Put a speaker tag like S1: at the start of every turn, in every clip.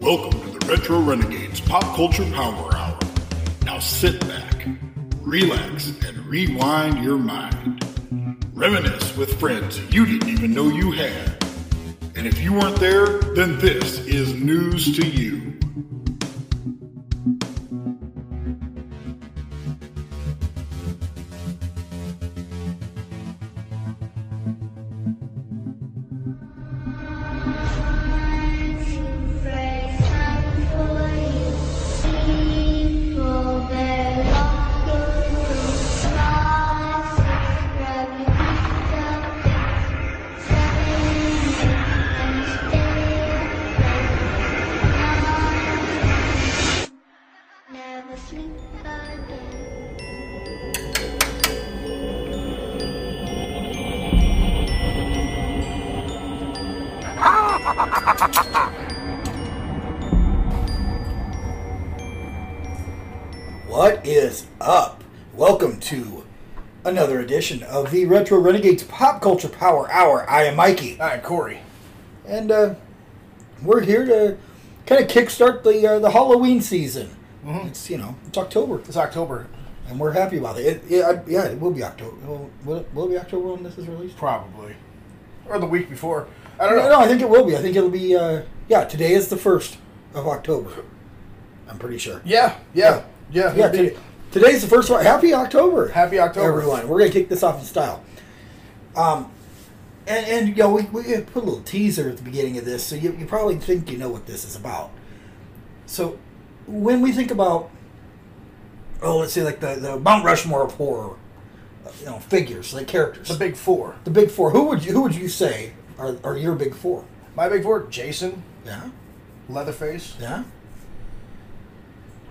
S1: Welcome to the Retro Renegades Pop Culture Power Hour. Now sit back, relax, and rewind your mind. Reminisce with friends you didn't even know you had. And if you weren't there, then this is news to you.
S2: Never sleep again.
S3: What is up? Welcome to another edition of the Retro Renegades Pop Culture Power Hour. I am Mikey,
S4: Hi, I'm Corey.
S3: and uh, we're here to kind of kickstart the uh, the Halloween season.
S4: Mm-hmm.
S3: It's you know it's October,
S4: It's October,
S3: and we're happy about it. it yeah, I- yeah, it will be October. Will, will, it, will it be October when this is released?
S4: probably, or the week before. I don't
S3: No,
S4: know.
S3: no, I think it will be. I think it'll be. Uh, yeah, today is the first of October. I'm pretty sure.
S4: Yeah, yeah, yeah.
S3: Yeah,
S4: it'd
S3: today,
S4: be-
S3: today's the first one. Happy October.
S4: Happy October.
S3: Everyone. We're going to kick this off in style. Um, and, and you know, we, we put a little teaser at the beginning of this, so you, you probably think you know what this is about. So when we think about, oh, let's say like the, the Mount Rushmore of horror, uh, you know, figures, like characters.
S4: the big four.
S3: the big four. Who would you, who would you say are, are your big four?
S4: My big four: Jason,
S3: Yeah.
S4: Leatherface,
S3: Yeah.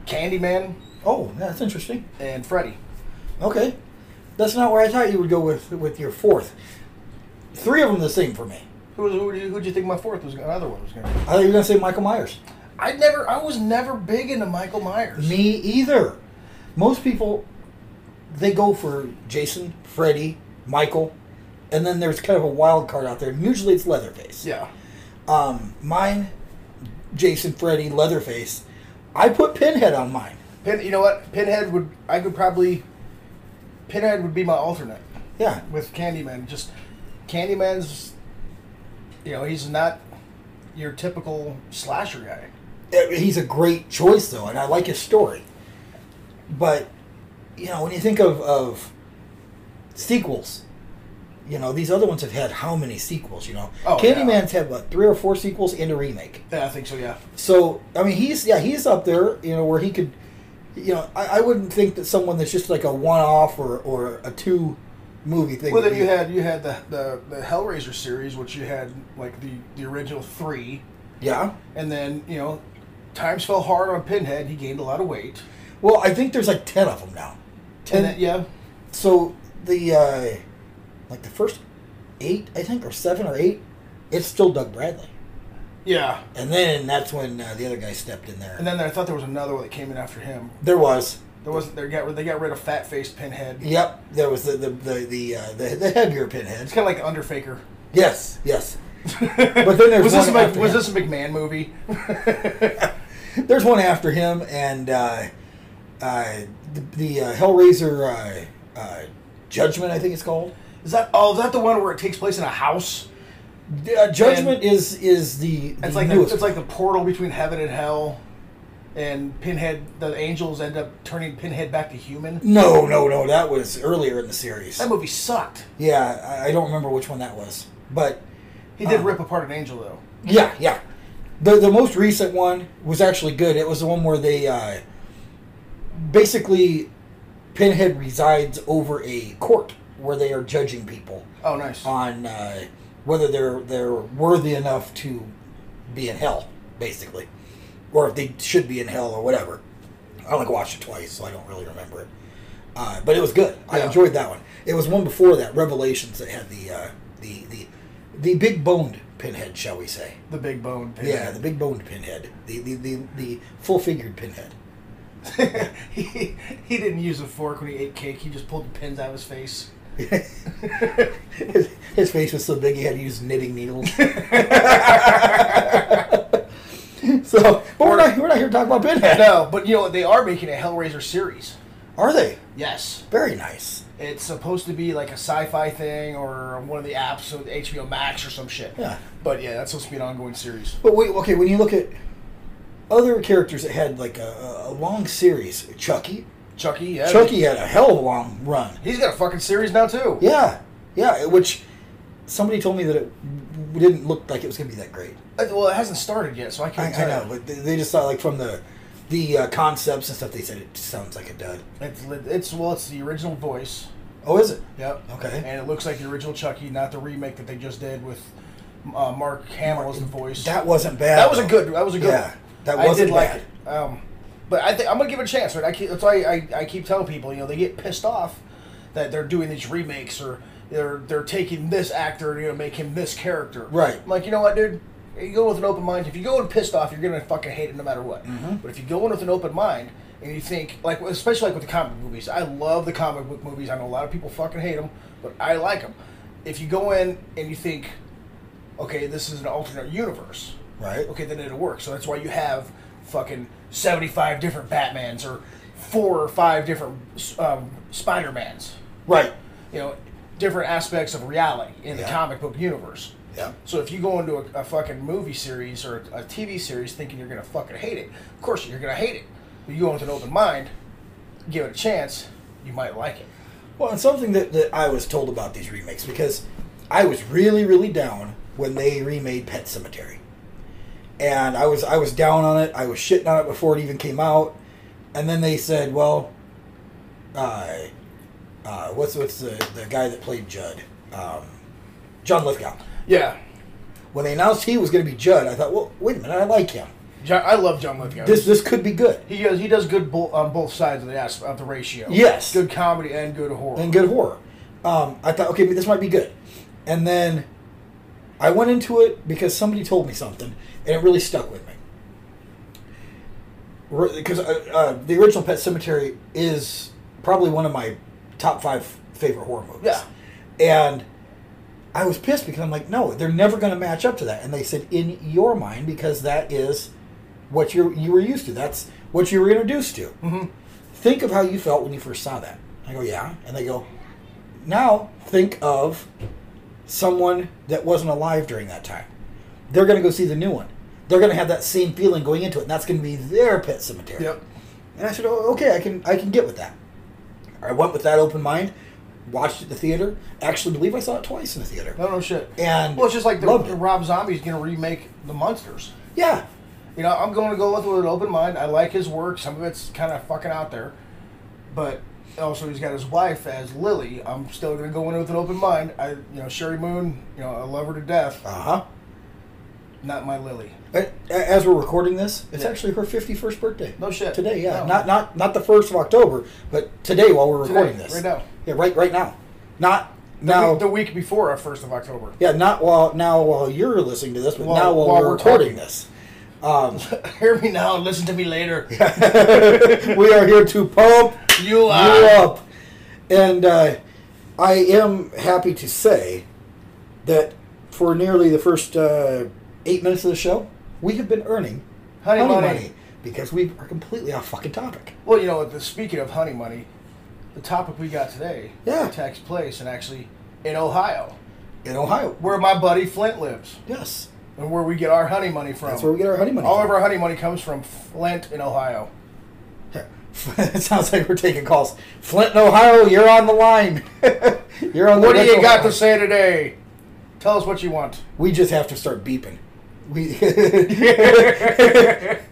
S4: Candyman,
S3: Oh, yeah, that's interesting.
S4: and Freddy.
S3: Okay, that's not where I thought you would go with with your fourth. Three of them the same for me.
S4: Who was who? Who would you think my fourth was? Another one was going to
S3: I
S4: be.
S3: thought you were gonna say Michael Myers.
S4: I never. I was never big into Michael Myers.
S3: Me either. Most people they go for Jason, Freddy, Michael, and then there's kind of a wild card out there. and Usually it's Leatherface.
S4: Yeah.
S3: Um, mine, Jason, Freddy, Leatherface. I put Pinhead on mine.
S4: Pin. You know what? Pinhead would. I could probably. Pinhead would be my alternate
S3: Yeah.
S4: with Candyman. Just Candyman's. You know he's not your typical slasher guy.
S3: Uh, he's a great choice though, and I like his story. But you know, when you think of, of sequels, you know these other ones have had how many sequels? You know,
S4: Oh, yeah.
S3: Candyman's had what three or four sequels and a remake.
S4: Yeah, I think so. Yeah.
S3: So I mean, he's yeah, he's up there. You know, where he could, you know, I, I wouldn't think that someone that's just like a one-off or or a two movie thing.
S4: Well,
S3: would
S4: then
S3: be-
S4: you had you had the, the the Hellraiser series, which you had like the the original three,
S3: yeah.
S4: and then you know, times fell hard on Pinhead. He gained a lot of weight.
S3: Well, I think there's like ten of them now.
S4: And then, yeah,
S3: so the uh, like the first eight, I think, or seven or eight, it's still Doug Bradley,
S4: yeah.
S3: and then that's when uh, the other guy stepped in there.
S4: And then I thought there was another one that came in after him.
S3: there was,
S4: There wasn't. They got they got rid of fat faced Pinhead.
S3: yep, there was the the the the, uh, the, the heavier pinhead.
S4: It's kind of like Underfaker.
S3: Yes, yes. But then there's
S4: was
S3: one
S4: this a Mc-
S3: after
S4: was
S3: him.
S4: this a McMahon movie?
S3: There's one after him, and uh, uh, the, the uh, Hellraiser uh, uh, Judgment, I think it's called.
S4: Is that oh is that the one where it takes place in a house?
S3: The, uh, Judgment is is the, the
S4: It's like the,
S3: newest
S4: it's like the portal between heaven and hell, and Pinhead the angels end up turning Pinhead back to human.
S3: No, no, no. That was earlier in the series.
S4: That movie sucked.
S3: Yeah, I- I don't remember which one that was, but
S4: He
S3: Uh-huh.
S4: did rip apart an angel though.
S3: yeah, yeah. The the most recent one was actually good. It was the one where they uh, basically Pinhead resides over a court where they are judging people
S4: Oh, nice.
S3: on uh, whether they're they're worthy enough to be in hell, basically, or if they should be in hell or whatever. I only watched it twice, so I don't really remember it. Uh, but it was good. I
S4: Yeah.
S3: enjoyed that one. It was one before that, Revelations, that had the uh, the the the big boned pinhead, shall we say?
S4: the big bone. Pig.
S3: Yeah, the big boned pinhead, the the the, the full figured pinhead.
S4: he, he didn't use a fork when he ate cake. He just pulled the pins out of his face.
S3: his, his face was so big he had to use knitting needles. So, but we're not we're not here to talk about Pinhead.
S4: No, but you know they are making a Hellraiser series.
S3: Are they?
S4: Yes,
S3: Very nice.
S4: it's supposed to be like a sci-fi thing or one of the apps with HBO Max or some shit.
S3: Yeah.
S4: But yeah, that's supposed to be an ongoing series.
S3: But wait, okay. When you look at other characters that had like a- a, a long series, Chucky.
S4: Chucky, yeah.
S3: Chucky had a hell of a long run.
S4: He's got a fucking series now too.
S3: Yeah, yeah. Which somebody told me that it w- didn't look like it was going to be that great.
S4: Uh, Well, it hasn't started yet, so I
S3: I,
S4: can't
S3: I
S4: tell.
S3: know, but they- they just thought like from the the uh, concepts and stuff, they said it sounds like a dud.
S4: It's, li- it's well, it's the original voice.
S3: Oh, is it?
S4: Yep.
S3: Okay.
S4: And it looks like the original Chucky, not the remake that they just did with uh, Mark Hamill as the voice.
S3: That wasn't bad.
S4: That was a
S3: though.
S4: good. That was a good.
S3: Yeah,
S4: one.
S3: that
S4: I
S3: wasn't
S4: did like
S3: bad.
S4: it. Um, but I think I'm gonna give it a chance. Right? I keep, that's why I, I keep telling people. You know, they get pissed off that they're doing these remakes or they're they're taking this actor and you know make him this character.
S3: Right.
S4: I'm like you know what, dude. You go with an open mind. If you go in pissed off, you're gonna fucking hate it no matter what.
S3: Mm-hmm.
S4: But if you go in with an open mind and you think, like, especially like with the comic book movies, I love the comic book movies. I know a lot of people fucking hate them, but I like them. If you go in and you think, okay, this is an alternate universe,
S3: right?
S4: okay, then it'll work. So that's why you have fucking 75 different Batmans or four or five different um, Spider-Mans.
S3: Right.
S4: You know, different aspects of reality in the
S3: Yeah.
S4: comic book universe.
S3: Yeah.
S4: So if you go into a, a fucking movie series or a TV series thinking you're gonna fucking hate it, of course you're gonna hate it. But you go in with an open mind, give it a chance, you might like it.
S3: Well, and something that, that I was told about these remakes because I was really, really down when they remade Pet Cemetery, and I was I was down on it. I was shitting on it before it even came out, and then they said, "Well, uh, uh, what's what's the the guy that played Judd, um, John Lithgow?"
S4: Yeah.
S3: When they announced he was going to be Judd, I thought, "Well, wait a minute, I like him.
S4: John, I love John Lithgow.
S3: This this could be good."
S4: he does he does good bo- on both sides of the as- of the ratio.
S3: Yes.
S4: Good comedy and good horror.
S3: and good horror. Um, I thought, okay, this might be good. And then I went into it because somebody told me something, and it really stuck with me. Because uh, uh, the original Pet Cemetery is probably one of my top five favorite horror movies.
S4: Yeah.
S3: And I was pissed because I'm like, no, they're never going to match up to that. And they said, in your mind, because that is what you you were used to. That's what you were introduced to. Mm-hmm. Think of how you felt when you first saw that. I go, yeah. And they go, now think of someone that wasn't alive during that time. They're going to go see the new one. They're going to have that same feeling going into it, and that's going to be their pet cemetery.
S4: Yep.
S3: And I said, oh, okay, I can I can get with that. I went with that open mind, watched it in the theater. Actually, believe I saw it twice in the theater.
S4: No, no shit.
S3: And
S4: well, it's just like the,
S3: loved it.
S4: the Rob Zombie's going to remake the Monsters.
S3: Yeah,
S4: You know, I'm going to go with, with an open mind. I like his work. Some of it's kind of fucking out there, but also he's got his wife as Lily. I'm still going to go in with an open mind. I, you know, Sherry Moon. You know, I love her to death.
S3: uh huh.
S4: Not my Lily.
S3: uh, As we're recording this, it's
S4: Yeah.
S3: actually her fifty-first birthday.
S4: No shit.
S3: Today, yeah,
S4: No.
S3: not not not the first of October, but today while we're
S4: Today,
S3: recording this,
S4: right now.
S3: Yeah, right right now. Not
S4: The
S3: now.
S4: week, the week before our first of October.
S3: Yeah, not while now while you're listening to this, but
S4: While-
S3: now while,
S4: while
S3: we're
S4: we're
S3: recording
S4: talking.
S3: this,
S4: Hear me now. Listen to me later.
S3: we are here to pump
S4: You uh,
S3: you uh,
S4: are.
S3: up, and uh, I am happy to say that for nearly the first uh, eight minutes of the show, we have been earning
S4: Honey money.
S3: because we are completely off fucking topic.
S4: Well, you know, the, speaking of honey money, the topic we got today
S3: Yeah.
S4: takes place and actually in Ohio,
S3: in Ohio.
S4: where my buddy Flint lives.
S3: Yes,
S4: and where we get our honey money from.
S3: that's where we get our honey money.
S4: All
S3: from.
S4: of our honey money comes from Flint in Ohio.
S3: it sounds like we're taking calls. Flint, Ohio, you're on the line. you're on. The
S4: What do you
S3: metro
S4: got
S3: line.
S4: to say today? Tell us what you want.
S3: We just have to start beeping. We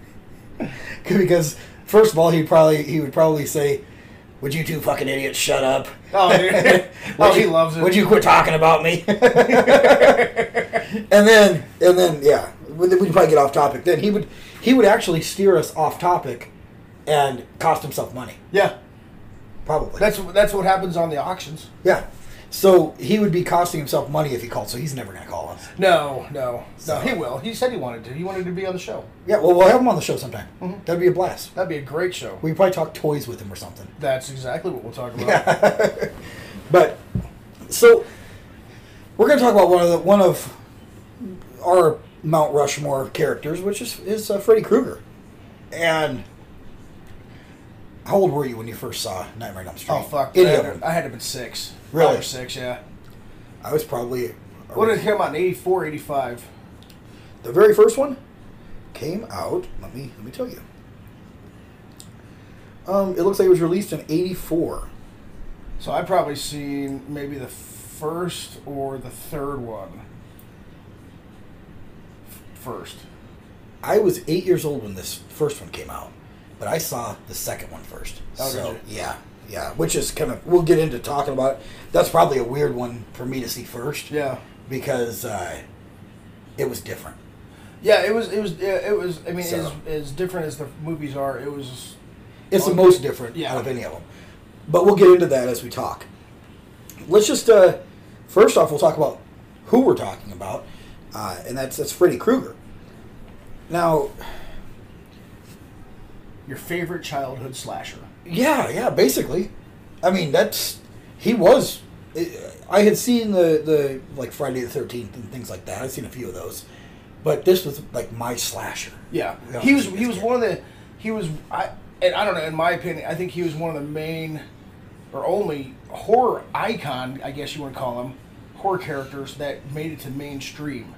S3: because first of all, he probably he would probably say, "Would you two fucking idiots shut up?"
S4: Oh, dude. oh,
S3: Would
S4: he
S3: you-
S4: loves it.
S3: Would you quit talking about me? and then, and then, yeah, we'd we'd probably get off topic. Then he would, he would actually steer us off topic, and cost himself money,
S4: Yeah,
S3: probably.
S4: that's that's what happens on the auctions.
S3: yeah. So he would be costing himself money if he called. So he's never going to call us.
S4: No, no, no. He will. He said he wanted to. He wanted to be on the show.
S3: Yeah. Well, we'll have him on the show sometime. That'd be a blast.
S4: That'd be a great show.
S3: We could probably talk toys with him or something.
S4: That's exactly what we'll talk about.
S3: But so we're going to talk about one of the, one of our Mount Rushmore characters, which is is uh, Freddy Krueger. And how old were you when you first saw Nightmare on Elm Street?
S4: Oh fuck!
S3: any
S4: I,
S3: of
S4: had,
S3: them?
S4: I had to have been six.
S3: Really?
S4: Five or six, yeah.
S3: I was probably
S4: What did it come out in 84, 85?
S3: the very first one came out. Let me let me tell you. Um, it looks like it was released in '84.
S4: So I probably seen maybe the first or the third one. F- First.
S3: I was eight years old when this first one came out, but I saw the second one first.
S4: Oh, did
S3: so
S4: you?
S3: yeah, yeah, which is kind of we'll get into talking about it. That's probably a weird one for me to see first.
S4: Yeah.
S3: because uh, it was different.
S4: Yeah, it was. It was. Yeah, it was. I mean,
S3: So-
S4: as, as different as the movies are, it was.
S3: It's the
S4: Okay.
S3: most different
S4: Yeah.
S3: out of any of them. But we'll get into that as we talk. Let's just uh, first off, we'll talk about who we're talking about, uh, and that's that's Freddy Krueger. Now,
S4: your favorite childhood slasher.
S3: yeah, yeah, basically, I mean that's he was. I had seen the the like Friday the Thirteenth and things like that. I've seen a few of those, but this was like my slasher.
S4: Yeah,
S3: Yeah.
S4: he was. He was one of the. He was. I. And I don't know. In my opinion, I think he was one of the main, or only horror icon. I guess you want to call him horror characters that made it to mainstream.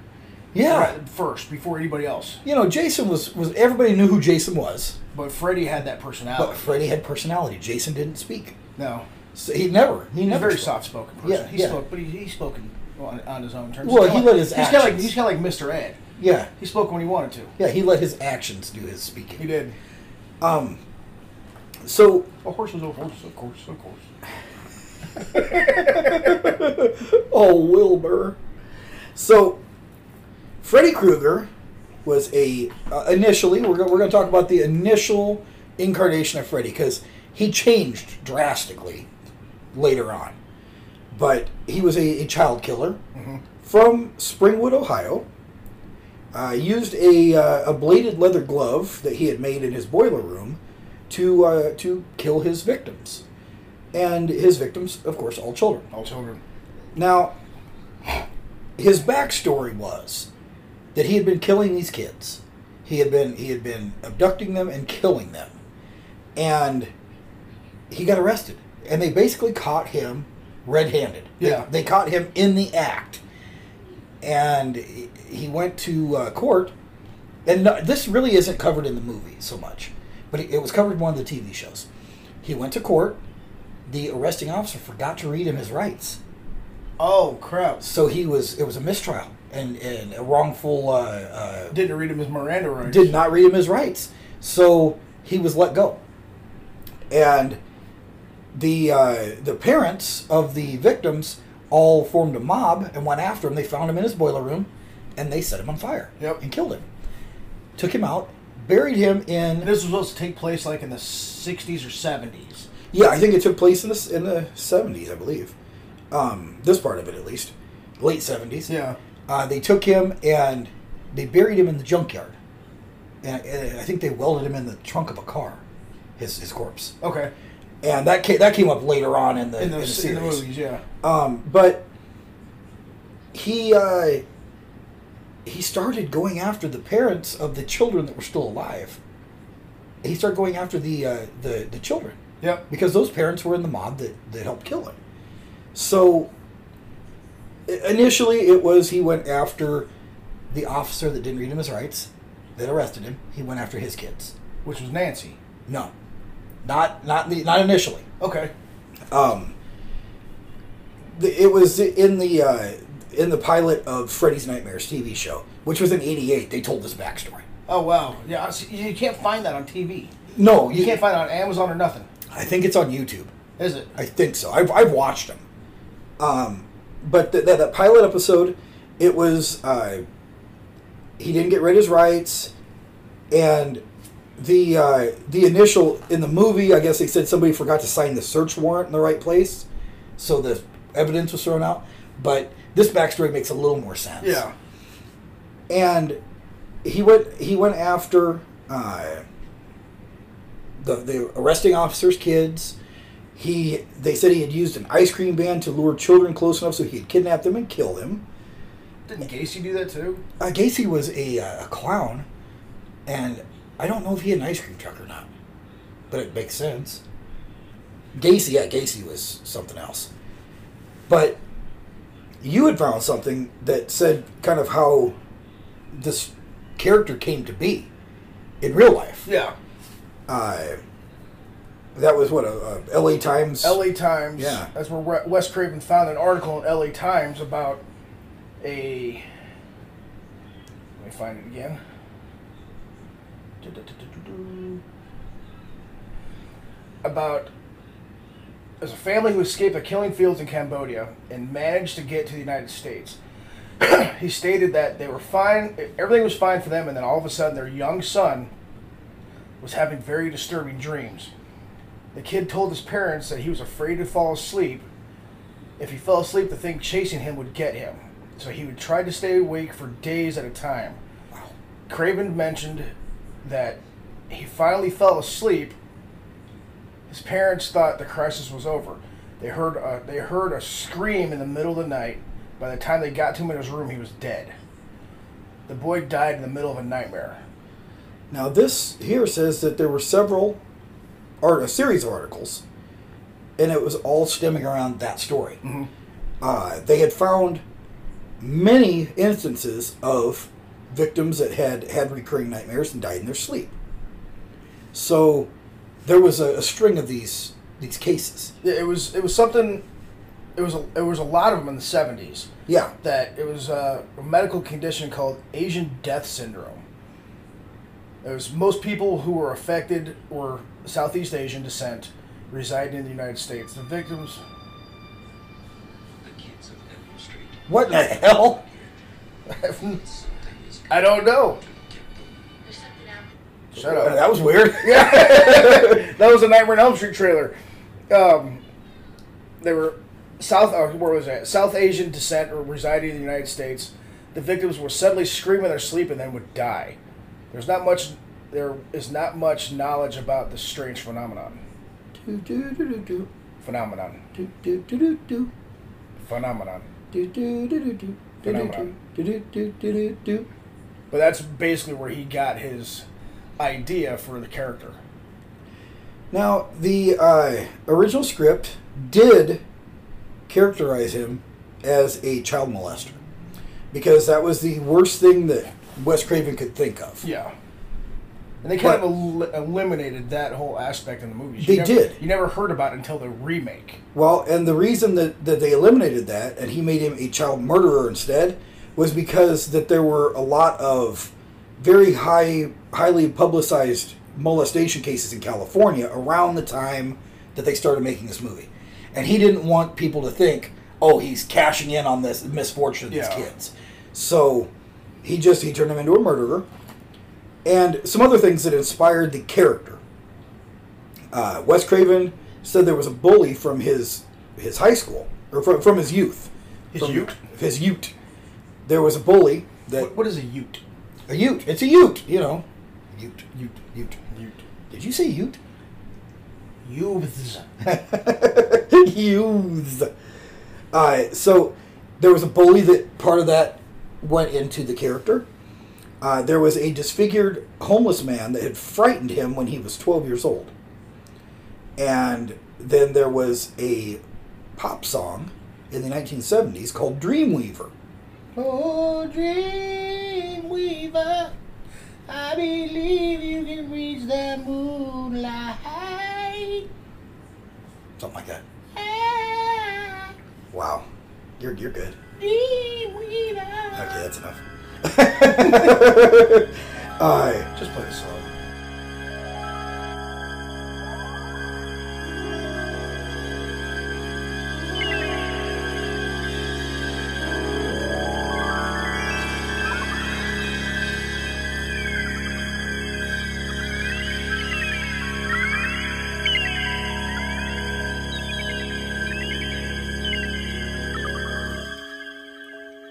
S3: Yeah,
S4: Right, first before anybody else.
S3: you know, Jason was was everybody knew who Jason was,
S4: But Freddy had that
S3: but
S4: personality.
S3: Freddy had personality. Jason didn't speak.
S4: no,
S3: So he never. He
S4: he's a
S3: never.
S4: very
S3: spoke.
S4: soft spoken person.
S3: Yeah,
S4: he
S3: yeah.
S4: spoke, but he, he spoke in- on, on his own terms.
S3: Well,
S4: He's kinda
S3: he
S4: like,
S3: let his
S4: He's kind of like
S3: actions-
S4: he's kind of like Mr. Ed.
S3: Yeah,
S4: He spoke when he wanted to.
S3: yeah. He let his actions do his speaking.
S4: He did.
S3: Um. So
S4: Oh, horses, oh, horses, of course, of course.
S3: Oh, Wilbur. So, Freddy Krueger was a uh, initially we're go- we're going to talk about the initial incarnation of Freddy because he changed drastically later on, but he was a, a child killer from Springwood, Ohio. Uh, used a, uh, a bladed leather glove that he had made in his boiler room to uh, to kill his victims, and his victims, of course, all children.
S4: All children.
S3: Now, his backstory was that he had been killing these kids. He had been he had been abducting them and killing them, and he got arrested. And they basically caught him red-handed. They-
S4: Yeah.
S3: they, caught him in the act, and he he went to uh, court. And no, this really isn't covered in the movie so much, but it, it was covered in one of the TV shows. He went to court. The arresting officer forgot to read him his rights.
S4: Oh crap!
S3: So he was. It was a mistrial and, and a wrongful. Uh, uh,
S4: Didn't read him as Miranda rights.
S3: did not read him his rights, so he was let go. And the uh, the parents of the victims all formed a mob and went after him. They found him in his boiler room, and they set him on fire
S4: Yep.
S3: and killed him. Took him out, buried him in.
S4: And this was supposed to take place like in the '60s or '70s.
S3: Yeah, I think it took place in the s- in the seventies, I believe. Um, this part of it, at least, late seventies.
S4: Yeah.
S3: Uh, they took him and they buried him in the junkyard, and, and I think they welded him in the trunk of a car, his his corpse.
S4: Okay.
S3: And that came, that came up later on in the,
S4: In
S3: in
S4: the,
S3: the
S4: in the
S3: series.
S4: movies, yeah.
S3: um, but he uh, he started going after the parents of the children that were still alive. He started going after the uh, the the children
S4: Yep.
S3: because those parents were in the mob that, that helped kill him. So i- initially, it was he went after the officer that didn't read him his rights, that arrested him. He went after his kids.
S4: Which was Nancy.
S3: No, not not the, not initially.
S4: Okay.
S3: Um, the, it was in the uh, in the pilot of Freddy's Nightmares TV show, which was in '88. They told this backstory.
S4: Oh wow. Yeah. I see- You can't find that on TV.
S3: No,
S4: You can't find it on Amazon or nothing.
S3: I think it's on YouTube.
S4: Is it?
S3: I think so. I've, I've watched them. Um, but th- that, that pilot episode, it was uh, he didn't get rid of his rights, and the uh, the initial in the movie, I guess they said somebody forgot to sign the search warrant in the right place, so the evidence was thrown out. But this backstory makes a little more sense
S4: Yeah.
S3: and he went he went after uh, the the arresting officer's kids. He they said he had used an ice cream van to lure children close enough so he had kidnapped them and kill them.
S4: Didn't Gacy do that too?
S3: Uh, Gacy was a, uh, a clown, and I don't know if he had an ice cream truck or not, but it makes sense. Gacy, yeah, Gacy was something else. But you had found something that said kind of how this character came to be in real life.
S4: Yeah.
S3: Uh, that was what a, a L.A. Times.
S4: LA Times.
S3: Yeah.
S4: That's where Re- Wes Craven found an article in LA Times about a. Let me find it again. Du-du-du-du-du-du. About. There's a family who escaped the killing fields in Cambodia and managed to get to the United States. he stated that they were fine, everything was fine for them, and then all of a sudden their young son was having very disturbing dreams. The kid told his parents that he was afraid to fall asleep. If he fell asleep, the thing chasing him would get him. So he would try to stay awake for days at a time. Craven mentioned that he finally fell asleep. His parents thought the crisis was over. They heard a, they heard a scream in the middle of the night. By the time they got to him in his room, he was dead. The boy died in the middle of a nightmare.
S3: Now this here says that there were several, art a series of articles, and it was all stemming around that story. Uh, they had found many instances of victims that had had recurring nightmares and died in their sleep. So there was a, a string of these these cases.
S4: Yeah, it was it was something. It was a, it was a lot of them in the seventies.
S3: Yeah,
S4: That it was a medical condition called Asian Death Syndrome. It was most people who were affected were Southeast Asian descent, residing in the United States. The victims.
S5: The kids of Elm Street.
S3: what the hell?
S5: Something is
S4: I don't know.
S5: going to get them.
S2: There's something out there.
S4: Shut
S3: Uh,
S4: up.
S3: That was weird.
S4: that was a Nightmare on Elm Street trailer. Um, they were South. Uh, where was that? South Asian descent or residing in the United States. The victims would suddenly scream in their sleep and then would die. There's not much. There is not much knowledge about this strange phenomenon.
S3: Do, do, do, do, do.
S4: Phenomenon.
S3: Do, do, do, do, do.
S4: Phenomenon.
S3: Do, do, do, do, do. Do, do, do, do, do, do, do, do.
S4: But that's basically where he got his idea for the character.
S3: Now, the uh, original script did characterize him as a child molester because that was the worst thing that Wes Craven could think of.
S4: Yeah. And they kind
S3: But-
S4: of el- eliminated that whole aspect in the movies.
S3: They
S4: You never-
S3: did.
S4: You never heard about it until the remake.
S3: Well, and the reason that, that they eliminated that and he made him a child murderer instead was because that there were a lot of very high highly publicized molestation cases in California around the time that they started making this movie. And he didn't want people to think, "Oh, he's cashing in on this misfortune of these
S4: Yeah.
S3: kids." So, he just he turned him into a murderer. And some other things that inspired the character uh, Wes Craven said there was a bully from his his high school or from, from his youth.
S4: His
S3: From-
S4: ute?
S3: His ute. There was a bully that
S4: What, what is a ute?
S3: a ute. It's a ute, you know. Ute.
S4: Ute.
S3: Ute.
S4: Ute.
S3: Did you say ute?
S4: Youths.
S3: Youths. Uh, so there was a bully that part of that went into the character. Uh, there was a disfigured homeless man that had frightened him when he was 12 years old. And then there was a pop song in the 1970s called Dreamweaver.
S4: Oh, dream weaver, I believe you can reach the moonlight.
S3: Something like that. Wow. You're, you're good. Okay, that's enough. uh,
S4: Just play the song.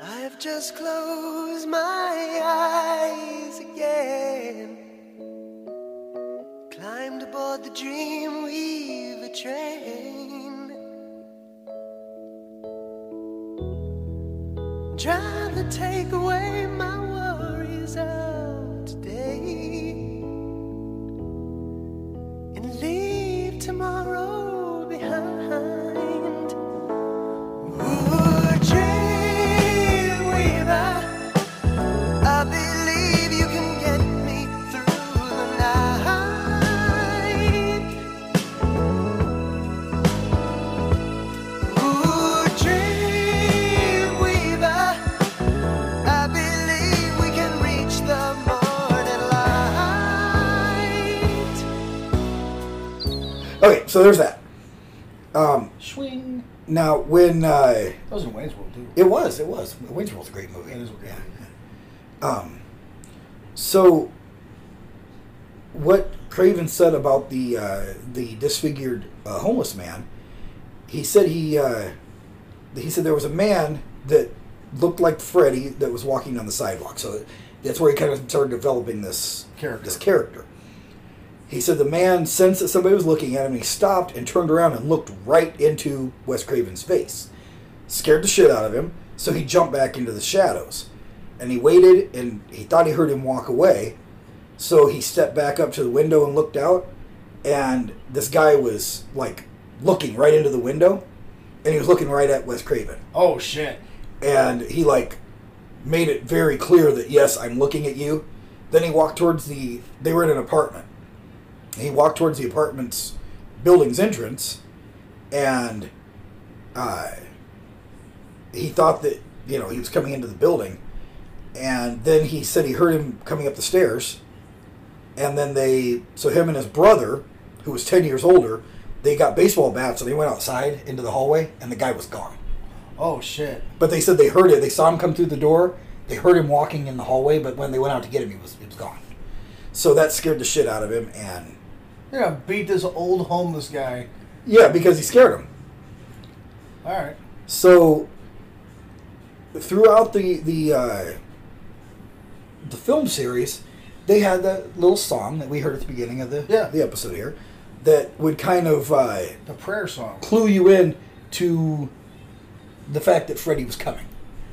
S6: I've just closed my eyes again. Climbed aboard the Dreamweaver train. trying to take away my worries of today and leave tomorrow behind. Ooh, dreamweaver. I believe you can get me through the night. Ooh, dreamweaver, I believe we can reach the morning light.
S3: Okay, so there's that.
S4: Swing.
S3: Now, when uh,
S4: That was in Wayne's World, too.
S3: it was, it was. Wayne's World's a great movie.
S4: It is a great
S3: Yeah.
S4: movie.
S3: Um, so, what Craven said about the uh, the disfigured uh, homeless man, he said he uh, he said there was a man that looked like Freddy that was walking on the sidewalk. So that's where he kind of started developing this
S4: Character.
S3: This character. He said the man sensed that somebody was looking at him. and He stopped and turned around and looked right into Wes Craven's face scared the shit out of him, so he jumped back into the shadows. And he waited and he thought he heard him walk away, so he stepped back up to the window and looked out. And this guy was like looking right into the window, and he was looking right at Wes Craven.
S4: Oh, shit.
S3: And he like made it very clear that yes, I'm looking at you. Then he walked towards the. They were in an apartment. He walked towards the apartment's building's entrance, and uh, he thought that you know he was coming into the building, and then he said he heard him coming up the stairs, and then they so him and his brother, who was ten years older, they got baseball bats and they went outside into the hallway, and the guy was gone.
S4: Oh, shit.
S3: But they said they heard it. They saw him come through the door. They heard him walking in the hallway, but when they went out to get him, he was he was gone. So that scared the shit out of him, and
S4: They're going to beat this old homeless guy.
S3: yeah, because he scared him.
S4: All right.
S3: So throughout the the uh, the film series, they had that little song that we heard at the beginning of the
S4: Yeah.
S3: the episode here that would kind of uh,
S4: The prayer song.
S3: clue you in to the fact that Freddy was coming,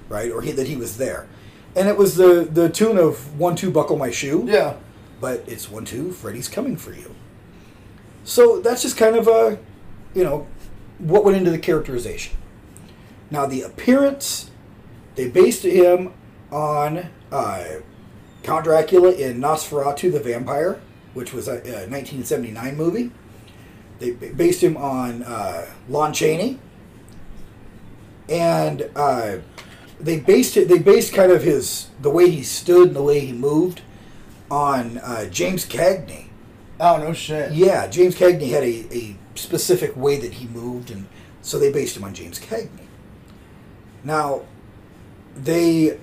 S3: right, or he, that he was there, and it was the the tune of "One Two Buckle My Shoe."
S4: Yeah.
S3: but it's one two freddy's coming for you so that's just kind of a you know what went into the characterization now the appearance they based him on uh, count dracula in nosferatu the vampire which was a, a 1979 movie they b- based him on uh, lon chaney and uh, they based it they based kind of his the way he stood and the way he moved on uh, James Cagney.
S4: Oh, no shit.
S3: Yeah, James Cagney had a, a specific way that he moved, and so they based him on James Cagney. Now, they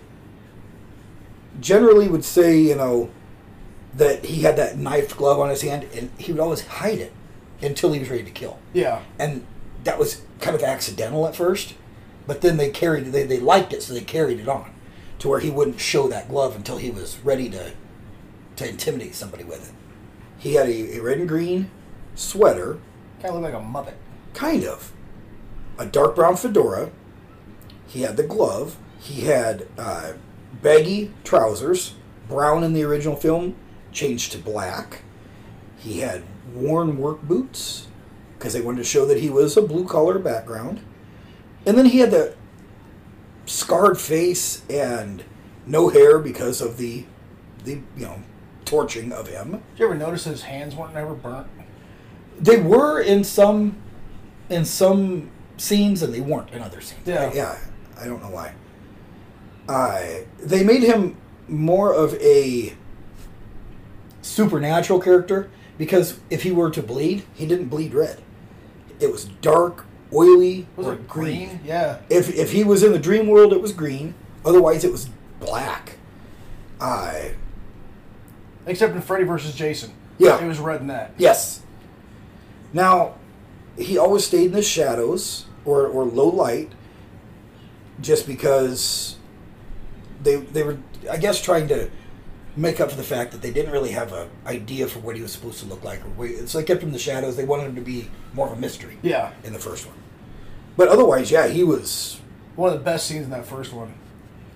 S3: generally would say, you know, that he had that knife glove on his hand, and he would always hide it until he was ready to kill.
S4: Yeah.
S3: And that was kind of accidental at first, but then they carried they they liked it, so they carried it on to where he wouldn't show that glove until he was ready to to intimidate somebody with it. He had a, a red and green sweater,
S4: Kind of look like a Muppet.
S3: kind of, a dark brown fedora. He had the glove. He had uh, baggy trousers, brown in the original film, changed to black. He had worn work boots because they wanted to show that he was a blue collar background. And then he had the scarred face and no hair because of the the you know torching of him.
S4: Did you ever notice his hands weren't ever burnt?
S3: They were in some in some scenes and they weren't in other scenes.
S4: Yeah.
S3: Yeah. I don't know why. Uh, they made him more of a supernatural character because if he were to bleed, he didn't bleed red. It was dark, oily,
S4: Was
S3: or
S4: it green? Yeah.
S3: if if he was in the dream world, it was green. Otherwise, it was black. I
S4: Except in Freddy versus Jason.
S3: Yeah.
S4: It was red in that.
S3: yes. Now, he always stayed in the shadows or or low light, just because they they were I guess trying to make up for the fact that they didn't really have a idea for what he was supposed to look like. Or where, so they kept him in the shadows. They wanted him to be more of a mystery.
S4: Yeah.
S3: In the first one, but otherwise, yeah, he was
S4: One of the best scenes in that first one.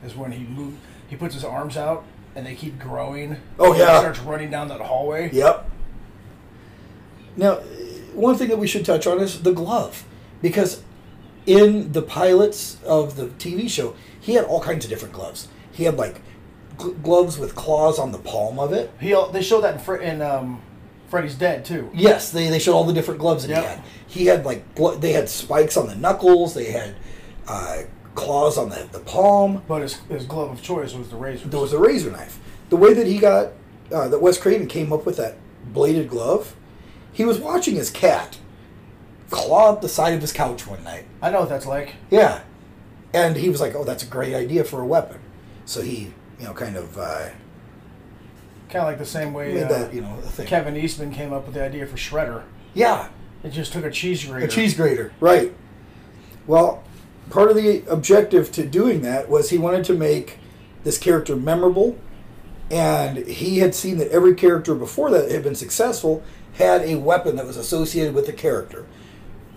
S4: is when he move, he puts his arms out and they keep growing.
S3: Oh,
S4: And he
S3: yeah.
S4: starts running down that hallway.
S3: Yep. Now, eh, one thing that we should touch on is the glove, because in the pilots of the TV show, he had all kinds of different gloves. He had like gl- gloves with claws on the palm of it.
S4: He al- they show that in, Fre- in um, Freddy's Dead too.
S3: Yes, they, they showed all the different gloves that
S4: Yep.
S3: he had. He had like glo- they had spikes on the knuckles. They had uh, claws on the, the palm.
S4: But his, his glove of choice was the razor.
S3: There was a razor knife. The way that he got uh, that Wes Craven came up with that bladed glove, he was watching his cat claw up the side of his couch one night.
S4: I know what that's like.
S3: Yeah, and he was like, "Oh, that's a great idea for a weapon." So he, you know, kind of uh,
S4: Kind of like the same way
S3: made
S4: uh,
S3: that you know a thing.
S4: Kevin Eastman came up with the idea for Shredder.
S3: Yeah,
S4: It just took a cheese grater.
S3: A cheese grater, right. Well, part of the objective to doing that was he wanted to make this character memorable, and he had seen that every character before that had been successful had a weapon that was associated with the character.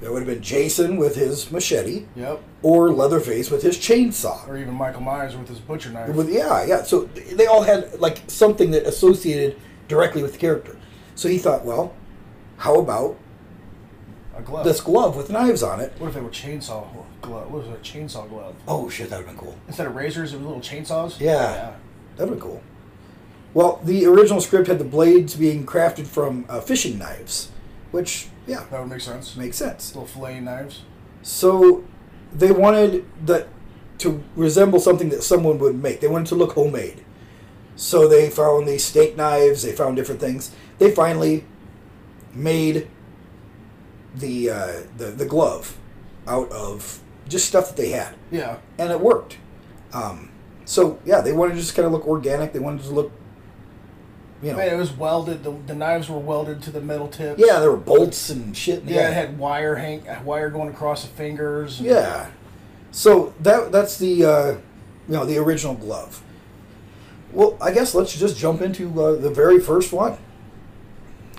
S3: That would have been Jason with his machete,
S4: Yep.
S3: or Leatherface with his chainsaw.
S4: Or even Michael Myers with his butcher knife.
S3: With, yeah, yeah. So they all had like something that associated directly with the character. So he thought, well, how about
S4: a glove.
S3: this glove with knives on it?
S4: what if they were chainsaw glove? What was a chainsaw glove?
S3: Oh shit, that would have been cool.
S4: Instead of razors, it was little chainsaws.
S3: Yeah. That'd be cool. Well, the original script had the blades being crafted from uh, fishing knives, which, yeah,
S4: That would make sense.
S3: makes sense.
S4: little fillet knives.
S3: So they wanted that to resemble something that someone would make. They wanted to look homemade. So they found these steak knives, they found different things. They finally made the, uh, the, the glove out of just stuff that they had
S4: Yeah.
S3: and it worked. Um, so yeah, they wanted to just kind of look organic. They wanted to look, you know,
S4: Man, it was welded. The, the knives were welded to the metal tips.
S3: yeah, there were bolts and shit. in the
S4: Yeah, it
S3: end.
S4: had wire hang, wire going across the fingers.
S3: yeah. So that that's the uh, you know the original glove. Well, I guess let's just jump into uh, the very first one.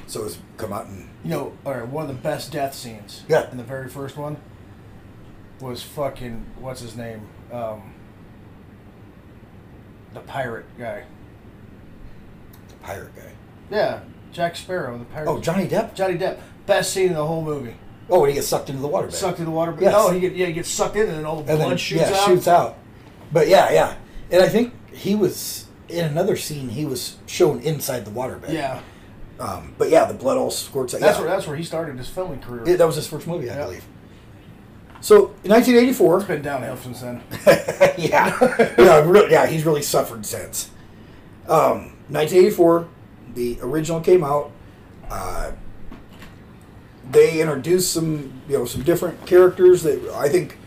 S3: So it's come out and
S4: You know, all right, one of the best death scenes.
S3: Yeah.
S4: In the very first one was fucking what's his name, um, the pirate guy.
S3: the pirate guy.
S4: Yeah, Jack Sparrow, the pirate.
S3: Oh, Johnny Depp.
S4: Johnny Depp. Best scene in the whole movie.
S3: Oh, and he gets sucked into the water. bed.
S4: Sucked in the water.
S3: Yes.
S4: Oh, he get, yeah, he gets sucked in, and then all the
S3: and
S4: blood
S3: then
S4: shoots
S3: yeah,
S4: out.
S3: shoots out. But yeah, yeah, and I think he was in another scene. He was shown inside the waterbed.
S4: Yeah,
S3: Um, but yeah, the blood all squirts out.
S4: that's
S3: yeah.
S4: where that's where he started his filming career.
S3: Yeah, that was his first movie, I
S4: Yeah.
S3: believe. So in 1984,
S4: it's been downhill since then.
S3: yeah, yeah, really, yeah, he's really suffered since. Um, 1984, the original came out. Uh, they introduced some, you know, some different characters that I think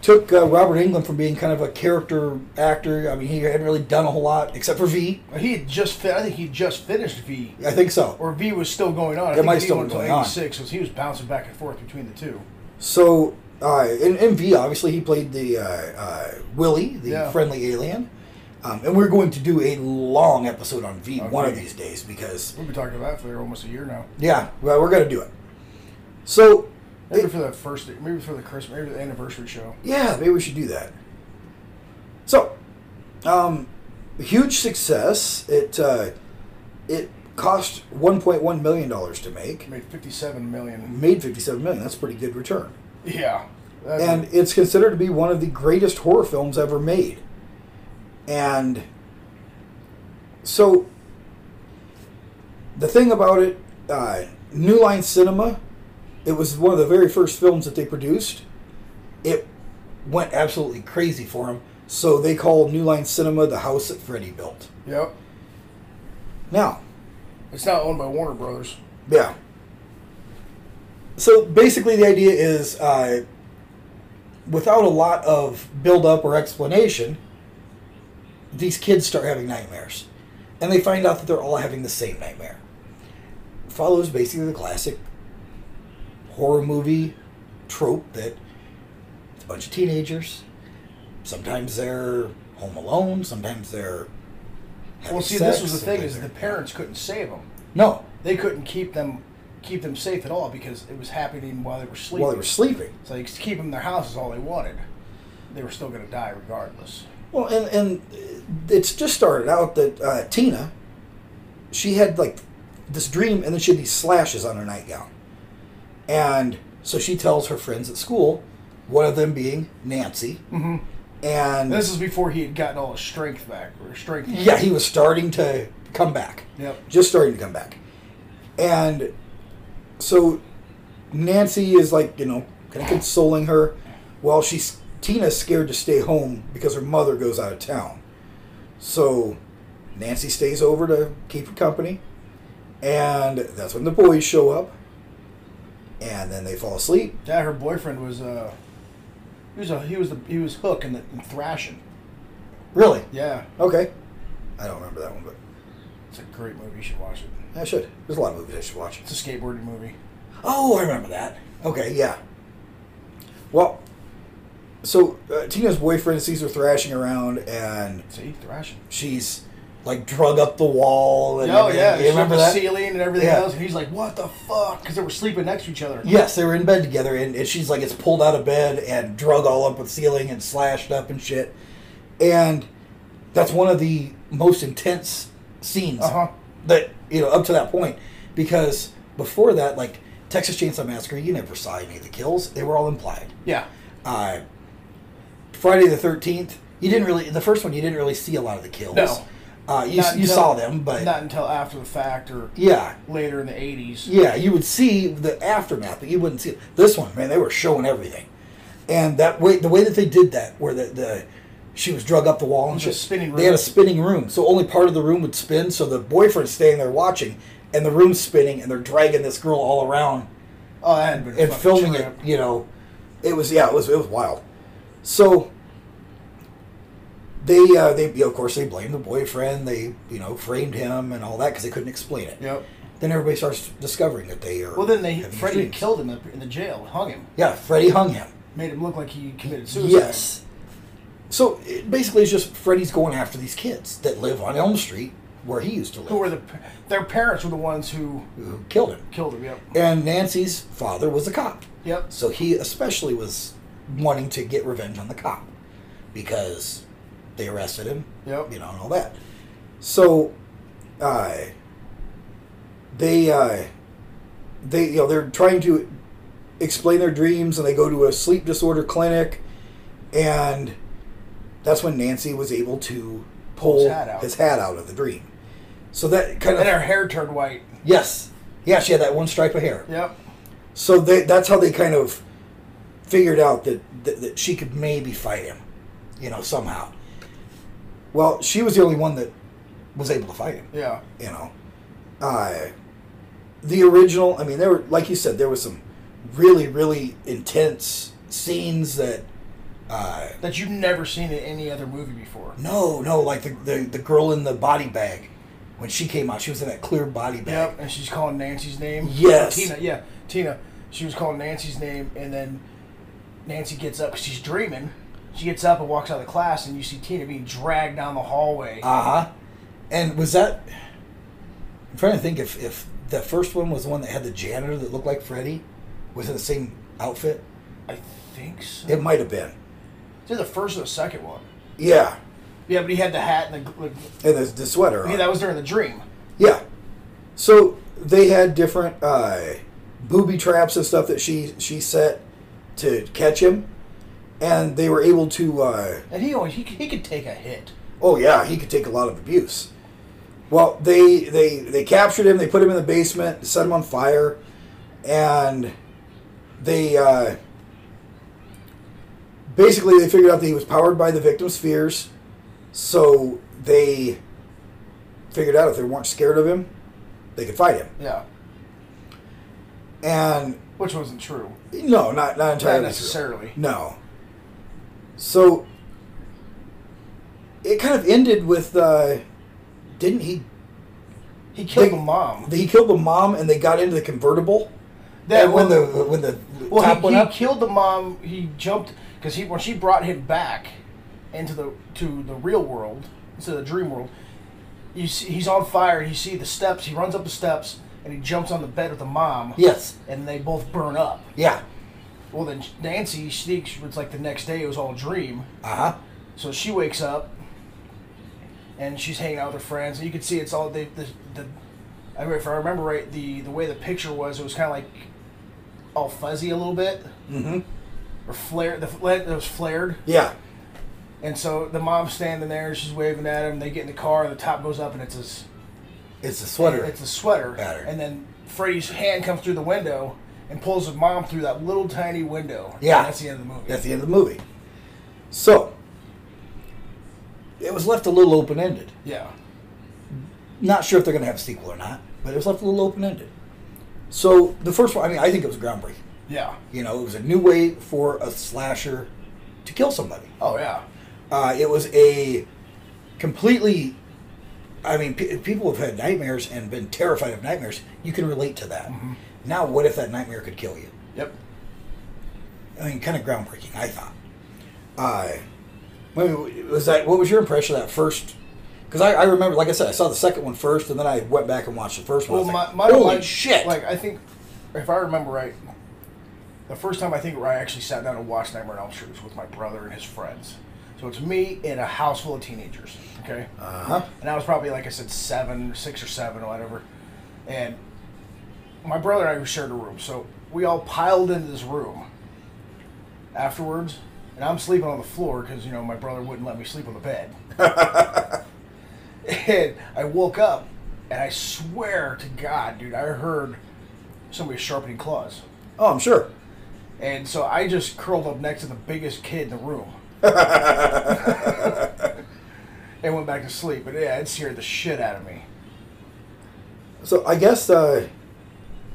S3: took uh, Robert England from being kind of a character actor. I mean, he hadn't really done a whole lot except for V.
S4: He had just, fi- I think he just finished V,
S3: I think so.
S4: or V was still going on. I
S3: It
S4: think
S3: might
S4: V
S3: still
S4: went
S3: be
S4: until
S3: going on.
S4: '86 because he was bouncing back and forth between the two.
S3: So, uh, in, in V, obviously, he played the uh, uh, Willie, the
S4: Yeah.
S3: friendly alien. Um, and we're going to do a long episode on V one of
S4: Agreed.
S3: these days because,
S4: We've been talking about it for almost a year now.
S3: yeah, well, we're going to do it. So,
S4: Maybe
S3: it-
S4: for the first, maybe for the Christmas, maybe the anniversary show.
S3: yeah, maybe we should do that. So, um, huge success. It uh, it cost one point one million dollars to make.
S4: He made fifty-seven million.
S3: Made fifty seven million. That's a pretty good return.
S4: Yeah, That's-
S3: and it's considered to be one of the greatest horror films ever made. And so, the thing about it, uh, New Line Cinema, it was one of the very first films that they produced. It went absolutely crazy for them, so they called New Line Cinema the house that Freddy built.
S4: yep.
S3: Now,
S4: It's now owned by Warner Brothers.
S3: Yeah. So basically, the idea is, uh, without a lot of build up or explanation, these kids start having nightmares, and they find out that they're all having the same nightmare. Follows basically the classic horror movie trope that it's a bunch of teenagers. Sometimes they're home alone. Sometimes they're. having
S4: Well, see,
S3: sex,
S4: this was the thing:
S3: sometimes
S4: is the
S3: they're-
S4: parents couldn't save them.
S3: No,
S4: They couldn't keep them keep them safe at all because it was happening while they were sleeping.
S3: while they were sleeping.
S4: So they could keep them in their house is all they wanted. They were still going to die regardless.
S3: Well, and and it's just started out that uh, Tina, she had like this dream, and then she had these slashes on her nightgown, and so she tells her friends at school, one of them being Nancy, mm-hmm. and
S4: And this is before he had gotten all his strength back or strength.
S3: yeah, he was starting to come back,
S4: Yep.
S3: just starting to come back, and so Nancy is like you know kind of consoling her, while she's Tina's scared to stay home because her mother goes out of town, so Nancy stays over to keep her company, and that's when the boys show up, and then they fall asleep.
S4: Yeah, her boyfriend was uh, he was a he was the he was Hook and the in Thrashing.
S3: Really?
S4: Yeah,
S3: Okay. I don't remember that one, but
S4: it's a great movie. You should watch it.
S3: I should. There's a lot of movies I should watch.
S4: It's a skateboarding movie.
S3: Oh, I remember that. Okay, yeah. Well, so uh, Tina's boyfriend sees her thrashing around, and
S4: See, Thrashing.
S3: she's like drug up the wall. And
S4: Oh
S3: everything.
S4: yeah,
S3: you remember
S4: the
S3: that?
S4: ceiling and everything
S3: Yeah.
S4: else, and he's like, "What the fuck?" Because they were sleeping next to each other.
S3: Yes, they were in bed together, and, and she's like, it's pulled out of bed and drug all up with ceiling and slashed up and shit. And that's one of the most intense scenes
S4: Uh-huh.
S3: that, you know, up to that point. Because before that, like, Texas Chainsaw Massacre, you never saw any of the kills, they were all implied.
S4: Yeah,
S3: uh, Friday the Thirteenth. You didn't really the first one. You didn't really see a lot of the kills.
S4: No.
S3: uh, you,
S4: Not
S3: you
S4: until-
S3: saw them, but
S4: not until after the fact or
S3: yeah,
S4: later in the '80s.
S3: yeah, you would see the aftermath, but you wouldn't see it. this one. Man, they were showing everything, and that way the way that they did that, where the, the she was drug up the wall and
S4: It was a
S3: shit,
S4: spinning
S3: They had a
S4: room.
S3: spinning room, so only part of the room would spin. So the boyfriend's staying there watching, and the room's spinning, and they're dragging this girl all around
S4: Oh, that had been a
S3: and
S4: fucking
S3: filming
S4: trip.
S3: it, you know, it was yeah, it was it was wild. So they uh, they you know, of course they blamed the boyfriend. They you know framed him and all that because they couldn't explain it.
S4: Yep.
S3: Then everybody starts discovering that they are.
S4: Well, then they
S3: having these
S4: Freddie
S3: dreams.
S4: killed him in the, in the jail, hung him,
S3: Yeah, Freddy hung him.
S4: made him look like he committed suicide.
S3: Yes. So it basically, it's just Freddy's going after these kids that live on Elm Street where he used to live.
S4: who were the their parents were the ones who
S3: who killed him?
S4: killed him. Yep.
S3: And Nancy's father was a cop.
S4: Yep.
S3: So he especially was wanting to get revenge on the cop because they arrested him,
S4: Yep.
S3: you know, and all that. So, uh, they, uh, they, you know, they're trying to explain their dreams, and they go to a sleep disorder clinic, and that's when Nancy was able to pull
S4: His hat out.
S3: his hat out of the dream. So that kind
S4: And
S3: of
S4: her hair turned white.
S3: yes, yeah, she had that one stripe of hair.
S4: Yep.
S3: So they, that's how they kind of figured out that, that that she could maybe fight him, you know, somehow. Well, she was the only one that was able to fight him.
S4: Yeah.
S3: You know, uh, the original. I mean, there were like you said, there was some really really intense scenes that. Uh,
S4: That you've never seen in any other movie before.
S3: no, no, like the, the the girl in the body bag when she came out, she was in that clear body bag.
S4: Yep. And she's calling Nancy's name.
S3: Yes.
S4: Tina. Yeah. Tina. She was calling Nancy's name, and then Nancy gets up. 'cause She's dreaming. She gets up and walks out of the class, and you see Tina being dragged down the hallway.
S3: Uh huh. And was that? I'm trying to think if if the first one was the one that had the janitor that looked like Freddy, was in the same outfit.
S4: I think so.
S3: It might have been.
S4: It's either the first or the second one.
S3: Yeah,
S4: Yeah, but he had the hat and the. Like,
S3: and the, the sweater. On.
S4: yeah, that was during the dream.
S3: Yeah. So they had different uh, booby traps and stuff that she she set to catch him, and they were able to. Uh,
S4: And he always he, he could take a hit.
S3: oh yeah, he could take a lot of abuse. Well, they they they captured him. They put him in the basement, set him on fire, and they uh, basically they figured out that he was powered by the victim's fears. So they figured out if they weren't scared of him, they could fight him.
S4: Yeah,
S3: And
S4: which wasn't true.
S3: no, not not entirely
S4: Not
S3: true.
S4: necessarily.
S3: No. So it kind of ended with uh, didn't he
S4: He killed
S3: They-
S4: the mom.
S3: He killed the mom, and they got into the convertible.
S4: That-
S3: and when the when the
S4: well,
S3: top
S4: he,
S3: went
S4: he
S3: up,
S4: killed the mom. He jumped because he when she brought him back into the to the real world instead of the dream world. You see, he's on fire. and You see the steps. He runs up the steps and he jumps on the bed with the mom.
S3: yes,
S4: and they both burn up.
S3: yeah,
S4: Well, then Nancy sneaks. It's like the next day. It was all a dream.
S3: uh huh,
S4: So she wakes up and she's hanging out with her friends, and you can see it's all the the. the I mean, if I remember right, the the way the picture was, it was kind of like all fuzzy a little bit,
S3: Mm-hmm.
S4: or flared. The fl- it was flared,
S3: Yeah.
S4: and so the mom's standing there, she's waving at him. They get in the car, the top goes up, and it's his
S3: It's a sweater.
S4: It's a sweater.
S3: Pattern.
S4: And then Freddy's hand comes through the window and pulls his mom through that little tiny window.
S3: Yeah.
S4: And that's the end of the movie.
S3: That's the end of the movie. So, it was left a little open ended.
S4: yeah.
S3: Not sure if they're going to have a sequel or not, but it was left a little open ended. So, the first one, I mean, I think it was groundbreaking.
S4: Yeah.
S3: You know, it was a new way for a slasher to kill somebody.
S4: Oh yeah.
S3: Uh, it was a completely. I mean, pe people have had nightmares and been terrified of nightmares. You can relate to that.
S4: Mm-hmm.
S3: Now, what if that nightmare could kill you?
S4: Yep.
S3: I mean, kind of groundbreaking, I thought. Uh, wait, wait, was that what was your impression of that first? Because I, I remember, like I said, I saw the second one first, and then I went back and watched the first one. I was
S4: Well, my,
S3: like,
S4: my
S3: holy
S4: like,
S3: shit!
S4: Like I think, if I remember right, the first time I think I actually sat down and watched Nightmare on Elm Street was with my brother and his friends. So it's me in a house full of teenagers. Okay.
S3: uh-huh.
S4: and I was probably like I said seven, six or seven or whatever. And my brother and I shared a room, so we all piled into this room afterwards, and I'm sleeping on the floor because you know my brother wouldn't let me sleep on the bed. and I woke up, and I swear to God, dude, I heard somebody sharpening claws,
S3: Oh, I'm sure.
S4: and so I just curled up next to the biggest kid in the room. and went back to sleep, but yeah, it scared the shit out of me.
S3: So I guess, uh,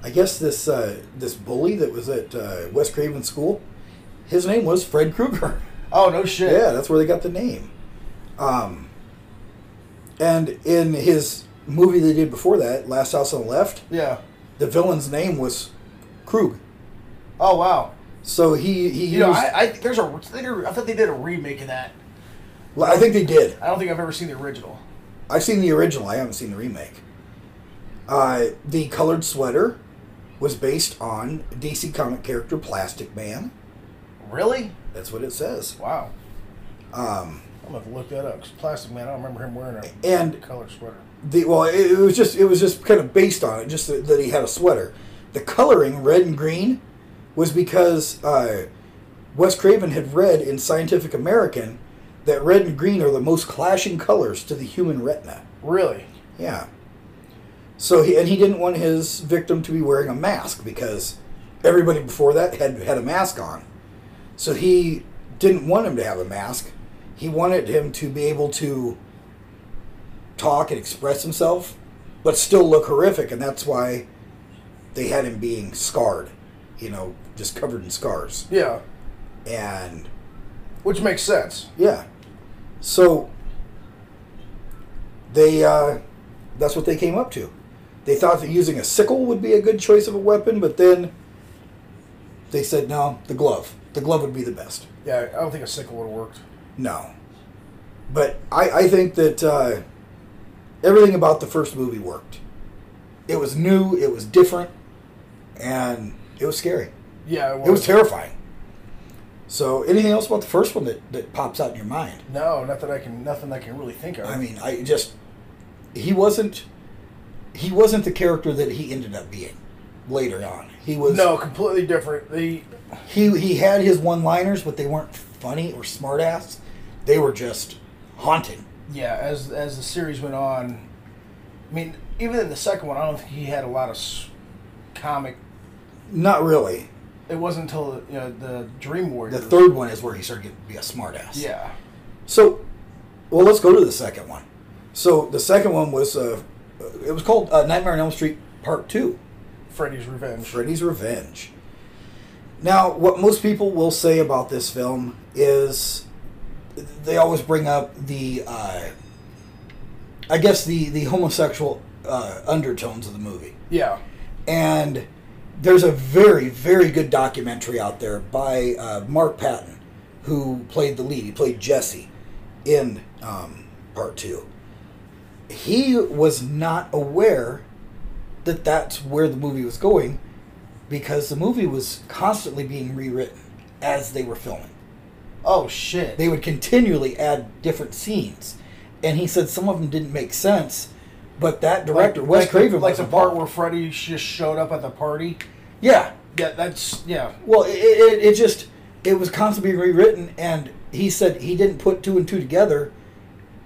S3: I guess this uh, this bully that was at uh, West Craven School, his name was Fred Krueger.
S4: Oh no shit.
S3: Yeah, that's where they got the name. Um, and in his movie they did before that, Last House on the Left,
S4: Yeah.
S3: the villain's name was Krug.
S4: Oh wow.
S3: So he he
S4: You know,
S3: used,
S4: I, I there's a they did- I thought they did a remake of that.
S3: I, think they did.
S4: I don't think I've ever seen the original.
S3: I've seen the original. I haven't seen the remake. Uh, the colored sweater was based on DC comic character Plastic Man.
S4: Really?
S3: That's what it says.
S4: Wow.
S3: Um,
S4: I'm gonna have to look that up. 'cause Plastic Man. I don't remember him wearing a
S3: And-
S4: color sweater.
S3: the well, it, it was just it was just kind of based on it, just that, that he had a sweater. The coloring, red and green, was because uh, Wes Craven had read in Scientific American that red and green are the most clashing colors to the human retina.
S4: Really?
S3: Yeah. So he and he didn't want his victim to be wearing a mask because everybody before that had had a mask on. So he didn't want him to have a mask. He wanted him to be able to talk and express himself, but still look horrific, and that's why they had him being scarred, you know, just covered in scars.
S4: Yeah.
S3: And
S4: Which makes sense.
S3: yeah. So they uh, that's what they came up to. They thought that using a sickle would be a good choice of a weapon, but then they said no, the glove. The glove would be the best.
S4: Yeah. I don't think a sickle would have worked.
S3: No. But I, I think that uh, everything about the first movie worked. It was new, it was different, and it was scary.
S4: Yeah.
S3: It was terrifying. So, anything else about the first one that, that pops out in your mind?
S4: No, not that I can. Nothing I can really think of.
S3: I mean, I just he wasn't he wasn't the character that he ended up being later on. He was
S4: no, completely different. The
S3: he he had his one-liners, but they weren't funny or smartass. They were just haunting.
S4: yeah, as as the series went on, I mean, even in the second one, I don't think he had a lot of s- comic
S3: Not really.
S4: It wasn't until you know, the Dream Warrior.
S3: The third one is where he started getting to be a smartass.
S4: Yeah.
S3: So, well, let's go to the second one. So the second one was uh, it was called uh, Nightmare on Elm Street Part Two.
S4: Freddy's Revenge.
S3: Freddy's Revenge. Now, what most people will say about this film is they always bring up the, uh, I guess, the, the homosexual uh, undertones of the movie.
S4: Yeah.
S3: And there's a very, very good documentary out there by uh, Mark Patton, who played the lead. He played Jesse in um, part two. He was not aware that that's where the movie was going because the movie was constantly being rewritten as they were filming.
S4: Oh shit.
S3: they would continually add different scenes, and he said some of them didn't make sense. But that director, Wes
S4: like,
S3: Craven,
S4: like
S3: was
S4: the part
S3: involved.
S4: where Freddy just showed up at the party.
S3: yeah,
S4: Yeah, that's yeah.
S3: well, it, it, it just it was constantly being rewritten, and he said he didn't put two and two together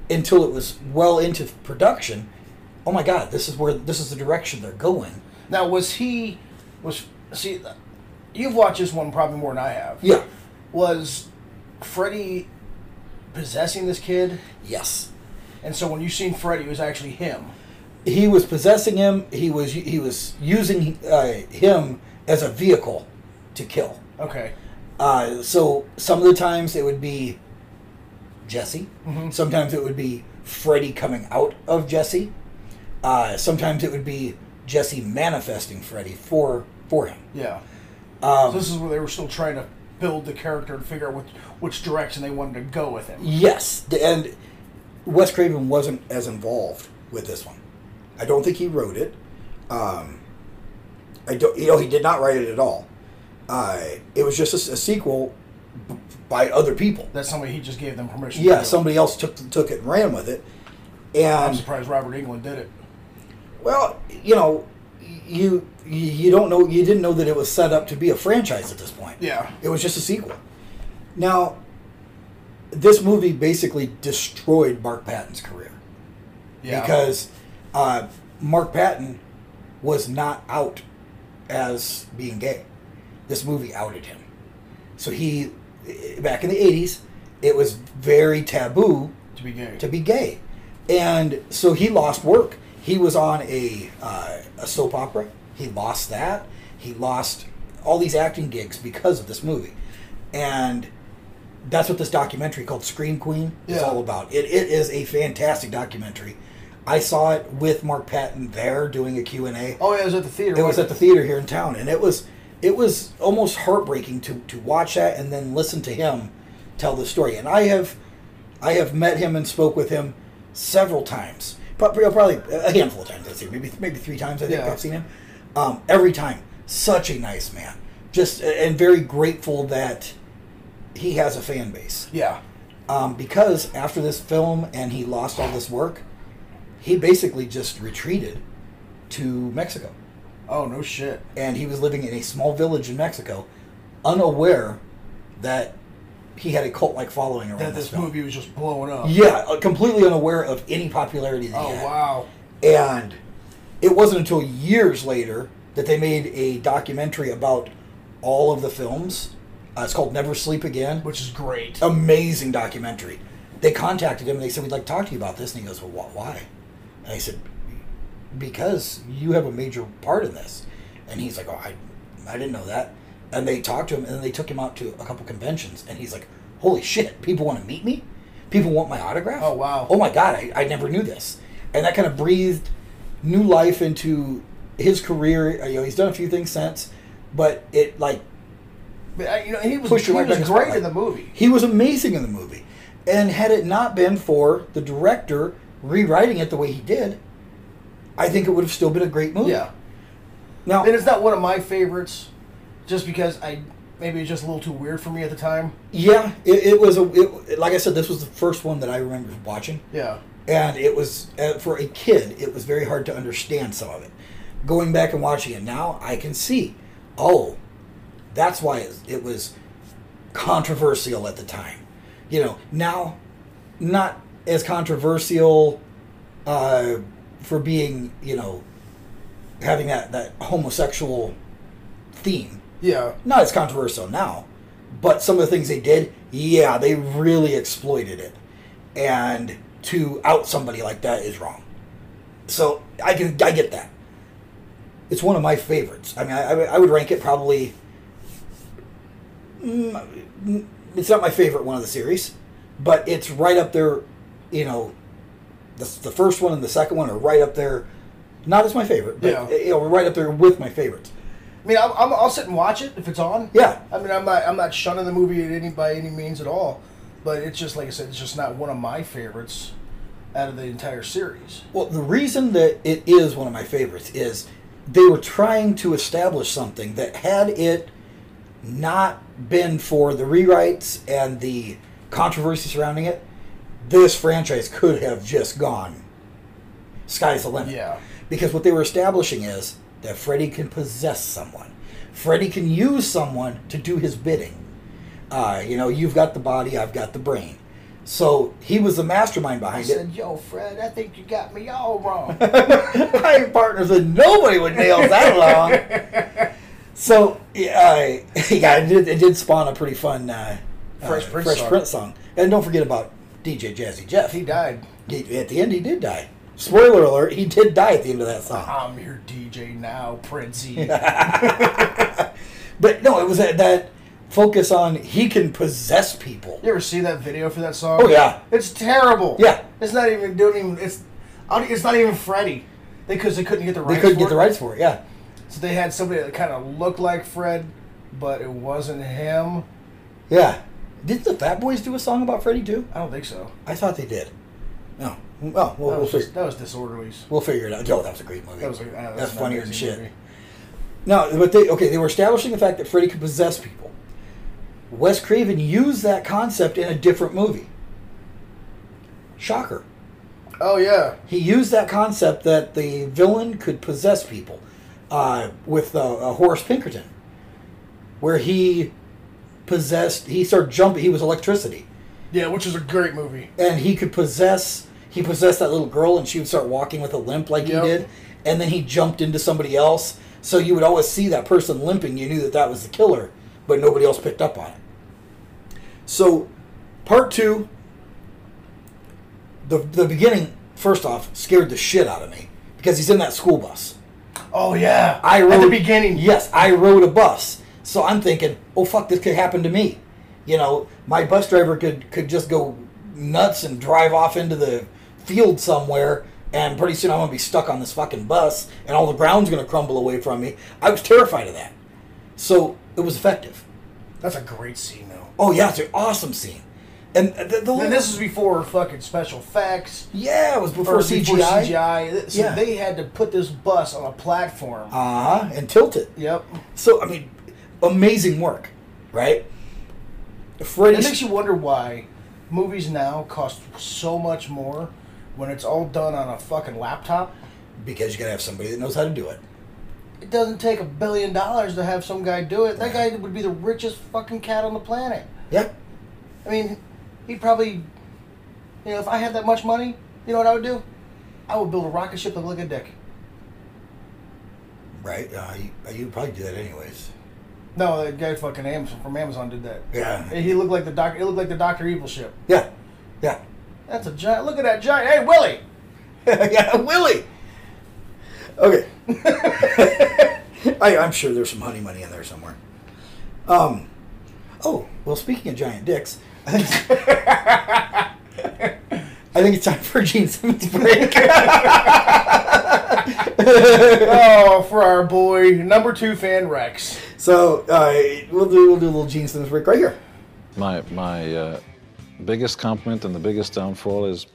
S3: until it was well into production. Oh my God, this is where this is the direction they're going.
S4: Now was he was see you've watched this one probably more than I have.
S3: Yeah,
S4: Was Freddy possessing this kid?
S3: yes,
S4: And so when you seen Freddy, it was actually him.
S3: he was possessing him. He was he was using uh, him as a vehicle to kill.
S4: Okay.
S3: Uh, so some of the times it would be Jesse. Sometimes it would be Freddy coming out of Jesse. Uh, sometimes it would be Jesse manifesting Freddy for for him.
S4: Yeah.
S3: Um,
S4: so this is where they were still trying to build the character and figure out which, which direction they wanted to go with him.
S3: Yes, the- and Wes Craven wasn't as involved with this one. I don't think he wrote it. Um, I don't, you know, he did not write it at all. Uh, it was just a, s- a sequel b- by other people.
S4: That's somebody he just gave them permission. to
S3: Yeah,
S4: do.
S3: somebody else took took it and ran with it.
S4: I'm
S3: And
S4: surprised Robert England did it.
S3: well, you know, you you don't know you didn't know that it was set up to be a franchise at this point.
S4: Yeah.
S3: it was just a sequel. Now, this movie basically destroyed Mark Patton's career
S4: Yeah.
S3: because uh, Mark Patton was not out as being gay. This movie outed him. So he, back in the 80s, it was very taboo
S4: to be gay.
S3: to be gay, and so he lost work. He was on a uh, a soap opera. He lost that. He lost all these acting gigs because of this movie, and that's what this documentary called Scream Queen is
S4: Yeah.
S3: all about. It, it is a fantastic documentary. I saw it with Mark Patton there doing a Q and A.
S4: oh yeah, it was at the theater.
S3: It was at
S4: wasn't
S3: the theater here in town, and it was it was almost heartbreaking to to watch that and then listen to him tell the story. And I have I have met him and spoke with him several times, Prob- probably a handful of times. I'd say maybe maybe three times. I think
S4: Yeah.
S3: I've seen him. Um, every time, such a nice man, just and very grateful that he has a fan base
S4: Yeah.
S3: um, because after this film and he lost all this work, he basically just retreated to Mexico
S4: Oh no shit.
S3: and he was living in a small village in Mexico, unaware that he had a cult-like following around
S4: That
S3: this,
S4: this
S3: film.
S4: movie was just blowing up.
S3: Yeah, uh, completely unaware of any popularity that he
S4: Oh
S3: had.
S4: wow.
S3: And it wasn't until years later that they made a documentary about all of the films. Uh, it's called Never Sleep Again
S4: Which is great.
S3: amazing documentary. They contacted him and they said, We'd like to talk to you about this. And he goes, Well, wh- why? And I said, Because you have a major part in this. And he's like, Oh, I, I didn't know that. And they talked to him and then they took him out to a couple conventions. And he's like, Holy shit, people want to meet me? People want my autograph?
S4: Oh, wow.
S3: Oh, my God, I, I never knew this. And that kind of breathed new life into his career. You know, he's done a few things since, but it like
S4: But, uh, you know, he was,
S3: Push
S4: he
S3: you right
S4: was
S3: back in
S4: great
S3: spotlight.
S4: in the movie.
S3: He was amazing in the movie. And had it not been for the director rewriting it the way he did, I think it would have still been a great movie.
S4: Yeah.
S3: Now,
S4: And it's not one of my favorites, just because I maybe it's just a little too weird for me at the time.
S3: yeah, it, it was a it, like I said, this was the first one that I remember watching,
S4: Yeah.
S3: and it was uh, for a kid. It was very hard to understand some of it. Going back and watching it now, I can see, oh, that's why it, it was controversial at the time. You know, now not as controversial uh, for being, you know, having that, that homosexual theme.
S4: Yeah.
S3: Not as controversial now, but some of the things they did, yeah, they really exploited it. And to out somebody like that is wrong. So I can I get that. It's one of my favorites. I mean, I, I would rank it probably. mm, It's not my favorite one of the series, but it's right up there. You know, the, the first one and the second one are right up there. Not as my favorite, but
S4: Yeah.
S3: you know, right up there with my favorites.
S4: I mean, I'm, I'm, I'll sit and watch it if it's on.
S3: Yeah.
S4: I mean, I'm not I'm not shunning the movie at any by any means at all, but it's just like I said, it's just not one of my favorites out of the entire series.
S3: Well, the reason that it is one of my favorites is they were trying to establish something that had it not been for the rewrites and the controversy surrounding it, this franchise could have just gone sky's the limit.
S4: Yeah.
S3: Because what they were establishing is that Freddy can possess someone. Freddy can use someone to do his bidding. Uh, you know, you've got the body, I've got the brain. So he was the mastermind
S4: I
S3: behind it.
S4: said, "Yo, Fred, I think you got me all wrong."
S3: I ain't partners with nobody with nails that long. So yeah, I, yeah, it did, it did spawn a pretty fun uh,
S4: Fresh
S3: uh,
S4: Prince
S3: Fresh
S4: song.
S3: Prince song. And don't forget about DJ Jazzy Jeff.
S4: he died.
S3: He- at the end, he did die. Spoiler alert: he did die at the end of that song.
S4: I'm your DJ now, E. Princey.
S3: But no, it was that, that focus on he can possess people.
S4: You ever see that video for that song?
S3: Oh, yeah.
S4: it's terrible.
S3: Yeah.
S4: it's not even don't even it's I don't- it's not even Freddy because they couldn't get the rights.
S3: They couldn't
S4: for
S3: get the
S4: it.
S3: rights for it. Yeah,
S4: so they had somebody that kind of looked like Fred, but it wasn't him.
S3: yeah. Did the Fat Boys do a song about Freddy too?
S4: I don't think so.
S3: I thought they did. No. Oh,
S4: That
S3: well, we'll
S4: was,
S3: see.
S4: just, that was disorderlies.
S3: We'll figure it out. Yo, that was a great movie.
S4: That was like, uh,
S3: That's
S4: an
S3: funnier than
S4: amazing
S3: shit.
S4: movie.
S3: No, but they okay. They were establishing the fact that Freddy could possess people. Wes Craven used that concept in a different movie. Shocker.
S4: Oh yeah,
S3: He used that concept that the villain could possess people uh, with uh, uh, Horace Pinkerton, where he possessed. He started jumping. He was electricity,
S4: yeah, which is a great movie.
S3: and he could possess. He possessed that little girl, and she would start walking with a limp like
S4: Yep.
S3: he did, and then he jumped into somebody else. So you would always see that person limping. You knew that that was the killer, but nobody else picked up on it. So, part two, the the beginning. First off, scared the shit out of me because he's in that school bus.
S4: Oh yeah,
S3: I rode
S4: at the beginning.
S3: Yes, I rode a bus, so I'm thinking, oh fuck, this could happen to me. You know, my bus driver could could just go nuts and drive off into the field somewhere, and pretty soon I'm gonna be stuck on this fucking bus, and all the ground's gonna crumble away from me. I was terrified of that, so it was effective.
S4: that's a great scene though.
S3: Oh yeah, it's an awesome scene, and the, the
S4: And this is before fucking special effects.
S3: yeah, it was before
S4: or
S3: CGI.
S4: before CGI. So
S3: Yeah.
S4: they had to put this bus on a platform.
S3: Uh-huh, and tilt it.
S4: yep.
S3: So I mean, amazing work, right?
S4: It
S3: Freddy
S4: makes you wonder why movies now cost so much more when it's all done on a fucking laptop.
S3: because you gotta have somebody that knows how to do it.
S4: It doesn't take a billion dollars to have some guy do it. That guy would be the richest fucking cat on the planet.
S3: Yeah,
S4: I mean, he'd probably, you know, if I had that much money, you know what I would do? I would build a rocket ship that looked like a dick.
S3: right. Uh, you, you probably do that anyways.
S4: No, that guy fucking Amazon from Amazon did that.
S3: Yeah.
S4: He looked like the doctor. It looked like the Doctor Evil ship.
S3: Yeah, yeah,
S4: That's a giant. Look at that giant. Hey, Willie.
S3: yeah. Willie. Okay. I, I'm sure there's some honey money in there somewhere. Um. Oh well, speaking of giant dicks, I think I think it's time for Gene Simmons break.
S4: oh, for our boy number two fan Rex.
S3: so uh, we'll do we'll do a little Gene Simmons break right here.
S7: My my uh, biggest compliment and the biggest downfall is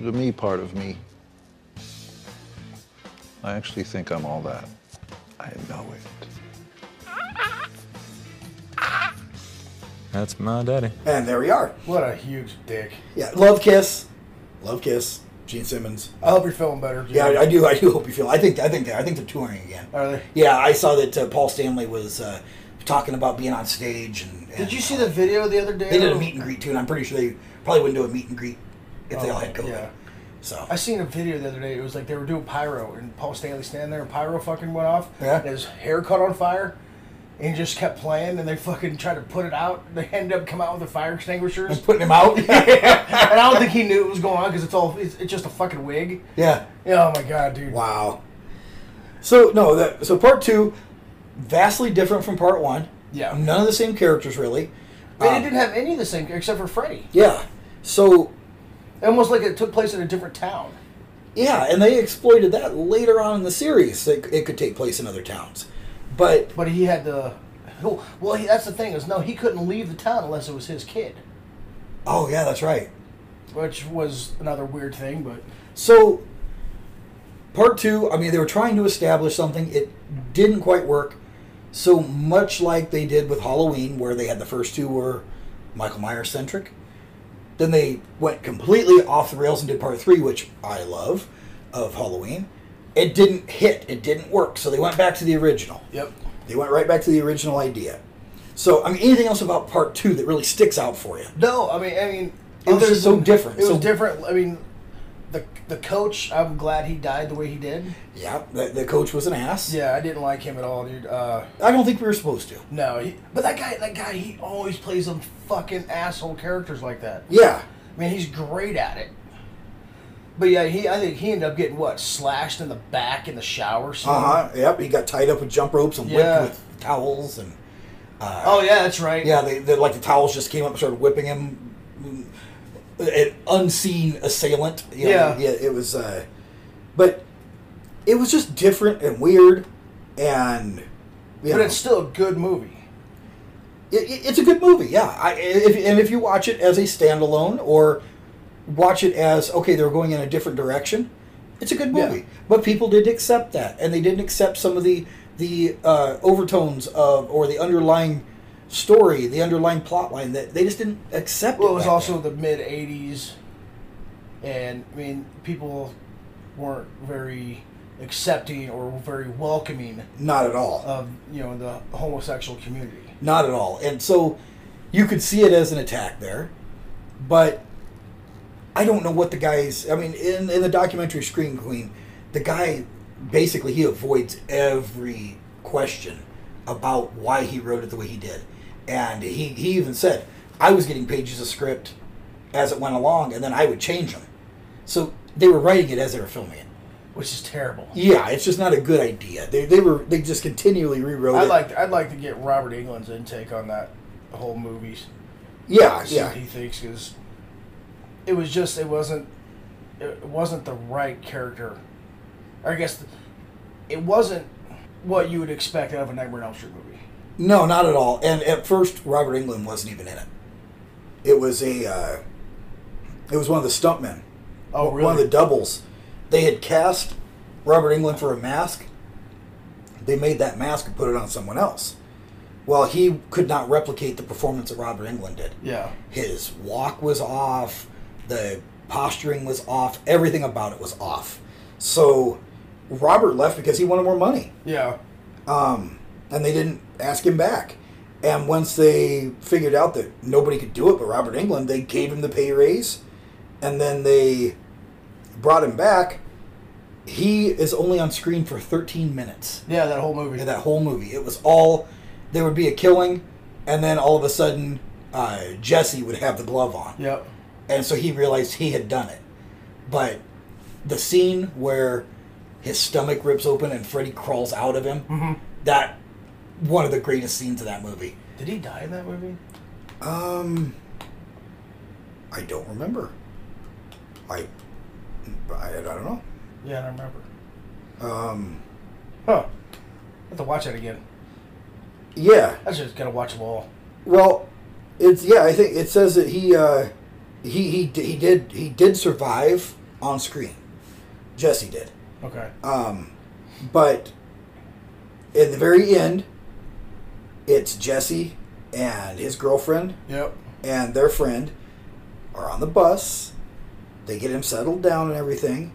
S7: the me part of me. I actually think I'm all that. I know it.
S8: That's my daddy.
S3: And there we are.
S4: What a huge dick.
S3: Yeah, love kiss, love kiss. Gene Simmons.
S4: I hope you're feeling better. Jim.
S3: Yeah, I, I do. I do hope you feel. I think. I think. I think they're touring again.
S4: Are they?
S3: Yeah, I saw that uh, Paul Stanley was uh, talking about being on stage. And, and
S4: Did you see the video the other day?
S3: They did a meet and greet too, and I'm pretty sure they probably wouldn't do a meet and greet if they
S4: Oh,
S3: all had COVID.
S4: yeah.
S3: So
S4: I seen a video the other day. It was like they were doing pyro, and Paul Stanley standing there, and pyro fucking went off.
S3: Yeah.
S4: And his hair caught on fire, and he just kept playing. And they fucking tried to put it out. and They ended up coming out with the fire extinguishers. and
S3: putting him out.
S4: I don't think he knew it was going on because it's all it's, it's just a fucking wig.
S3: yeah.
S4: Yeah, oh my god, dude.
S3: Wow. So no, that so part two, vastly different from part one.
S4: Yeah.
S3: None of the same characters really.
S4: They
S3: Um,
S4: didn't have any of the same except for Freddy.
S3: Yeah. So
S4: Almost like it took place in a different town.
S3: yeah, and they exploited that later on in the series. It, it could take place in other towns, but
S4: But he had to. Well, well, he, that's the thing is, no, he couldn't leave the town unless it was his kid,
S3: oh yeah, that's right.
S4: which was another weird thing. But
S3: So, part two, I mean, they were trying to establish something. It didn't quite work. So much like they did with Halloween, where they had the first two were Michael Myers centric, then they went completely off the rails and did part three, which I love of Halloween. It didn't hit. It didn't work. So they went back to the original.
S4: Yep.
S3: They went right back to the original idea. So, I mean, anything else about part two that really sticks out for you?
S4: No, I mean, I mean,
S3: It was
S4: other
S3: just so
S4: than-
S3: different,
S4: It was
S3: so-
S4: different. I mean, the the coach. I'm glad he died the way he did.
S3: Yeah, the, the coach was an ass.
S4: Yeah, I didn't like him at all, dude. Uh,
S3: I don't think we were supposed to.
S4: no, he, but that guy, that guy, he always plays them fucking asshole characters like that.
S3: Yeah.
S4: I mean, he's great at it. But yeah, he. I think he ended up getting what slashed in the back in the shower.
S3: Uh
S4: somewhere.
S3: huh. Yep. He got tied up with jump ropes and
S4: Yeah.
S3: whipped with towels and
S4: Oh yeah, that's right.
S3: yeah, they, they like the towels just came up and started whipping him. An unseen assailant. you know,
S4: Yeah.
S3: yeah. It was, uh, but it was just different and weird, and you
S4: but
S3: know,
S4: it's still a good movie.
S3: it, it- it's a good movie. Yeah, I, if, and if you watch it as a standalone or watch it as okay, they're going in a different direction, it's a good
S4: Yeah.
S3: movie. But people did accept that, and they didn't accept some of the the uh, overtones of or the underlying story, the underlying plot line that they just didn't accept.
S4: Well, it was
S3: back
S4: also
S3: then.
S4: the mid '80s, and I mean, people weren't very accepting or very welcoming
S3: not at all,
S4: of you know the homosexual community.
S3: not at all, and so you could see it as an attack there, but I don't know what the guy's. I mean, in in the documentary Scream Queen, the guy basically he avoids every question about why he wrote it the way he did, and he he even said I was getting pages of script as it went along, and then I would change them. So they were writing it as they were filming it.
S4: Which is terrible.
S3: Yeah, it's just not a good idea. They, they were they just continually rewrote
S4: I'd
S3: it.
S4: like I'd like to get Robert England's intake on that whole movie.
S3: yeah
S4: See
S3: yeah
S4: what he thinks because it was just it wasn't it wasn't the right character. Or I guess the, it wasn't what you would expect out of a Nightmare on Elm Street movie.
S3: No, not at all. And at first, Robert England wasn't even in it. It was a, uh, it was one of the stuntmen,
S4: Oh
S3: one of the doubles. They had cast Robert England for a mask. They made that mask and put it on someone else. Well, he could not replicate the performance that Robert England did.
S4: yeah.
S3: His walk was off, the posturing was off, everything about it was off. So Robert left because he wanted more money
S4: Yeah.
S3: um, and they didn't ask him back. And once they figured out that nobody could do it but Robert England, they gave him the pay raise, and then they brought him back. He is only on screen for 13 minutes
S4: Yeah, that whole movie.
S3: in that whole movie. It was all there would be a killing, and then all of a sudden, uh, Jesse would have the glove on
S4: Yep.
S3: and so he realized he had done it. But the scene where his stomach rips open and Freddy crawls out of him, that one of the greatest scenes of that movie.
S4: Did he die in that movie?
S3: Um, I don't remember. I, I, I don't know.
S4: Yeah, I don't remember.
S3: Um,
S4: Huh. I have to watch that again.
S3: yeah.
S4: I just gotta watch them all.
S3: Well, it's yeah. I think it says that he uh, he he d- he did he did survive on screen. Jesse did.
S4: Okay.
S3: Um, but at the very end, it's Jesse and his girlfriend
S4: Yep.
S3: and their friend are on the bus. They get him settled down and everything.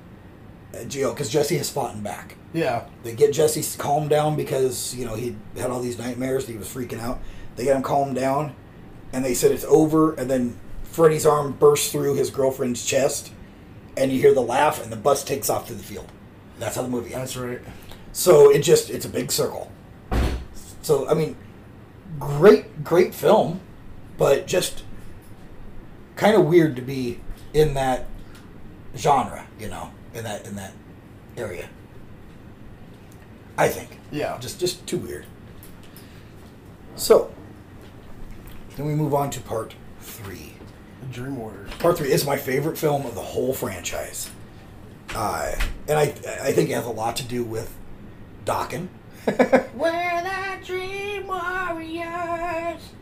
S3: Because Jesse has fought him back.
S4: Yeah.
S3: They get Jesse calmed down because, you know, he had all these nightmares and he was freaking out. They get him calmed down and they said it's over. And then Freddy's arm bursts through his girlfriend's chest and you hear the laugh and the bus takes off through the field. That's how the movie ends.
S4: That's right.
S3: So it just it's a big circle. So I mean, great great film, but just kind of weird to be in that genre, you know, in that in that area. I think
S4: Yeah.
S3: just
S4: Just
S3: just too weird. So then we move on to part three.
S4: Dream Warriors.
S3: Part three is my favorite film of the whole franchise, uh, and I I think it has a lot to do with Dokken.
S4: We're the Dream Warriors.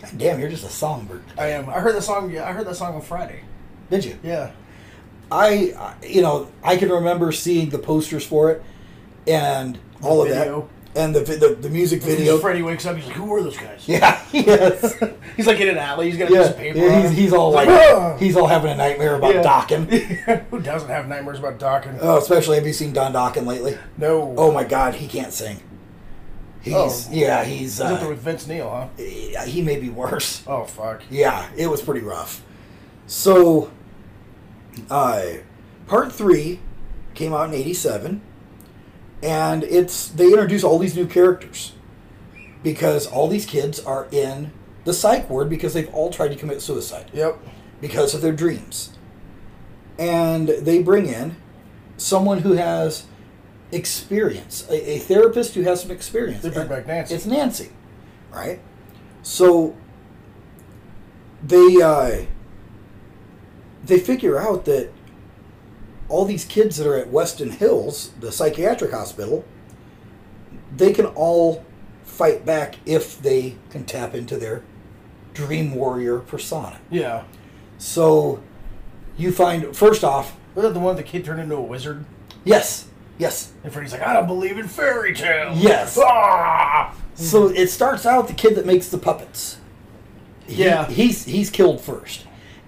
S3: God damn, you're just a songbird.
S4: I am. I heard the song. Yeah, I heard that song on Friday.
S3: Did you?
S4: Yeah.
S3: I, I- you know, I can remember seeing the posters for it and all of
S4: video.
S3: that. and the vi- the, the music video.
S4: Freddie wakes up. He's like, "Who are those guys?"
S3: Yeah, yes,
S4: He's like in an alley. He's got a piece
S3: yeah.
S4: of paper.
S3: yeah
S4: on
S3: he's,
S4: him.
S3: he's all like
S4: "Ugh."
S3: he's all having a nightmare about
S4: Yeah.
S3: Dockin.
S4: Who doesn't have nightmares about docking?
S3: Oh, especially have you seen Don Dockin lately?
S4: no.
S3: Oh my God, he can't sing. He's
S4: Oh.
S3: yeah, he's
S4: He's up there
S3: uh,
S4: with Vince Neil, huh?
S3: yeah, he may be worse.
S4: Oh fuck.
S3: Yeah, it was pretty rough. So, uh, part three came out in '87, and it's they introduce all these new characters because all these kids are in the psych ward because they've all tried to commit suicide
S4: Yep.
S3: because of their dreams, and they bring in someone who has experience, a, a therapist who has some experience.
S4: They bring
S3: And
S4: back Nancy.
S3: It's Nancy, right? So they uh, they figure out that all these kids that are at Weston Hills, the psychiatric hospital, they can all fight back if they can tap into their dream warrior persona.
S4: Yeah.
S3: So you find first off,
S4: Was that the one the kid turned into a wizard?
S3: yes, yes.
S4: And Freddy's like, I don't believe in fairy tales.
S3: Yes.
S4: Ah!
S3: So it starts out the kid that makes the puppets. He-
S4: Yeah.
S3: he's he's killed first,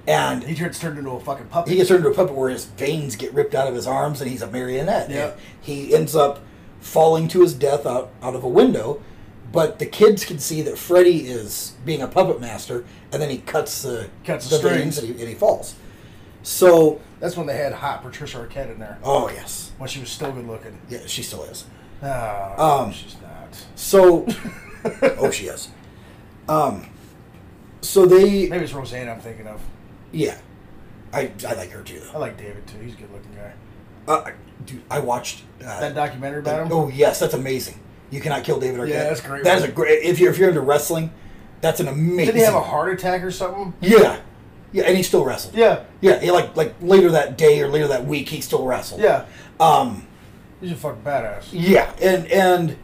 S3: and
S4: He gets turned into a fucking puppet.
S3: he gets turned into a puppet where his veins get ripped out of his arms and he's a marionette.
S4: Yeah.
S3: He ends up falling to his death out, out of a window, but the kids can see that Freddy is being a puppet master and then he cuts the,
S4: Cuts the
S3: veins
S4: strings.
S3: and he, and he falls. So,
S4: That's when they had hot Patricia Arquette in there.
S3: oh, yes.
S4: When she was still good looking.
S3: Yeah, she still is.
S4: Oh,
S3: Um,
S4: she's not.
S3: So, oh, she is. Um, so they,
S4: Maybe it's Roseanne I'm thinking of.
S3: yeah. I, I like her too,
S4: I
S3: though.
S4: like David too. He's a good looking guy.
S3: Uh, I- dude, I watched. Uh,
S4: That documentary about him?
S3: Oh yes, that's amazing. You cannot kill David Arquette.
S4: Yeah, that's great.
S3: That is a great. If you're if you're into wrestling, that's an amazing.
S4: Did he have a heart attack or something?
S3: Yeah, yeah, and he still wrestled.
S4: Yeah.
S3: yeah. He, like like later that day or later that week, he still wrestled.
S4: Yeah.
S3: Um.
S4: He's a fucking badass.
S3: Yeah, and and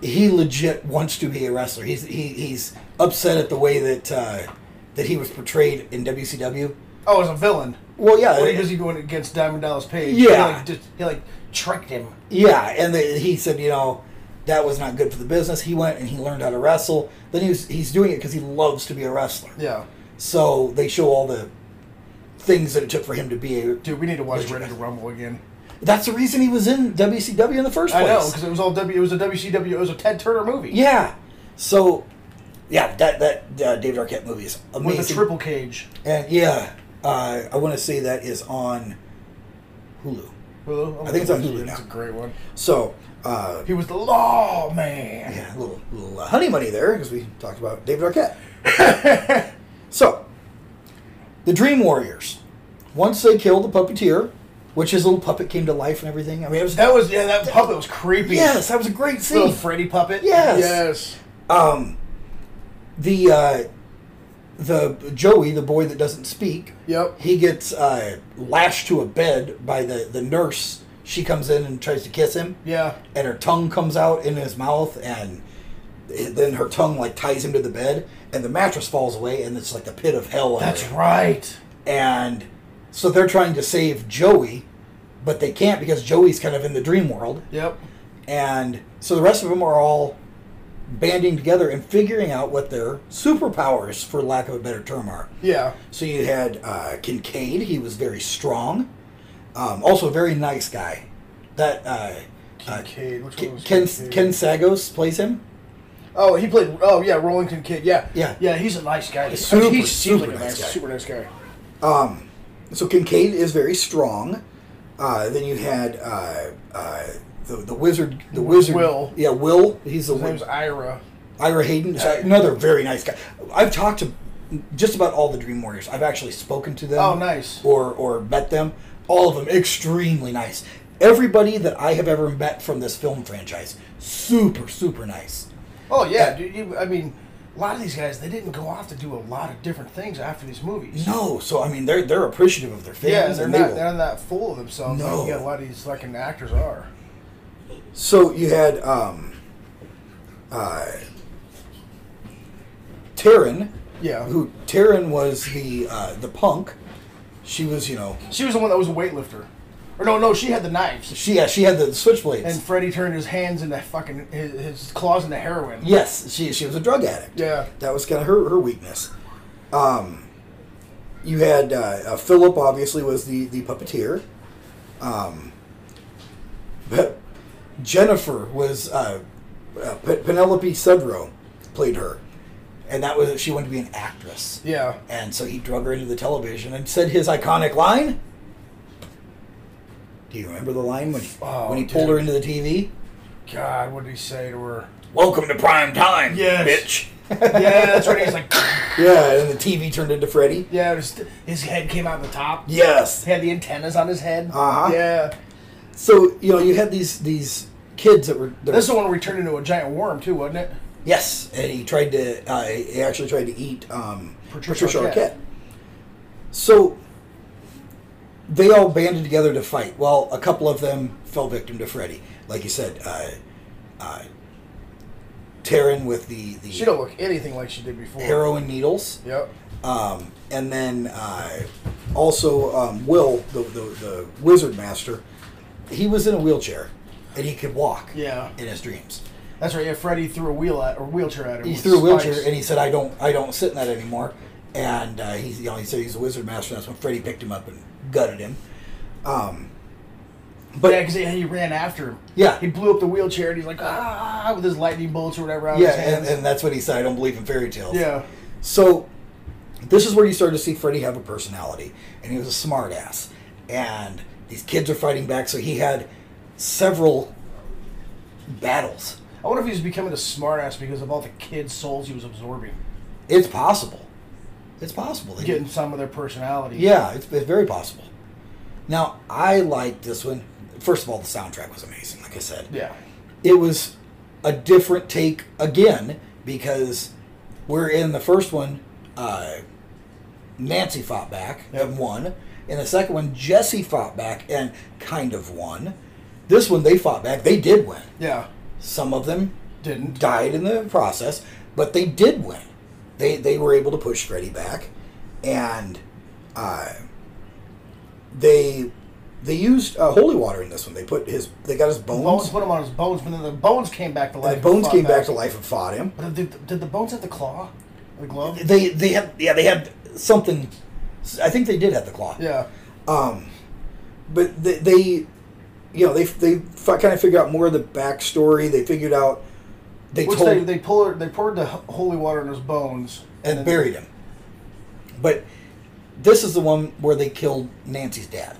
S3: he legit wants to be a wrestler. He's he, he's upset at the way that uh, that he was portrayed in WCW.
S4: Oh, as a villain.
S3: Well, yeah,
S4: What was he going against Diamond Dallas Page? He
S3: Uh, Yeah.
S4: like, just, he like tricked him.
S3: Yeah, and the, he said, you know, that was not good for the business. He went and he learned how to wrestle. Then he was, he's doing it because he loves to be a wrestler.
S4: Yeah.
S3: So they show all the things that it took for him to be a.
S4: Dude, we need to watch Ready to Rumble again.
S3: That's the reason he was in WCW in the first
S4: I
S3: place.
S4: know, because it was all W. It was a WCW. It was a Ted Turner movie.
S3: yeah. So, yeah, that that uh, David Arquette movie is
S4: With
S3: amazing.
S4: a triple cage.
S3: And yeah, uh, I want to say that is on Hulu.
S4: Hulu?
S3: I think it's on Hulu
S4: That's a
S3: now.
S4: great one.
S3: So, uh,
S4: He was the law man.
S3: Yeah, a little, little uh, honey money there because we talked about David Arquette. so, the Dream Warriors. Once they killed the puppeteer, which his little puppet came to life and everything. I mean, it was
S4: That was yeah. That puppet was creepy.
S3: yes, that was a great
S4: Little
S3: scene.
S4: Freddy puppet.
S3: Yes.
S4: Yes.
S3: Um, the uh, the Joey, the boy that doesn't speak,
S4: Yep.
S3: he gets uh, lashed to a bed by the the nurse. She comes in and tries to kiss him.
S4: Yeah.
S3: and her tongue comes out in his mouth and it- then her tongue like ties him to the bed and the mattress falls away and it's like the pit of hell under
S4: That's
S3: him.
S4: right.
S3: and so they're trying to save joey but they can't because joey's kind of in the dream world
S4: Yep.
S3: and so the rest of them are all banding together and figuring out what their superpowers for lack of a better term are
S4: Yeah.
S3: so you had uh, kincaid he was very strong um, also a very nice guy that uh, uh,
S4: Kincaid. Which one
S3: Ken,
S4: was
S3: Ken
S4: Kincaid?
S3: Ken Sagos plays him.
S4: Oh, he played. Oh yeah, Rollington Kid. Yeah.
S3: Yeah.
S4: Yeah. He's a nice guy.
S3: He's
S4: I mean,
S3: super,
S4: he seems
S3: super
S4: like a
S3: nice
S4: nice,
S3: guy.
S4: super nice guy.
S3: Um, so Kincaid is very strong. Uh, then you had uh, uh, the, the wizard, the wizard.
S4: Will.
S3: Yeah, Will. He's the
S4: His name's
S3: wizard.
S4: Ira.
S3: Ira Hayden. is another very nice guy. I've talked to just about all the Dream Warriors. I've actually spoken to them.
S4: Oh, nice.
S3: Or or met them. All of them extremely nice. Everybody that I have ever met from this film franchise, super super nice.
S4: Oh yeah, dude. You, I mean, a lot of these guys they didn't go off to do a lot of different things after these movies.
S3: No, so I mean they're they're appreciative of their fans.
S4: Yeah, they're
S3: and they
S4: not.
S3: will-
S4: They're not full of themselves.
S3: No.
S4: Like, yeah, a lot of these fucking actors are.
S3: So you had um, uh, Taryn,
S4: Yeah.
S3: who Taryn was the uh, the punk. She was, you know,
S4: She was the one that was a weightlifter. Or no, no, she had the knives.
S3: She yeah, she had the switchblades.
S4: And Freddy turned his hands into fucking his, his claws into heroin.
S3: yes, she she was a drug addict.
S4: Yeah.
S3: that was kind of her her weakness. Um, you had uh, uh, Philip obviously was the the puppeteer. Um, but Jennifer was uh, uh, Pe- Penelope Sudrow played her, and that was she wanted to be an actress.
S4: Yeah.
S3: And so he drug her into the television and said his iconic line. Do you remember the line when he,
S4: Oh,
S3: when he pulled her
S4: dude.
S3: into the TV?
S4: God, what did he say to her?
S3: Welcome to prime time,
S4: Yes.
S3: bitch.
S4: Yeah, that's right. He's like,
S3: Yeah, and the TV turned into Freddy.
S4: yeah, it was- his head came out the top.
S3: Yes.
S4: He had the antennas on his head.
S3: Uh-huh.
S4: Yeah.
S3: So you know you had these these kids that were. that
S4: That's
S3: were-
S4: the one where he turned into a giant worm too, wasn't it?
S3: Yes, and he tried to. Uh, he actually tried to eat um,
S4: Patricia
S3: Patricia,
S4: Arquette.
S3: Arquette. So they all banded together to fight. Well, a couple of them fell victim to Freddy, like you said. Uh, uh, Taryn with the the
S4: She don't look anything like she did before.
S3: heroin needles,
S4: Yep.
S3: um, and then uh, also um, Will, the, the the wizard master. He was in a wheelchair, and he could walk.
S4: Yeah.
S3: in his dreams.
S4: That's right. Yeah, Freddy threw a wheel at or wheelchair at him.
S3: he
S4: with
S3: threw a
S4: spikes.
S3: wheelchair and he said, "I don't, I don't sit in that anymore." And uh, he's, you know, he said he's a wizard master. That's when Freddy picked him up and gutted him. Um, but
S4: yeah, because he ran after him.
S3: Yeah.
S4: He blew up the wheelchair and he's like ah with his lightning bolts or whatever. Out
S3: yeah,
S4: Of his
S3: and,
S4: hands.
S3: and that's what he said. I don't believe in fairy tales.
S4: yeah.
S3: So this is where you start to see Freddy have a personality, and he was a smartass. And these kids are fighting back, so he had several battles.
S4: I wonder if he was becoming a smartass because of all the kids' souls he was absorbing,
S3: It's possible. It's possible. that he-
S4: getting some of their personality.
S3: Yeah, it's, it's very possible. Now, I liked this one. First of all, the soundtrack was amazing, like I said.
S4: Yeah.
S3: It was a different take again because we're in the first one, uh, Nancy fought back and won. In the second one, Jesse fought back and kind of won. This one, they fought back. They did win.
S4: Yeah.
S3: Some of them
S4: Didn't.
S3: died in the process, but they did win. They they were able to push Freddy back, and uh, they they used uh, holy water in this one. They put his they got his
S4: Bones
S3: bones.
S4: put him on his bones, but then the bones came back to life.
S3: and the bones
S4: and
S3: came
S4: fought
S3: back to life and fought him.
S4: But Did, did the bones have the claw? The glove?
S3: They they had yeah they had something. I think they did have the claw.
S4: Yeah.
S3: Um, but they, they you know they they kind of figured out more of the backstory. They figured out they
S4: Which
S3: told
S4: they, they poured they poured the ho- holy water in his bones
S3: and
S4: then-
S3: buried him. But this is the one where they killed Nancy's dad.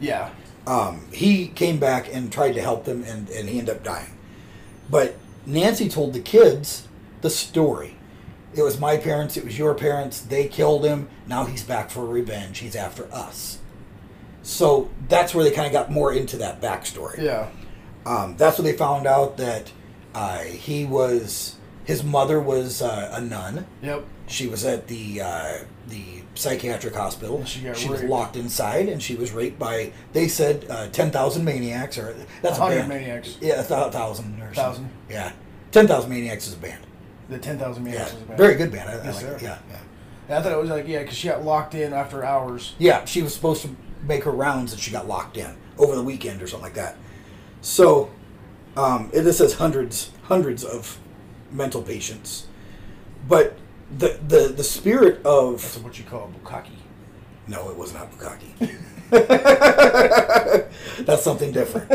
S4: Yeah.
S3: Um, he came back and tried to help them, and, and he ended up dying. But Nancy told the kids the story. It was my parents, it was your parents, they killed him, now he's back for revenge, he's after us. So that's where they kind of got more into that backstory.
S4: Yeah.
S3: Um, that's where they found out that uh, he was, his mother was uh, a nun.
S4: Yep.
S3: She was at the uh, the psychiatric hospital.
S4: she got
S3: was
S4: raped.
S3: locked inside, and she was raped by they said uh, ten thousand maniacs, or that's a
S4: 100
S3: band.
S4: Maniacs.
S3: Yeah, a thou- thousand or
S4: Thousand.
S3: something. Yeah, ten thousand maniacs is a band.
S4: The ten thousand
S3: Yeah,
S4: meters. was bad.
S3: very good band. I, I
S4: Yes,
S3: like
S4: sir.
S3: it. Yeah, yeah.
S4: And I thought it was like yeah, because she got locked in after hours.
S3: Yeah, she was supposed to make her rounds, and she got locked in over the weekend or something like that. So, um, it, this says hundreds, hundreds of mental patients, but the the the spirit of
S4: That's what you call a bukkake.
S3: No, it was not Bukaki. That's something different.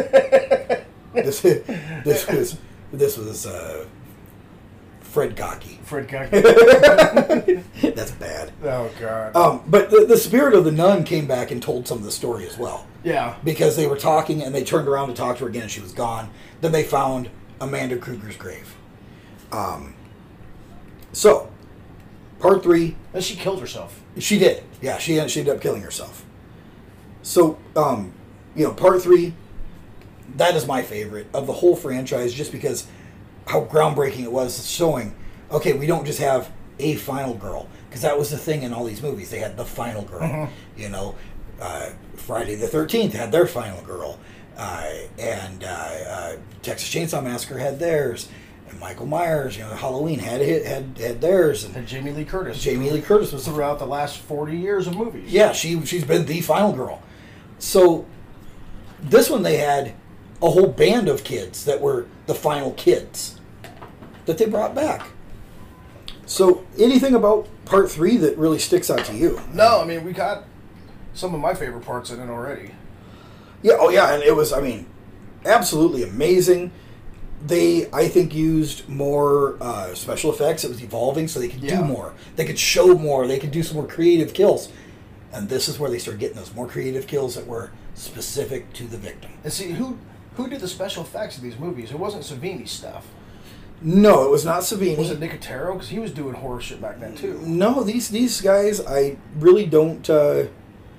S3: this, this was this was uh, Fred Cocky.
S4: Fred Cocky.
S3: That's bad.
S4: oh God.
S3: Um, but the, the spirit of the nun came back and told some of the story as well.
S4: yeah.
S3: Because they were talking and they turned around to talk to her again and she was gone. Then they found Amanda Kruger's grave. Um, so, part three
S4: And she killed herself.
S3: She did. Yeah, she she ended up killing herself. So, um, you know, part three, that is my favorite of the whole franchise, just because how groundbreaking it was, showing okay, we don't just have a final girl because that was the thing in all these movies. They had the final girl. You know, uh, Friday the Thirteenth had their final girl, uh, and uh, uh, Texas Chainsaw Massacre had theirs, and Michael Myers, you know, Halloween had it had had theirs, and
S4: And Jamie Lee Curtis.
S3: Jamie Lee Curtis was the
S4: Throughout the last forty years of movies.
S3: yeah, she she's been the final girl. So This one they had a whole band of kids that were the final kids that they brought back. So, anything about part three that really sticks out to you?
S4: No, I mean we got some of my favorite parts in it already.
S3: Yeah, oh yeah, and it was I mean, absolutely amazing. They I think used more uh, special effects. It was evolving, so they could
S4: Yeah.
S3: do more. They could show more. They could do some more creative kills. And this is where they start getting those more creative kills that were specific to the victim.
S4: And see who who did the special effects of these movies? It wasn't Savini's stuff.
S3: No, it was not Savini.
S4: Was it Nicotero? Because he was doing horror shit back then too.
S3: no, these these guys I really don't. Uh,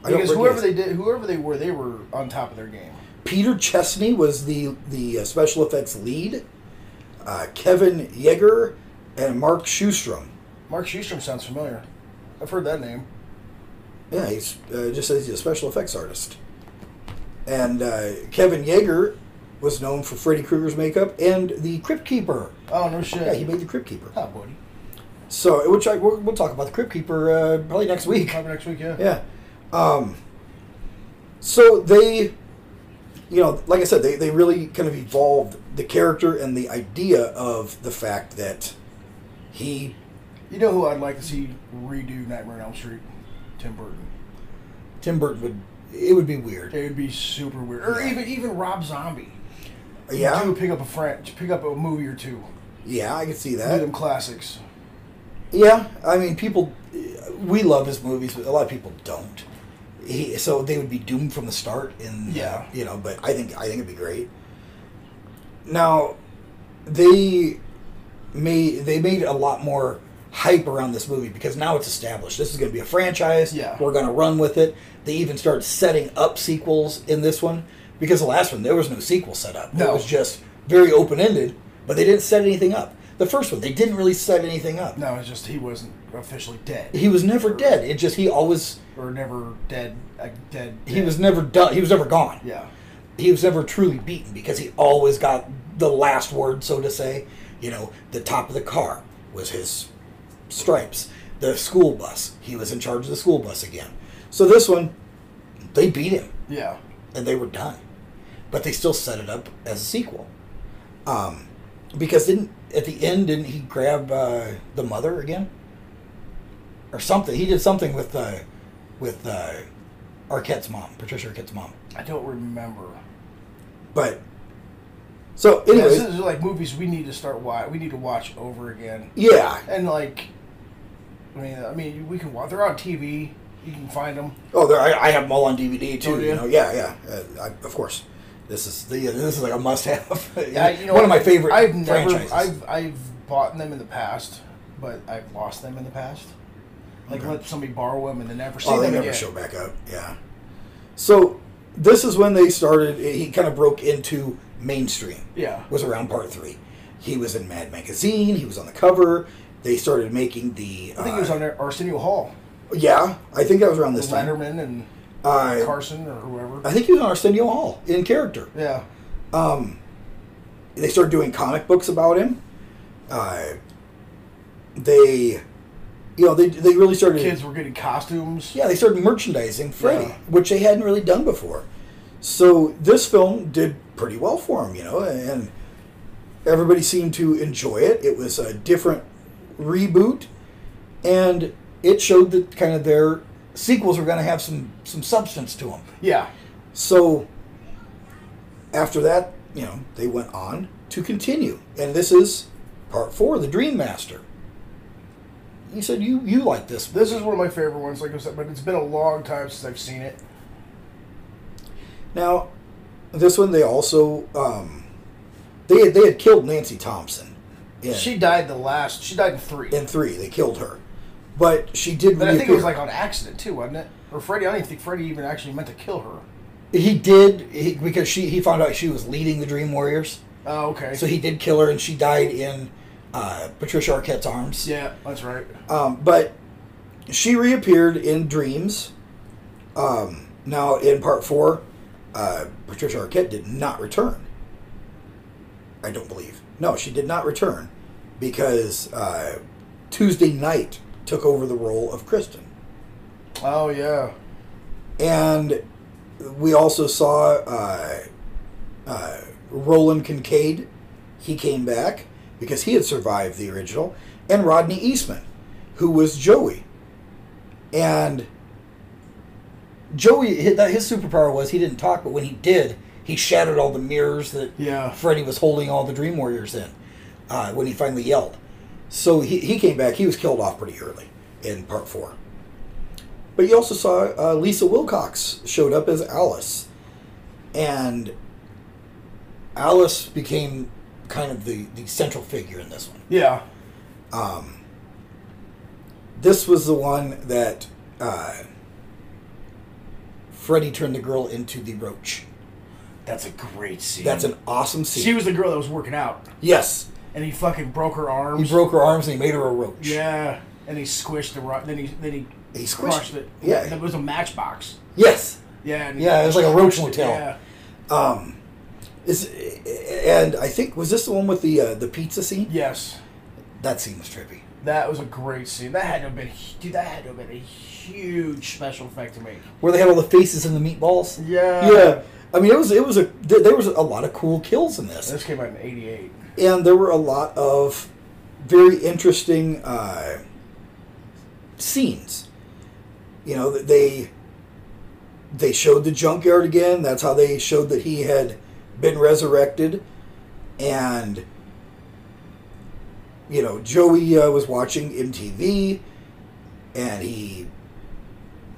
S3: I don't
S4: Because whoever
S3: recognize.
S4: they did, whoever they were, they were on top of their game.
S3: Peter Chesney was the the uh, special effects lead. Uh, Kevin Yeager and Mark Schustrom.
S4: Mark Schustrom sounds familiar. I've heard that name.
S3: Yeah, he's uh, just says he's a special effects artist. And uh, Kevin Yeager was known for Freddy Krueger's makeup and the Crypt Keeper.
S4: Oh no shit.
S3: Yeah, he made the Crypt Keeper.
S4: Huh, buddy.
S3: So, which I, we'll, we'll talk about the Crypt Keeper uh, probably next week.
S4: Probably next week, yeah.
S3: Yeah. Um, so they, you know, like I said, they, they really kind of evolved the character and the idea of the fact that he
S4: You know who I'd like to see redo Nightmare on Elm Street? Tim Burton.
S3: Tim Burton would it would be weird.
S4: It would be super weird. Or
S3: Yeah.
S4: even even Rob Zombie.
S3: Yeah,
S4: Do pick up a friend, pick up a movie or two.
S3: yeah, I could see
S4: Do
S3: that.
S4: them classics.
S3: Yeah, I mean, people, we love his movies, but a lot of people don't. He, so they would be doomed from the start, and uh,
S4: Yeah.
S3: you know. But I think I think it'd be great. Now, they made they made a lot more hype around this movie because now it's established. This is going to be a franchise.
S4: Yeah.
S3: we're going to run with it. They even started setting up sequels in this one because the last one there was no sequel set up.
S4: No.
S3: It was just very open ended, but they didn't set anything up. The first one they didn't really set anything up
S4: No, it's just he wasn't officially dead.
S3: he was never dead. It just he always
S4: or never dead. Like dead,
S3: he
S4: dead.
S3: was never done. He was never gone.
S4: Yeah.
S3: He was never truly beaten because he always got the last word, so to say. You know, the top of the car was his stripes. The school bus, he was in charge of the school bus again. So this one, they beat him
S4: Yeah.
S3: and they were done, but they still set it up as a sequel. Um, because didn't at the end didn't he grab uh, the mother again or something? He did something with uh, with uh, Arquette's mom, Patricia Arquette's mom.
S4: I don't remember.
S3: But so,
S4: Yeah, this
S3: anyways,
S4: is like movies we need to start watch. We need to watch over again.
S3: yeah.
S4: And like, I mean, I mean, we can watch. They're on TV. You can find them.
S3: Oh, there, I, I have them all on DVD too.
S4: Oh,
S3: you
S4: yeah?
S3: know, yeah, yeah. Uh, I, of course, this is the this is like a must-have.
S4: I- you know
S3: one of
S4: what?
S3: my favorite
S4: I've never,
S3: franchises.
S4: I've I've bought them in the past, but I've lost them in the past. Like
S3: Okay.
S4: let somebody borrow them and then never see
S3: Oh, they
S4: them
S3: never
S4: again.
S3: show back up. Yeah. So this is when they started. He kind of broke into mainstream.
S4: Yeah.
S3: Was around part three. He was in Mad Magazine. He was on the cover. They started making the. uh,
S4: I think it was on Ar- Arsenio Hall,
S3: Yeah, I think that was around this time.
S4: Letterman and
S3: Uh,
S4: Carson or whoever.
S3: I think he was on Arsenio Hall in character.
S4: Yeah,
S3: They started doing comic books about him. Uh, they, you know, they they really started.
S4: kids were getting costumes.
S3: Yeah, they started merchandising Freddy,
S4: Yeah.
S3: which they hadn't really done before. So this film did pretty well for him, you know, and everybody seemed to enjoy it. It was a different reboot, and it showed that kind of their sequels were going to have some some substance to them.
S4: Yeah,
S3: So after that, you know, they went on to continue, and this is part four, the Dream Master. You said you you like this.
S4: this is one of my favorite ones. Like I said, but it's been a long time since I've seen it.
S3: Now, this one they also um, they had, they had killed Nancy Thompson. In,
S4: She died the last. She died in three.
S3: in three they killed her, but she did.
S4: but I think it
S3: reappear.
S4: was like on accident too, wasn't it? Or Freddy. I don't even think Freddy even actually meant to kill her.
S3: he did he, because she he found out she was leading the Dream Warriors,
S4: Oh, okay.
S3: so he did kill her, and she died in uh, Patricia Arquette's arms.
S4: yeah, that's right.
S3: Um, but she reappeared in dreams. Um, now, in part four, uh, Patricia Arquette did not return. I don't believe. No, she did not return because uh, Tuesday night took over the role of Kristen.
S4: Oh yeah.
S3: And we also saw uh, uh, Roland Kincaid. He came back because he had survived the original, and Rodney Eastman, who was Joey. And Joey, his, his superpower was he didn't talk, but when he did, he shattered all the mirrors that
S4: Yeah.
S3: Freddy was holding all the Dream Warriors in uh, when he finally yelled. So he, he came back. He was killed off pretty early in part four. But you also saw uh, Lisa Wilcox showed up as Alice, and Alice became kind of the, the central figure in this one.
S4: Yeah.
S3: This was the one that uh, Freddy turned the girl into the roach.
S4: That's a great scene.
S3: That's an awesome scene.
S4: She was the girl that was working out,
S3: yes,
S4: and he fucking broke her arms.
S3: he broke her arms and he made her a roach.
S4: Yeah, and he squished the rock. Then he then he,
S3: He squished
S4: crushed
S3: it.
S4: it.
S3: Yeah.
S4: that was a matchbox.
S3: Yes.
S4: Yeah, and
S3: Yeah, it was like a roach motel.
S4: Yeah,
S3: Is and I think was this the one with the uh, the pizza scene?
S4: yes,
S3: That scene was trippy.
S4: that was a great scene. That had to have been, hu- dude. That had to have been a huge special effect to make.
S3: where they had all the faces and the meatballs.
S4: Yeah.
S3: yeah. I mean, it was it was a th- there was a lot of cool kills in this,
S4: This came out in '88.
S3: and there were a lot of very interesting uh, scenes. You know, that they they showed the junkyard again. That's how they showed that he had been resurrected, and you know, Joey uh, was watching MTV, and he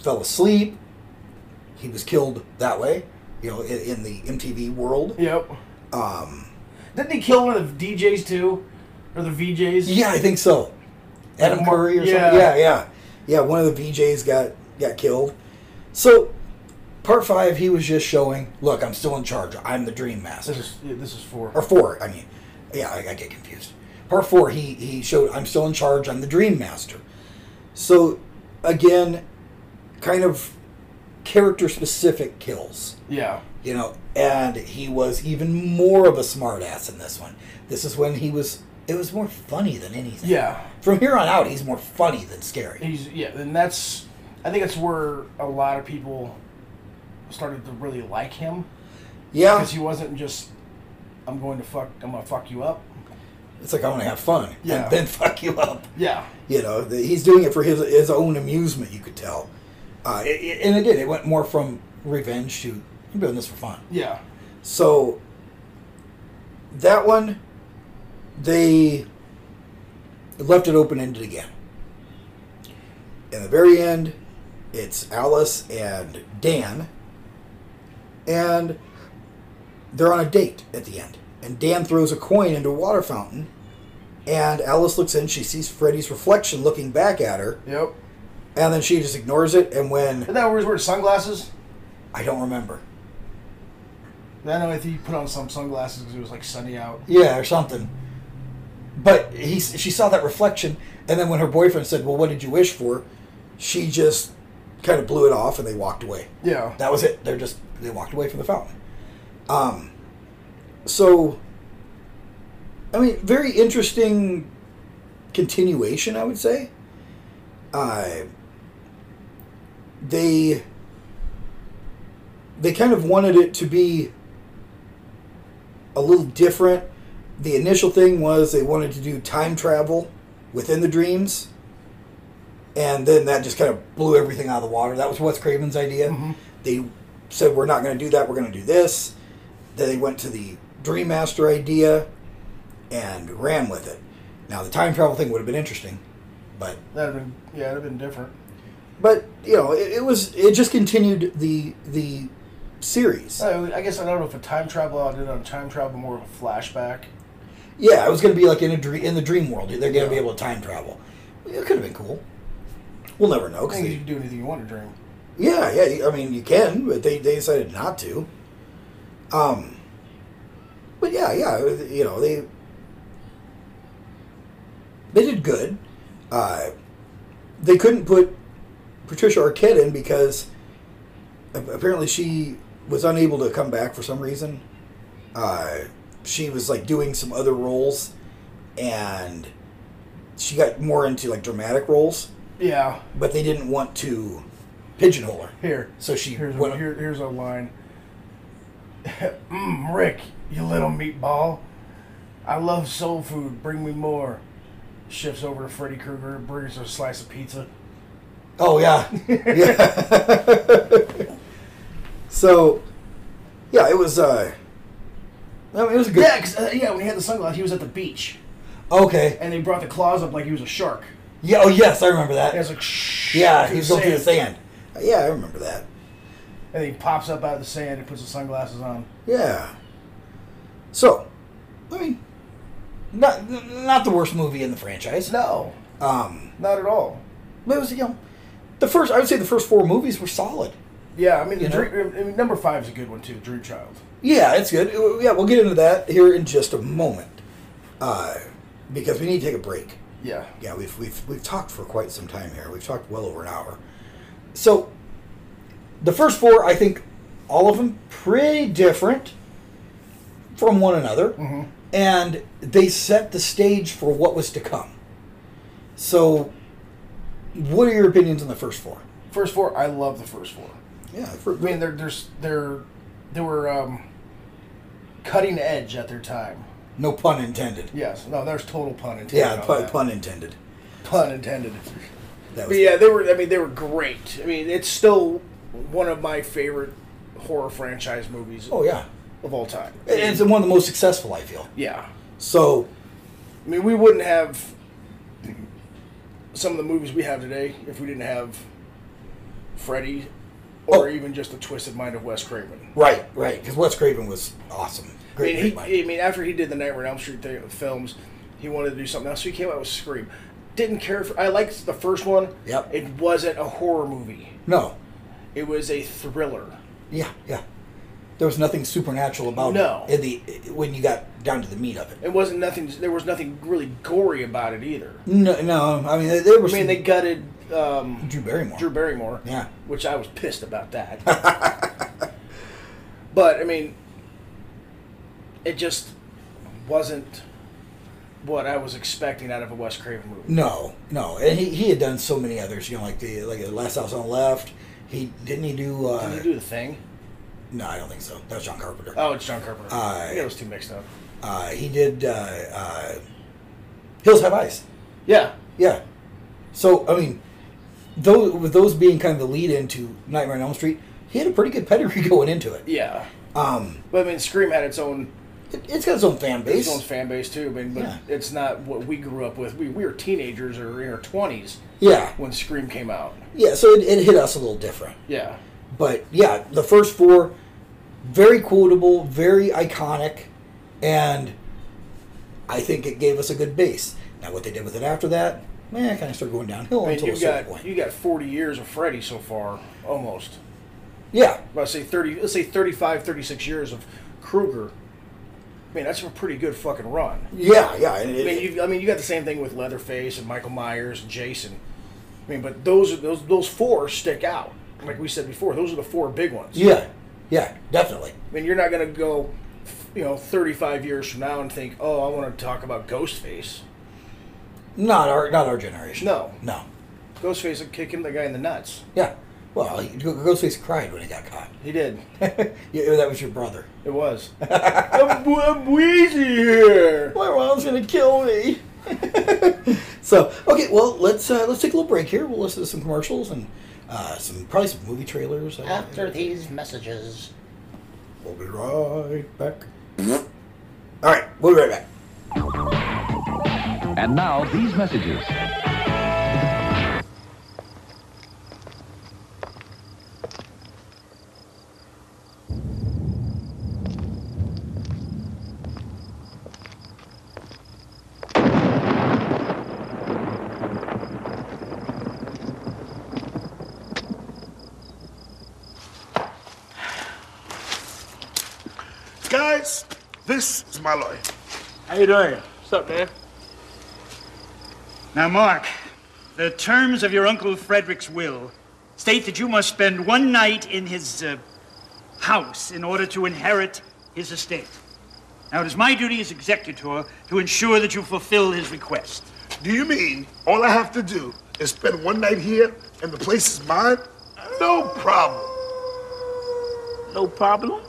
S3: fell asleep. He was killed that way, you know, in, in the MTV world.
S4: Yep.
S3: Um,
S4: Didn't he kill one of the DJs too, or the VJs?
S3: yeah, I think so. Adam
S4: Mar-
S3: Murray or
S4: yeah.
S3: something. Yeah, yeah, yeah. One of the VJs got got killed. So, part five, he was just showing, look, I'm still in charge. I'm the Dream Master.
S4: This is yeah, this is four.
S3: or four. I mean, yeah, I, I get confused. Part four, he he showed I'm still in charge. I'm the Dream Master. So, again, kind of character specific kills,
S4: Yeah.
S3: you know. And he was even more of a smartass in this one. This is when he was. It was more funny than anything.
S4: Yeah.
S3: From here on out, he's more funny than scary.
S4: He's yeah, and that's I think that's where a lot of people started to really like him
S3: Yeah,
S4: because he wasn't just I'm going to fuck I'm gonna fuck you up.
S3: it's like I want to have fun.
S4: Yeah.
S3: and then fuck you up.
S4: Yeah.
S3: You know, the, he's doing it for his his own amusement. You could tell, uh, it, it- and it did. It went more from revenge to I'm doing this for fun.
S4: Yeah.
S3: So that one, they left it open ended again. In the very end, it's Alice and Dan, and they're on a date at the end. And Dan throws a coin into a water fountain, and Alice looks in. She sees Freddy's reflection looking back at her,
S4: Yep.
S3: and then she just ignores it. And when
S4: Isn't that where he's wearing sunglasses?
S3: I don't remember,
S4: I know I think he put on some sunglasses because it was like sunny out.
S3: Yeah, or something. But he, she saw that reflection, and then when her boyfriend said, "Well, what did you wish for?" she just kind of blew it off, and they walked away.
S4: Yeah.
S3: That was it. They're just they walked away from the fountain. Um, so, I mean, very interesting continuation, I would say. Uh, they they kind of wanted it to be a little different. The initial thing was they wanted to do time travel within the dreams, and then that just kind of blew everything out of the water. That was Wes Craven's idea. They said we're not going to do that. We're going to do this. Then they went to the Dream Master idea and ran with it. Now the time travel thing would have been interesting, but
S4: That'd have been yeah, it'd have been different.
S3: but you know it, it was it just continued the the series.
S4: I, I guess I don't know if a time travel I did on time travel more of a flashback.
S3: Yeah, it was going to be like in a dream, in the dream world. They're going to be able to time travel. It could have been cool. We'll never know.
S4: I
S3: 'cause
S4: think you
S3: they,
S4: can do anything you want to dream.
S3: yeah, yeah. I mean, you can, but they, they decided not to. Um. But yeah, yeah. You know they they did good. Uh, they couldn't put Patricia Arquette in because a- apparently she was unable to come back for some reason. Uh, she was like doing some other roles, and she got more into like dramatic roles,
S4: Yeah.
S3: but they didn't want to pigeonhole her.
S4: Here.
S3: So she
S4: here's
S3: went
S4: a, here, here's a line. mm, Rick, you little meatball. I love soul food. Bring me more. Shifts over to Freddy Krueger, brings her a slice of pizza.
S3: Oh yeah, yeah. so, yeah, it was. Uh, I mean, it was a good.
S4: Yeah, 'cause, uh, yeah. When he had the sunglasses, he was at the beach,
S3: Okay.
S4: and they brought the claws up like he was a shark.
S3: Yeah. Oh yes, I remember
S4: And
S3: that.
S4: it's like shh.
S3: Yeah,
S4: through
S3: he was going through the sand. Yeah, I remember that.
S4: And he pops up out of the sand and puts the sunglasses on.
S3: Yeah. So, I mean, not not the worst movie in the franchise.
S4: No,
S3: Um,
S4: not at all.
S3: but it was you know, the first. I would say the first four movies were solid.
S4: Yeah, I mean, the
S3: You know?
S4: dream, I mean, number five is a good one too. Dream Child.
S3: Yeah, it's good. Uh, Yeah, we'll get into that here in just a moment, uh, because we need to take a break.
S4: Yeah.
S3: yeah, we've we've we've talked for quite some time here. We've talked well over an hour. So the first four, I think, all of them pretty different from one another,
S4: Mm-hmm.
S3: and they set the stage for what was to come. So, what are your opinions on the first four?
S4: First four, I love the first four.
S3: Yeah,
S4: I mean, they're there's they're they were um, cutting edge at their time.
S3: no pun intended.
S4: Yes. No, there's total pun intended.
S3: Yeah,
S4: on
S3: pun,
S4: that.
S3: pun intended.
S4: pun intended.
S3: That
S4: But
S3: was
S4: yeah, they were. I mean, they were great. I mean, it's still one of my favorite horror franchise movies
S3: Oh yeah,
S4: of all time.
S3: and it's one of the most successful I feel.
S4: Yeah.
S3: So
S4: I mean, we wouldn't have some of the movies we have today if we didn't have Freddy or
S3: Oh.
S4: even just the twisted mind of Wes Craven.
S3: right, right, because Wes Craven was awesome.
S4: I mean,
S3: great mind.
S4: he, I mean, after he did the Nightmare on Elm Street thing, films, he wanted to do something else. So he came out with Scream. Didn't care for. I liked the first one.
S3: Yep.
S4: It wasn't a horror movie.
S3: No.
S4: It was a thriller.
S3: Yeah, yeah. There was nothing supernatural about
S4: No.
S3: it. in the when you got down to the meat of it.
S4: It wasn't nothing. There was nothing really gory about it either.
S3: No, no. I mean, there- there
S4: I
S3: was.
S4: mean,
S3: some-
S4: they gutted um,
S3: Drew Barrymore.
S4: Drew Barrymore.
S3: Yeah.
S4: Which I was pissed about that. but I mean, it just wasn't what I was expecting out of a Wes Craven movie.
S3: no, no. And he, he had done so many others. You know, like the like the Last House on the Left. He didn't he do? Uh,
S4: Did you do the thing?
S3: No, I don't think so. That was John Carpenter.
S4: Oh, it's John Carpenter.
S3: I-
S4: I get those two mixed up.
S3: Uh, he did uh, uh, Hills Have Eyes.
S4: Yeah.
S3: Yeah. So I mean, those with those being kind of the lead into Nightmare on Elm Street, he had a pretty good pedigree going into it.
S4: Yeah.
S3: Um,
S4: But I mean, Scream had its own
S3: it, it's got its own fan base.
S4: its own fan base too. I mean, but
S3: Yeah.
S4: it's not what we grew up with. We, we were teenagers or in our twenties
S3: yeah.
S4: when Scream came out.
S3: Yeah, so it, it hit us a little different.
S4: Yeah.
S3: But yeah, the first four, very quotable, very iconic, and I think it gave us a good base. Now, what they did with it after that, man, kind of started going downhill
S4: I mean,
S3: until a
S4: you
S3: certain
S4: got
S3: point.
S4: you got forty years of Freddy so far, almost.
S3: yeah,
S4: Let's say thirty. Let's say 35, 36 years of Krueger. I mean, that's a pretty good fucking run.
S3: yeah, yeah. and
S4: I
S3: it-
S4: mean, you, I mean, you got the same thing with Leatherface and Michael Myers and Jason. I mean, but those are those those four stick out. Like we said before, those are the four big ones.
S3: yeah, yeah, definitely.
S4: I mean, you're not gonna go, you know, thirty five years from now and think, oh, I want to talk about Ghostface.
S3: Not our not our generation.
S4: No.
S3: no.
S4: Ghostface would kick him the guy in the nuts.
S3: Yeah. Well, he, Ghostface cried when he got caught.
S4: He did.
S3: yeah, that was your brother.
S4: It was. I'm, I'm wheezy here.
S3: My mom's gonna kill me. so okay, well let's uh, let's take a little break here. We'll listen to some commercials and uh, some probably some movie trailers. After these messages, we'll be right back. All right, we'll be right back.
S8: And now, these messages.
S1: Guys, this is my lawyer.
S9: How you doing? What's up, man? Now, Mark, the terms of your Uncle Frederick's will state that you must spend one night in his uh, house in order to inherit his estate. Now, it is my duty as executor to ensure that you fulfill his request.
S1: Do you mean all I have to do is spend one night here and the place is mine?
S8: No problem.
S10: No problem.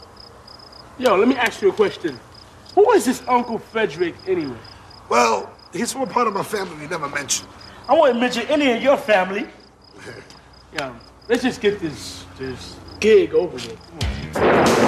S10: Yo, let me ask you a question. Who is this Uncle Frederick anyway?
S8: Well, he's from a part of my family we never mentioned.
S10: I wouldn't mention any of your family. Yo, let's just get this this gig over with.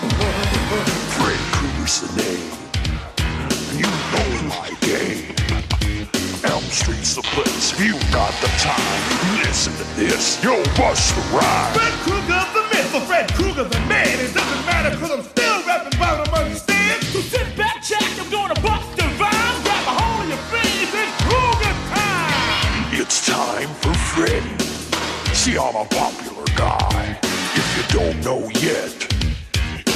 S8: Fred Krueger's the name. You know my game. Elm Street's the place. If you got the time, listen to this. You'll bust the rhyme.
S11: Fred Krueger the myth, but Fred Krueger the man. It doesn't matter because I'm still rapping about him, understand? So sit back, check, I'm gonna bust the rhyme. Grab a hold of your face, it's Krueger time.
S8: It's time for Freddy. See, I'm a popular guy. If you don't know yet,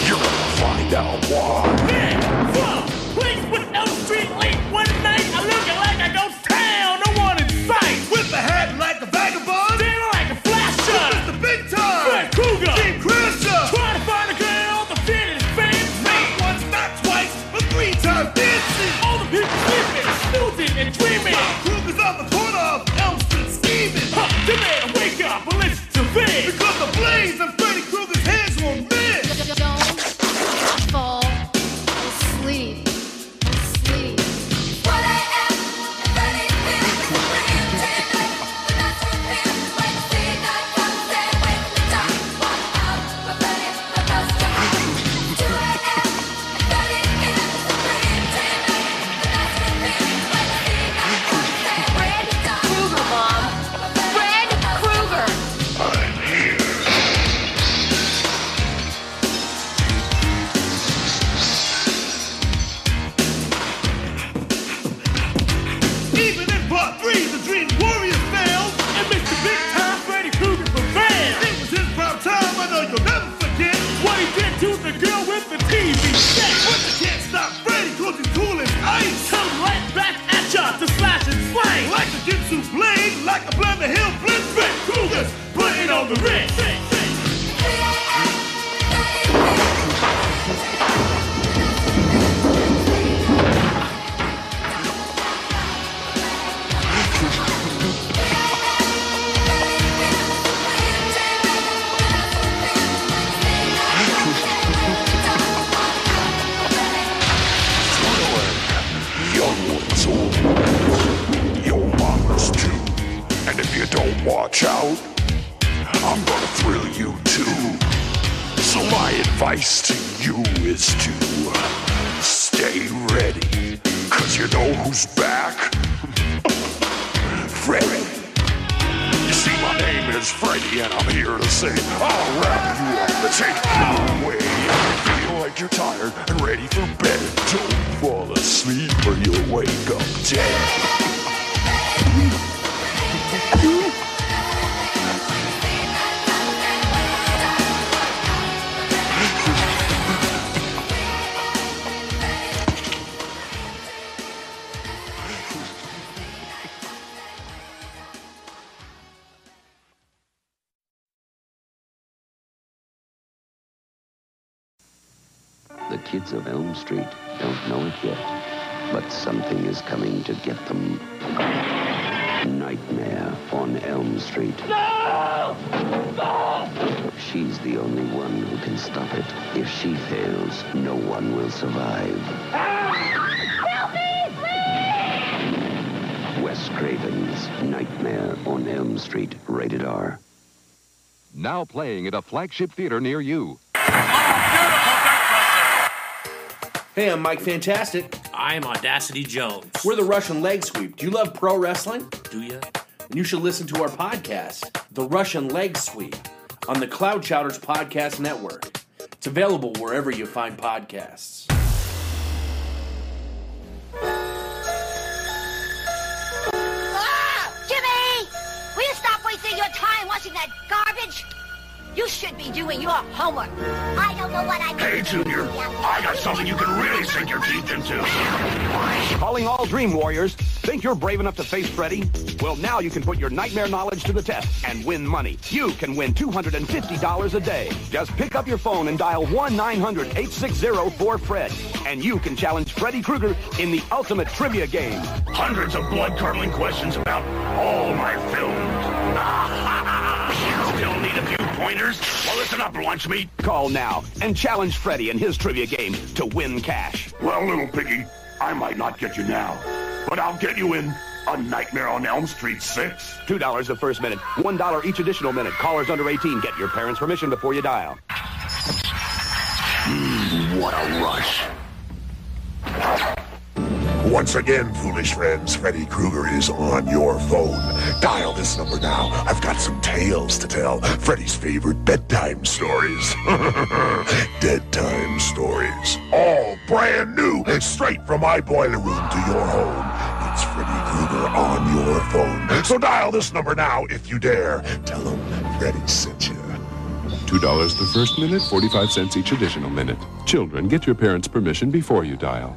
S8: you're gonna find out why.
S11: Man, fuck, please with no street late one night. I'm looking like I don't town, no one in sight. With the hat like a vagabond. Standing like a flasher. This is the big time. Fred Krueger. Team Crusher. Try to find a girl to fit his fancy. Not once, not twice, but three times dancing. All the people sleeping, snoozing and dreaming. Krueger's on the corner of Elm Street scheming. Huh, you better wake up and listen to me. Because the blaze of Freddy Krueger's hands won't miss.
S2: Don't fall asleep. Sleep.
S8: I'm here.
S11: Even in part three, the Dream Warrior failed, and Mr. Big Time Freddy Krueger prevailed. It was his proud time, I know you'll never forget what he did to the girl with the TV set. But you can't stop Freddy 'cause he's cool as ice. Come right back at ya to slash and slay. Like a Jitsu blade, like a Blender Hill blitz. Freddy Krueger's putting on the wrist.
S8: Young ones, old ones, your mamas too. And if you don't watch out, I'm gonna thrill you too. So my advice to you is to stay ready, cause you know who's back? Freddy. You see, my name is Freddy, and I'm here to say I'll wrap you up and take you away. If you feel like you're tired and ready for bed, don't fall asleep or you'll wake up dead.
S5: The kids of Elm Street don't know it yet, but something is coming to get them. Nightmare on Elm Street. No! She's the only one who can stop it. If she fails, no one will survive. Wes Craven's Nightmare on Elm Street, rated R.
S12: Now playing at a flagship theater near you.
S13: Hey, I'm Mike Fantastic. I'm Audacity Jones. We're the Russian Leg Sweep. Do you love pro wrestling? Do you? And you should listen to our podcast, The Russian Leg Sweep, on the Cloud Chowders Podcast Network. It's available wherever you find podcasts.
S2: Ah! Jimmy! Will you stop wasting your time watching that garbage?
S14: You should be doing your homework. I don't know what I
S8: Hey, Junior, I got something you can really sink your teeth into.
S15: Calling all dream warriors. Think you're brave enough to face Freddy? Well, now you can put your nightmare knowledge to the test and win money. You can win $250 a day. Just pick up your phone and dial 1-900-860-4FRED. E And you can challenge Freddy Krueger in the ultimate trivia game.
S8: Hundreds of blood-curdling questions about all my films. Still need a few pointers? Well, listen up, lunch meat.
S15: Call now and challenge Freddy in his trivia game to win cash.
S8: Well, little piggy, I might not get you now, but I'll get you in A Nightmare on Elm Street 6.
S15: $2 the first minute, $1 each additional minute. Callers under 18 get your parents' permission before you dial.
S8: What a rush. Once again, foolish friends, Freddy Krueger is on your phone. Dial this number now. I've got some tales to tell. Freddy's favorite bedtime stories. Deadtime stories. All brand new, straight from my boiler room to your home. It's Freddy Krueger on your phone. So dial this number now if you dare. Tell him Freddy sent you.
S16: $2 the first minute, 45 cents each additional minute. Children, get your parents' permission before you dial.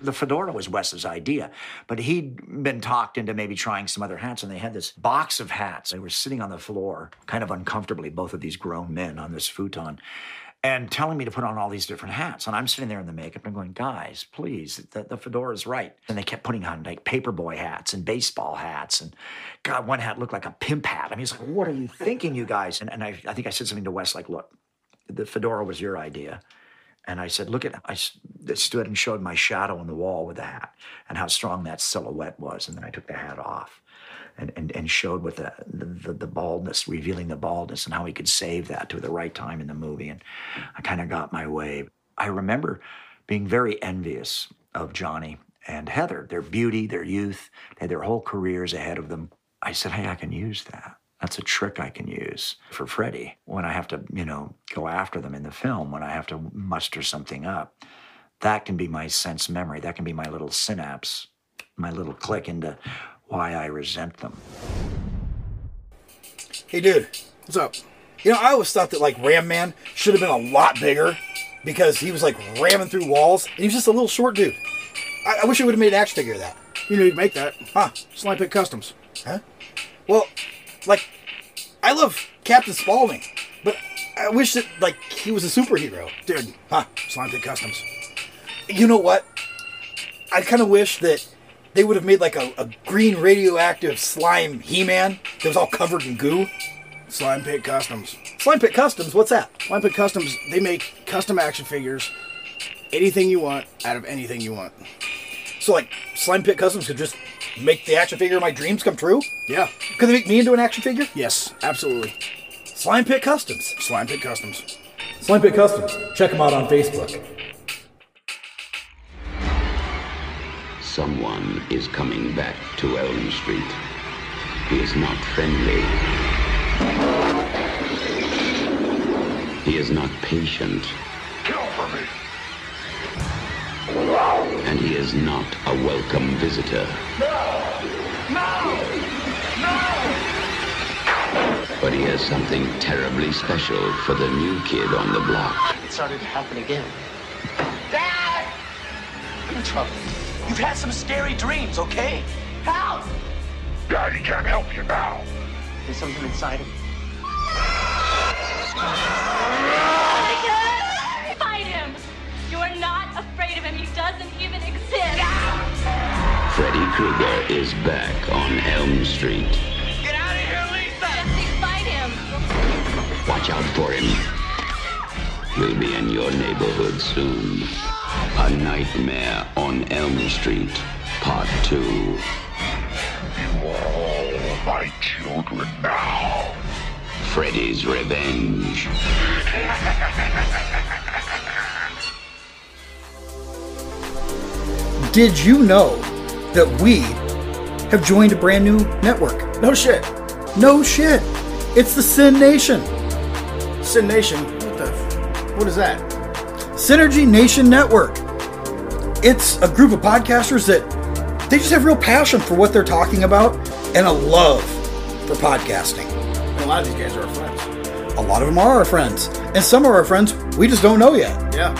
S17: The fedora was Wes's idea, but he'd been talked into maybe trying some other hats, and they had this box of hats. They were sitting on the floor, kind of uncomfortably, both of these grown men on this futon, and telling me to put on all these different hats. And I'm sitting there in the makeup, and I'm going, guys, please, the, the fedora's right. And they kept putting on like paperboy hats and baseball hats, and God, one hat looked like a pimp hat. I mean, it's like, what are you thinking, you guys? And, and I, I think I said something to Wes, like, look, the fedora was your idea. And I said, look at, I s- stood and showed my shadow on the wall with the hat and how strong that silhouette was. And then I took the hat off and, and, and showed what the, the, the baldness, revealing the baldness and how he could save that to the right time in the movie. And I kind of got my way. I remember being very envious of Johnny and Heather, their beauty, their youth, they had their whole careers ahead of them. I said, hey, I can use that. That's a trick I can use for Freddie when I have to, you know, go after them in the film, when I have to muster something up. That can be my sense memory. That can be my little synapse, my little click into why I resent them.
S3: Hey, dude, what's up? You know, I always thought that like Ram Man should have been a lot bigger because he was like ramming through walls, and he was just a little short dude. I, I wish I would have made an action figure of that. You know, you'd make that, huh? Slime Pit Customs, huh? Well, like, I love Captain Spaulding, but I wish that like he was a superhero, dude, huh? Slime Pit Customs. You know what? I kind of wish that they would have made like a, a green radioactive slime He-Man that was all covered in goo.
S4: Slime Pit Customs.
S3: Slime Pit Customs, what's that?
S4: Slime Pit Customs, they make custom action figures, anything you want, out of anything you want.
S3: So, like, Slime Pit Customs could just make the action figure of my dreams come true?
S4: Yeah.
S3: Could they make me into an action figure?
S4: Yes, absolutely.
S3: Slime Pit Customs.
S4: Slime Pit Customs.
S3: Slime Pit Customs. Check them out on Facebook.
S5: Someone is coming back to Elm Street. He is not friendly. He is not patient.
S8: Kill for me.
S5: And he is not a welcome visitor. But he has something terribly special for the new kid on the block.
S18: It started to happen again. Dad! I'm in trouble. You've had some scary dreams, okay? Help!
S8: Daddy can't help you now.
S18: There's something inside of me.
S2: Fight him! You are not afraid of him. He doesn't even exist.
S5: Freddy Krueger is back on Elm Street.
S2: Jesse, fight him.
S5: Watch out for him. He'll be in your neighborhood soon. A Nightmare on Elm Street, Part 2.
S8: You are all my children now.
S5: Freddy's Revenge.
S3: Did you know that we have joined a brand new network? No shit. No shit. It's the Sin Nation.
S4: Sin Nation? What the? F- what is that?
S3: Synergy Nation Network. It's a group of podcasters that they just have real passion for what they're talking about and a love for podcasting.
S4: A lot of these guys are our friends.
S3: A lot of them are our friends, and some are our friends we just don't know yet.
S4: Yeah.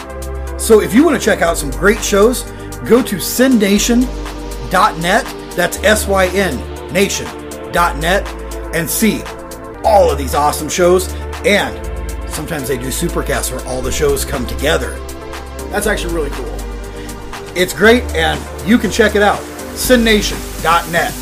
S3: So if you want to check out some great shows, go to synnation.net. That's S Y N nation.net and see all of these awesome shows. And sometimes they do supercasts where all the shows come together.
S4: That's actually really cool.
S3: It's great, and you can check it out. synnation.net.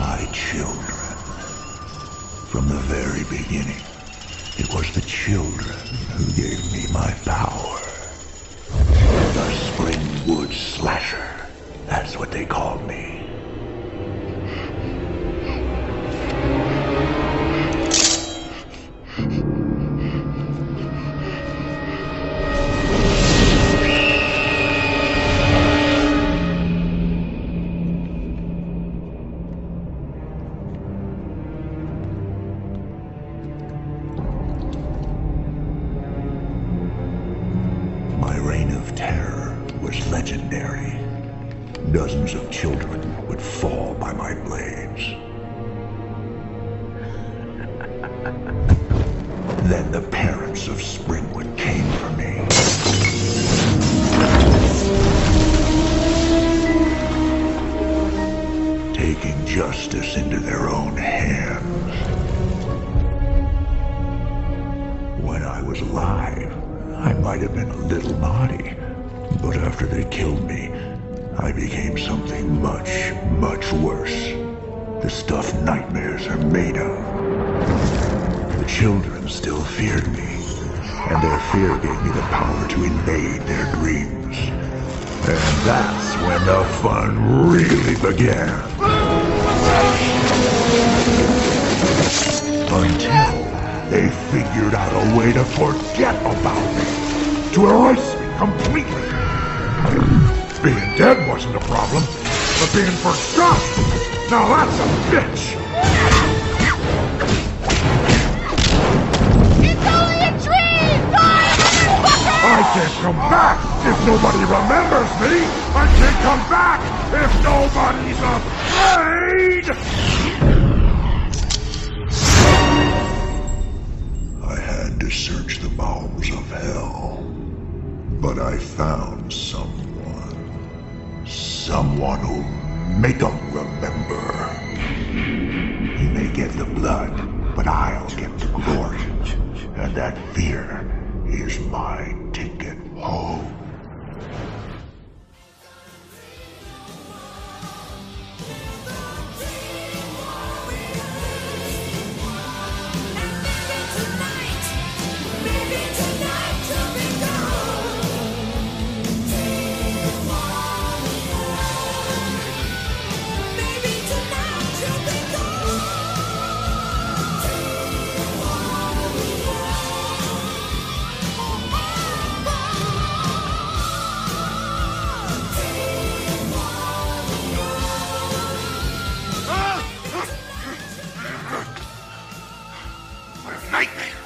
S19: My children. From the very beginning, it was the children who gave me my power. The Springwood Slasher. That's what they called me. My reign of terror was legendary. Dozens of children would fall by my blades. then the parents of Springwood came for me. Taking justice into their own hands. When I was alive, I might have been a little naughty, but after they killed me, I became something much, much worse. The stuff nightmares are made of. The children still feared me, and their fear gave me the power to invade their dreams. And that's when the fun really began. Until they figured out a way to forget about me, to erase me completely. Being dead wasn't a problem, but being forgotten, now that's a bitch.
S11: It's only a dream!
S19: I can't come back if nobody remembers me. I can't come back if nobody's afraid. I had to search the bowels of hell, but I found someone. Someone who'll make them remember. You may get the blood, but I'll get the glory. And that fear is my ticket home.
S11: What a nightmare!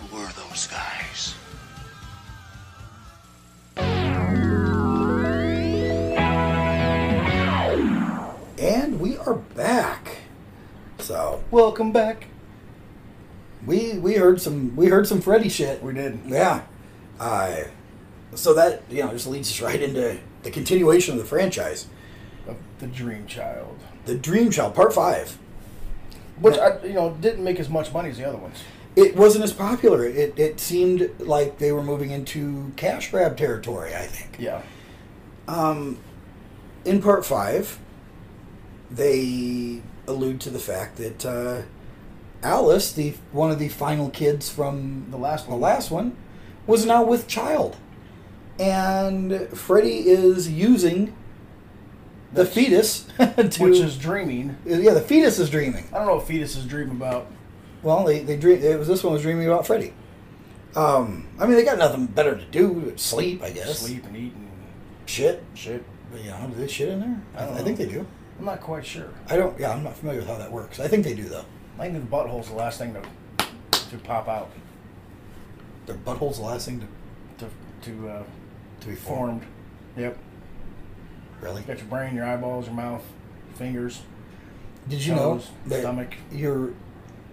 S11: Who were those guys?
S3: And we are back. So
S4: welcome back.
S3: We we heard some we heard some Freddy shit.
S4: We did.
S3: Yeah. Uh, so that you know just leads us right into the continuation of the franchise,
S4: the Dream Child.
S3: the Dream Child Part Five.
S4: Which I, you know didn't make as much money as the other ones.
S3: It wasn't as popular. It it seemed like they were moving into cash grab territory. I think.
S4: Yeah.
S3: Um, in part five, they allude to the fact that uh, Alice, the one of the final kids from the last one, the last one, was now with child, and Freddy is using the fetus to,
S4: Which is dreaming.
S3: yeah, the fetus is dreaming.
S4: I don't know what fetus is dreaming about.
S3: Well, they, they dream. It was this one was dreaming about Freddy. Um, I mean, they got nothing better to do. but Sleep, I guess.
S4: Sleep and eat and
S3: Shit.
S4: shit.
S3: But, you know, do they shit in there? I, I think they do.
S4: I'm not quite sure.
S3: I don't. Yeah, I'm not familiar with how that works. I think they do though.
S4: Lightning in the butthole's the last thing to to pop out.
S3: Their butthole's the last thing
S4: to to to, uh,
S3: to be
S4: formed. Yep.
S3: Really?
S4: You got your brain, your eyeballs, your mouth, fingers.
S3: Did you know
S4: toes,
S3: that
S4: stomach?
S3: your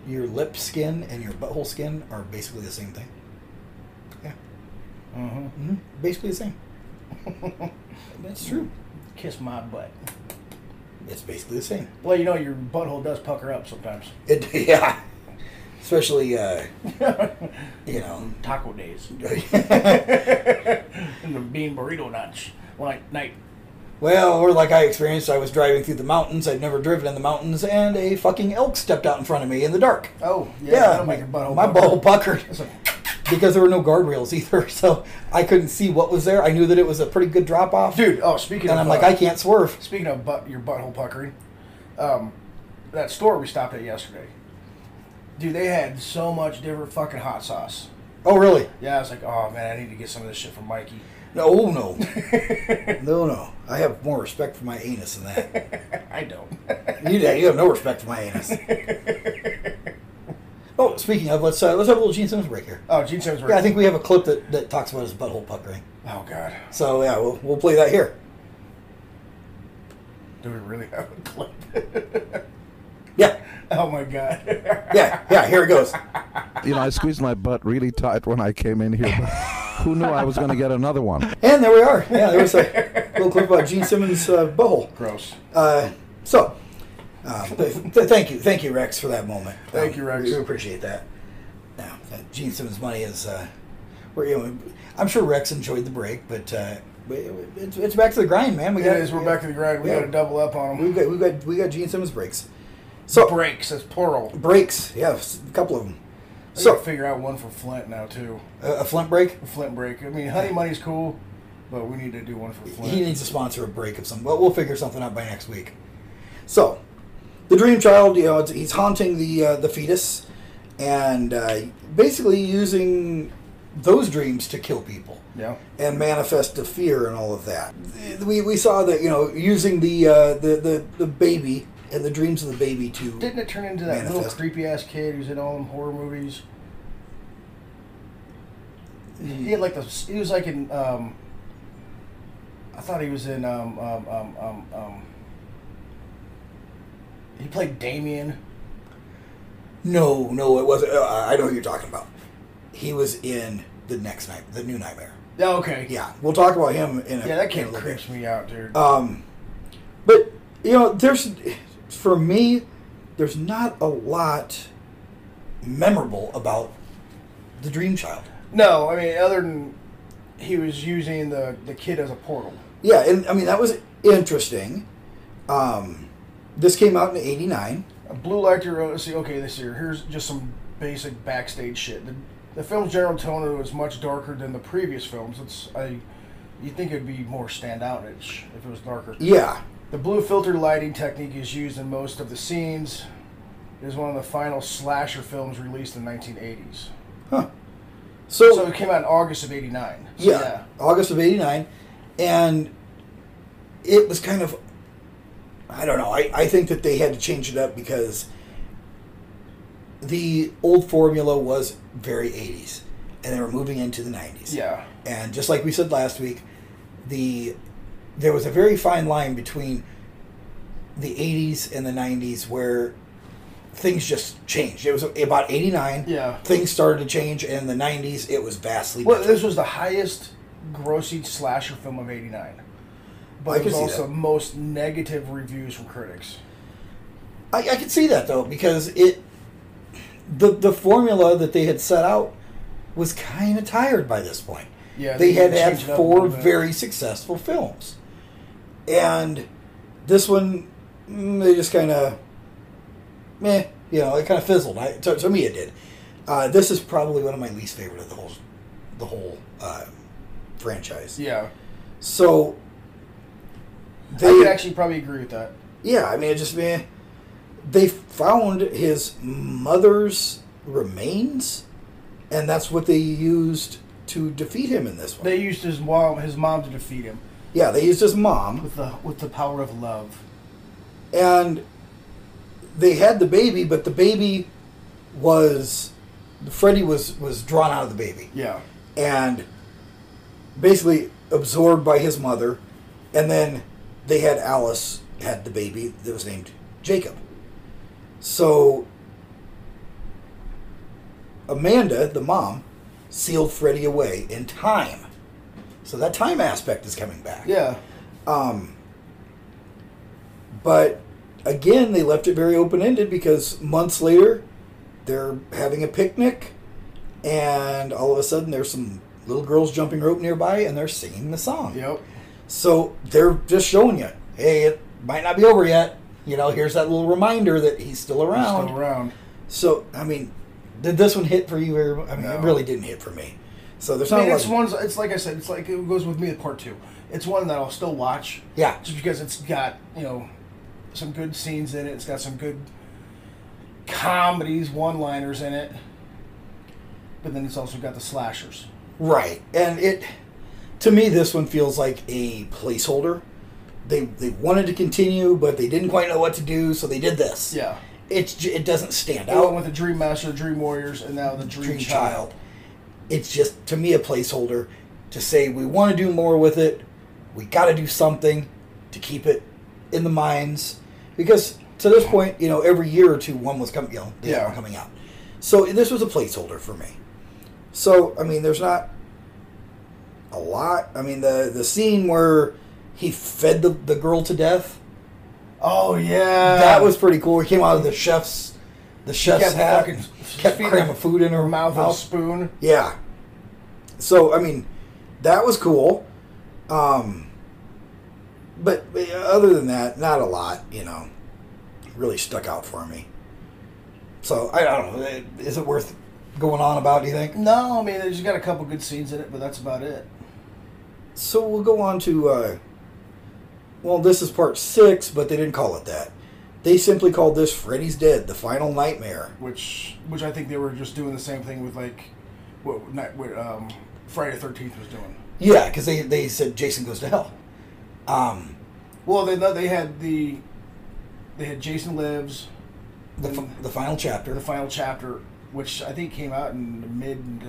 S3: your lip skin and your butthole skin are basically the same thing? Yeah.
S4: Mm-hmm.
S3: Basically the same.
S4: That's true. Kiss my butt.
S3: It's basically the same.
S4: Well, you know your butthole does pucker up sometimes.
S3: It, yeah. Especially, uh, you know,
S4: taco days. and the bean burrito nuts. Like night.
S3: well, or like I experienced, I was driving through the mountains. I'd never driven in the mountains, and a fucking elk stepped out in front of me in the dark.
S4: Oh, yeah. that'll
S3: my,
S4: make your butthole
S3: my
S4: pucker.
S3: butthole puckered because there were no guardrails either, so I couldn't see what was there. I knew that it was a pretty good drop off,
S4: dude. Oh, speaking
S3: and
S4: of,
S3: I'm like,
S4: uh,
S3: I can't swerve.
S4: Speaking of butt, your butthole puckering, um, that store we stopped at yesterday, dude, they had so much different fucking hot sauce.
S3: Oh, really?
S4: Yeah, I was like, oh man, I need to get some of this shit from Mikey.
S3: No, oh, no, no, no. I have more respect for my anus than that.
S4: I don't.
S3: You, you have no respect for my anus. Oh, speaking of, let's uh, let's have a little Gene Simmons break here.
S4: Oh, Gene Simmons break.
S3: Yeah, I think we have a clip that, that talks about his butthole puckering.
S4: Oh God.
S3: So yeah, we'll, we'll play that here.
S4: Do we really have a clip?
S3: yeah.
S4: Oh my God.
S3: yeah, yeah. Here it goes.
S20: You know, I squeezed my butt really tight when I came in here. But who knew I was going to get another one?
S3: And there we are. Yeah, there was a little clip about Gene Simmons' uh, butthole.
S4: Gross.
S3: Uh, so, uh, th- th- thank you, thank you, Rex, for that moment. Thank you, Rex. We appreciate that. Now, uh, Gene Simmons' money is. Uh, we're, you know, I'm sure Rex enjoyed the break, but uh, we- it's, it's back to the grind, man. We
S4: It
S3: got
S4: is. We're back to the grind. We gotta double up on them.
S3: We got we got we got Gene Simmons breaks. So
S4: breaks. That's plural.
S3: Breaks. Yeah, s- a couple of them.
S4: I
S3: So-
S4: gotta figure out one for Flint now too.
S3: A, a Flint break.
S4: A Flint break. I mean, Honey Money's cool, but we need to do one for Flint.
S3: He needs to sponsor a break of some. Well, we'll figure something out by next week. So, the dream child, you know, it's- he's haunting the uh, the fetus, and uh, basically using those dreams to kill people
S4: Yeah.
S3: and manifest the fear and all of that. We, we saw that you know using the, uh, the the the baby and the dreams of the baby to
S4: Didn't it turn into that little
S3: Manifest.
S4: creepy ass kid who's in all them horror movies?
S3: Hmm. Mm.
S4: He had like the he was like in um. I thought he was in um um um um. um he played Damien.
S3: no no it wasn't. Uh, I know who you're talking about. He was in the next night, the new nightmare.
S4: Yeah. Okay.
S3: Oh, Yeah, we'll talk about him in a
S4: Yeah, that
S3: in a
S4: kid
S3: little bit.
S4: creeps me out, dude.
S3: Um, but you know, there's for me, there's not a lot memorable about the Dream Child.
S4: no, I mean other than he was using the the kid as a portal.
S3: Yeah, and I mean that was interesting. Um, this came out in '89.
S4: Blue Light to Road. See, okay, this year. Here's just some basic backstage shit. The, the film's general tone was much darker than the previous films. It's I, you think it'd be more standout-ish if it was darker.
S3: Yeah.
S4: The blue filter lighting technique is used in most of the scenes. It is one of the final slasher films released in 1980s.
S3: Huh. So,
S4: so it came out in August of '89. So
S3: Yeah, August of '89, and it was kind of, I don't know. I, I think that they had to change it up because the old formula was very '80s, and they were moving into the '90s.
S4: Yeah.
S3: and just like we said last week, the there was a very fine line between the '80s and the '90s where things just changed. It was about '89.
S4: Yeah.
S3: Things started to change, and in the '90s it was vastly.
S4: Well,
S3: different.
S4: this was the highest grossing slasher film of '89,
S3: I
S4: but it
S3: can
S4: was
S3: see
S4: also
S3: that.
S4: most negative reviews from critics.
S3: I, I could see that though because it the the formula that they had set out was kind of tired by this point.
S4: Yeah,
S3: they
S4: they
S3: had
S4: need to
S3: had
S4: change it up a
S3: four
S4: little bit.
S3: very successful films, and this one mm, they just kind of meh, you know, it kind of fizzled. I, to, to me, it did. Uh, this is probably one of my least favorite of the whole the whole uh, franchise.
S4: Yeah.
S3: So
S4: I could actually probably agree with that.
S3: yeah, I mean, it just man, they found his mother's remains, and that's what they used to defeat him in this one.
S4: They used his mom, his mom to defeat him.
S3: Yeah, they used his mom
S4: with the with the power of love.
S3: And they had the baby, but the baby was Freddie was was drawn out of the baby.
S4: Yeah.
S3: and basically absorbed by his mother. And then they had Alice had the baby that was named Jacob. So Amanda, the mom, sealed Freddie away in time. So that time aspect is coming back.
S4: Yeah.
S3: Um, but again, they left it very open ended because months later, they're having a picnic, and all of a sudden, there's some little girls jumping rope nearby, and they're singing the song.
S4: Yep.
S3: So they're just showing you, hey, it might not be over yet. You know, here's that little reminder that he's still around.
S4: Still around.
S3: So, I mean, did this one hit for you? Or, I mean, it really didn't hit for me. So there's
S4: I
S3: not
S4: mean,
S3: a lot
S4: it's
S3: of-
S4: one. It's like I said. It's like it goes with me at part two. It's one that I'll still watch.
S3: Yeah.
S4: Just because it's got you know some good scenes in it. It's got some good comedies, one-liners in it. But then it's also got the slashers.
S3: Right, and it to me this one feels like a placeholder. They they wanted to continue, but they didn't quite know what to do, so they did this.
S4: Yeah.
S3: It's j- it doesn't stand
S4: They went
S3: out.
S4: with the Dream Master, Dream Warriors, and now the Dream,
S3: Dream Child. It's just to me a placeholder to say we want to do more with it. We got to do something to keep it in the minds because to this point, you know, every year or two one was coming, you know, the other
S4: Yeah.
S3: one coming out. So this was a placeholder for me. So I mean, there's not a lot. I mean, the the scene where he fed the, the girl to death.
S4: Oh yeah,
S3: that was pretty cool. He came out of the chef's the
S4: She
S3: chef's
S4: kept
S3: hat,
S4: fucking
S3: kept
S4: feeding
S3: cramming food in her
S4: Mouth
S3: mouth.
S4: of a spoon.
S3: Yeah. So I mean, that was cool. Um, but, but other than that, not a lot. You know, really stuck out for me. So I, I don't know. eh, Is it worth going on about? Do you think?
S4: No, I mean, they just got a couple good scenes in it, but that's about it.
S3: So we'll go on to, uh, well, this is part six, but they didn't call it that. They simply called this Freddy's Dead, the final nightmare.
S4: Which, which I think they were just doing the same thing with like what, night- what um, Friday Thirteenth was doing.
S3: Yeah, because they, they said Jason goes to hell. Um,
S4: Well, they they had the they had Jason Lives,
S3: the, the final chapter,
S4: the final chapter, which I think came out in the mid and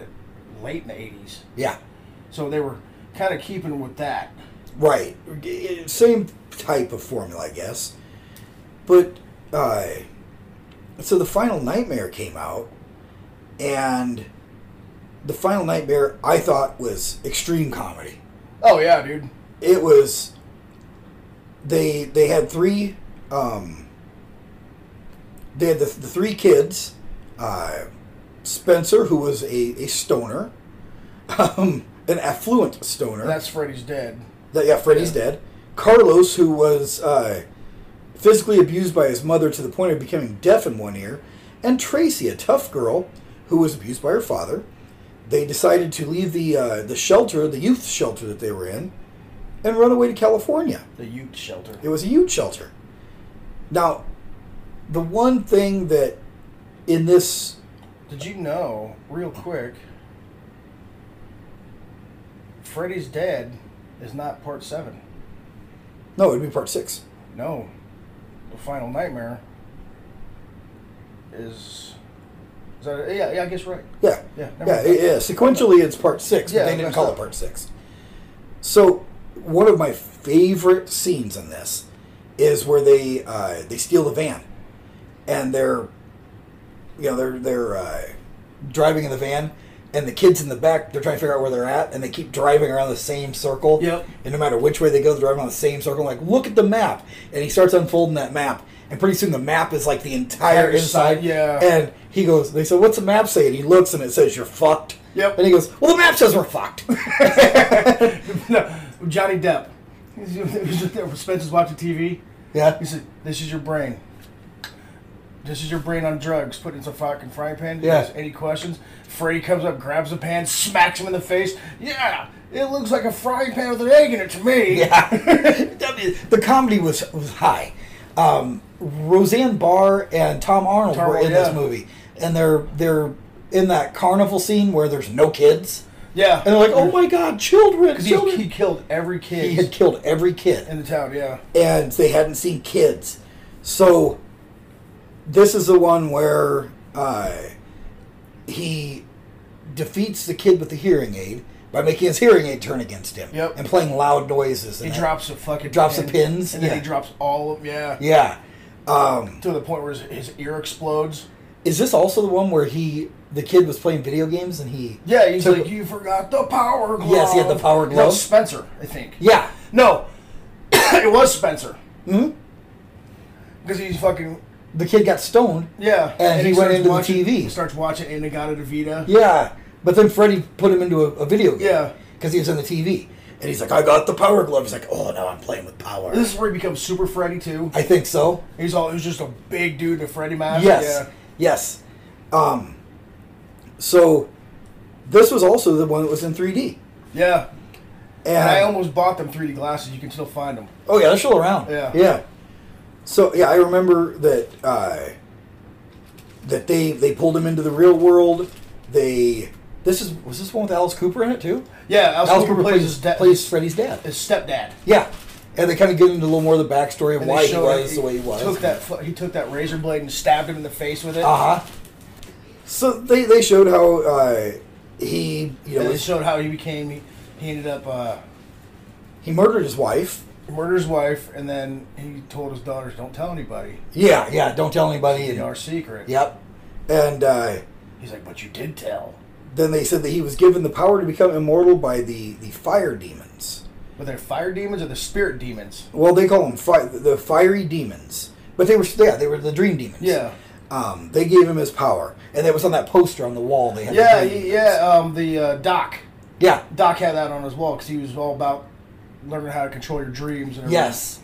S4: late in the eighties.
S3: yeah,
S4: So they were kind of keeping with that.
S3: right. Same type of formula, I guess. But, uh, so the final nightmare came out, and the final nightmare I thought was extreme comedy.
S4: Oh yeah, dude.
S3: it was they they had three um they had the, the three kids uh spencer who was a, a stoner um an affluent stoner
S4: That's Freddy's dead.
S3: that yeah freddy's dead carlos who was uh physically abused by his mother to the point of becoming deaf in one ear and tracy a tough girl who was abused by her father they decided to leave the uh, the shelter the youth shelter that they were in and run away to california
S4: The Ute shelter.
S3: it was a youth shelter. Now, the one thing that in this,
S4: Did you know, real quick, Freddy's Dead is not part seven?
S3: no, it'd be part six.
S4: No. The Final Nightmare is. Is that, yeah, yeah, I guess right.
S3: Yeah,
S4: Yeah, never
S3: yeah,
S4: mind.
S3: it- yeah. Sequentially, it's part six, but
S4: Yeah,
S3: they didn't
S4: that's
S3: call it
S4: right.
S3: part six. So, one of my favorite scenes in this is where they uh, they steal the van, and they're, you know, they're they're uh, driving in the van. And the kids in the back, they're trying to figure out where they're at, and they keep driving around the same circle. Yep. And no matter which way they go, they're driving on the same circle. like, look at the map. And he starts unfolding that map. And pretty soon the map is like the entire
S4: Entire
S3: inside.
S4: side, yeah.
S3: And he goes, they said, what's the map say? And he looks and it says, you're fucked. Yep. And he goes, well, the map says we're fucked.
S4: Johnny Depp. Spencer's watching TV.
S3: Yeah.
S4: He said, This is your brain. This is your brain on drugs. Put it in some fucking frying pan. He
S3: Yeah.
S4: goes, Any questions? Freddy comes up, grabs the pan, smacks him in the face. Yeah. It looks like a frying pan with an egg in it to me.
S3: the comedy was, was high. Um, Roseanne Barr and Tom Arnold
S4: Tom
S3: were in
S4: Arnold,
S3: this
S4: yeah.
S3: movie. And they're, they're in that carnival scene where there's no kids.
S4: Yeah.
S3: And they're like, oh my God, children,
S4: 'Cause he,
S3: children.
S4: he killed every kid
S3: He had killed every kid.
S4: in the town, yeah.
S3: and they hadn't seen kids. So this is the one where uh, he defeats the kid with the hearing aid by making his hearing aid turn against him
S4: Yep.
S3: and playing loud noises.
S4: He
S3: And that.
S4: drops a fucking
S3: drops
S4: pin,
S3: the pins.
S4: and then
S3: yeah.
S4: he drops all of yeah
S3: Yeah. Um,
S4: to the point where his, his ear explodes.
S3: Is this also the one where he the kid was playing video games and he
S4: Yeah, he's
S3: took-
S4: like you forgot the power glove.
S3: Yes, he had the power
S4: That
S3: glove.
S4: was Spencer, I think.
S3: yeah
S4: No, it was Spencer
S3: hmm
S4: because he's fucking
S3: the kid got stoned
S4: yeah,
S3: and, he, went
S4: starts
S3: into
S4: watching-
S3: the TV
S4: he starts watching Inagata DeVita.
S3: Yeah, but then Freddy put him into a, a video game. Yeah, because he was on the TV, and he's like, "I got the power glove." He's like, "Oh, now I'm playing with power."
S4: This is where he becomes Super Freddy too.
S3: I think so.
S4: He's all he's just a big dude in a Freddy mask.
S3: Yes, yes. Um, so this was also the one that was in 3D.
S4: Yeah. Yeah. And,
S3: And-
S4: I almost bought them 3D glasses. You can still find them.
S3: Oh yeah, they're still around.
S4: Yeah.
S3: yeah. So yeah, I remember that uh, that they they pulled him into the real world. They this is was this one with Alice Cooper in it too?
S4: Yeah, Alice Cooper plays his da-
S3: plays Freddy's dad,
S4: his stepdad.
S3: Yeah, and they kind of get into a little more of the backstory of
S4: And they
S3: why he
S4: showed-
S3: was the way he was.
S4: Took that, fu- he took that razor blade and stabbed him in the face with it.
S3: Uh huh. So they, they showed how uh, he you
S4: And
S3: know
S4: they showed how he became. He, he ended up. Uh,
S3: he murdered his wife.
S4: murdered his wife, and then he told his daughters, "Don't tell anybody."
S3: Yeah, yeah. Don't tell anybody.
S4: It's
S3: and-
S4: our secret.
S3: Yep. And uh,
S4: He's like, "But you did tell."
S3: then they said that he was given the power to become immortal by the the fire demons.
S4: But they're fire demons or the spirit demons.
S3: Well, they call them fi- the fiery demons, but they were yeah they were the dream demons.
S4: Yeah.
S3: Um, they gave him his power, and that was on that poster on the wall. They had the
S4: Yeah,
S3: dream
S4: he-
S3: demons.
S4: yeah. Um, the uh, doc.
S3: Yeah.
S4: Doc had that on his wall because he was all about learning how to control your dreams. And everything.
S3: Yes,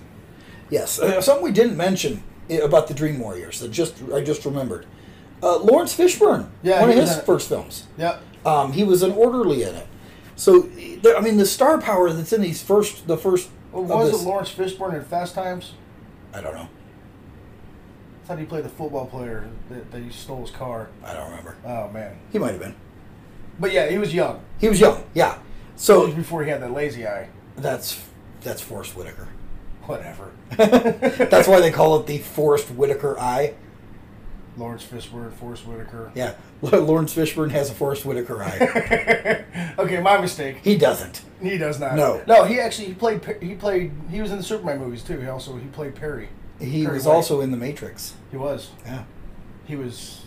S3: yes. Uh, something we didn't mention i- about the Dream Warriors that just I just remembered. Uh, Lawrence Fishburne,
S4: Yeah,
S3: one of
S4: he was
S3: his
S4: in it.
S3: first films.
S4: Yep.
S3: Um, he was an orderly in it. So, there, I mean, the star power that's in these first the first
S4: Well,
S3: of
S4: was
S3: this-
S4: it Lawrence Fishburne in Fast Times?
S3: I don't know.
S4: I thought he played the football player that, that he stole his car.
S3: I don't remember.
S4: Oh man.
S3: He might have been.
S4: But yeah, he was young.
S3: He was young. Yeah.
S4: It
S3: So
S4: was before he had that lazy eye.
S3: that's that's Forrest Whitaker.
S4: Whatever.
S3: That's why they call it the Forrest Whitaker Eye.
S4: Lawrence Fishburne, Forrest Whitaker.
S3: Yeah, Lawrence Fishburne has a Forrest Whitaker eye.
S4: Okay, my mistake.
S3: He doesn't.
S4: He does not.
S3: No.
S4: No, he actually he played Pe- he played he was in the Superman movies too. He also he played Perry.
S3: He
S4: Perry
S3: was
S4: White.
S3: also in The Matrix.
S4: He was.
S3: Yeah.
S4: He was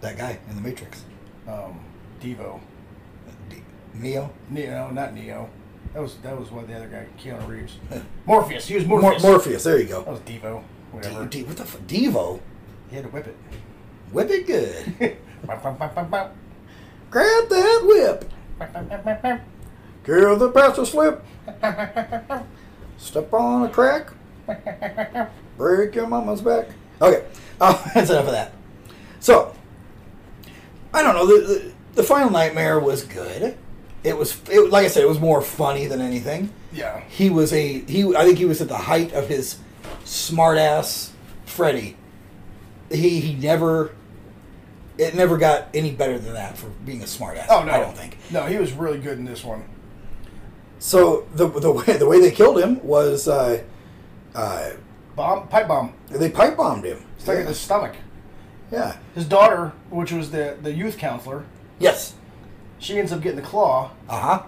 S3: That guy in The Matrix.
S4: um Devo.
S3: Neo.
S4: Neo, not Neo. That was that was what the other guy, Keanu Reeves. Morpheus. He was
S3: Mor-
S4: Morpheus.
S3: Morpheus, there you go.
S4: That was Devo. Whatever.
S3: D- D- what the f- Devo?
S4: He had to whip it.
S3: Whip it good.
S4: Bop, bop, bop, bop, bop.
S3: Grab that whip.
S4: Bop, bop, bop, bop, bop.
S3: Give the pass a slip. Step on a crack. Break your mama's back. Okay, oh, that's enough of that. So, I don't know. The, the, the final nightmare was good. It was, it, like I said, it was more funny than anything.
S4: Yeah.
S3: He was a he. I think he was at the height of his smartass Freddy. He he never. It never got any better than that for being a smartass.
S4: Oh no.
S3: I don't think.
S4: No, he was really good in this one.
S3: So the the way the way they killed him was uh, uh,
S4: Bomb pipe bomb.
S3: they pipe bombed him.
S4: Stuck in his stomach.
S3: Yeah.
S4: His daughter, which was the the youth counselor,
S3: Yes.
S4: she ends up getting the claw,
S3: Uh huh.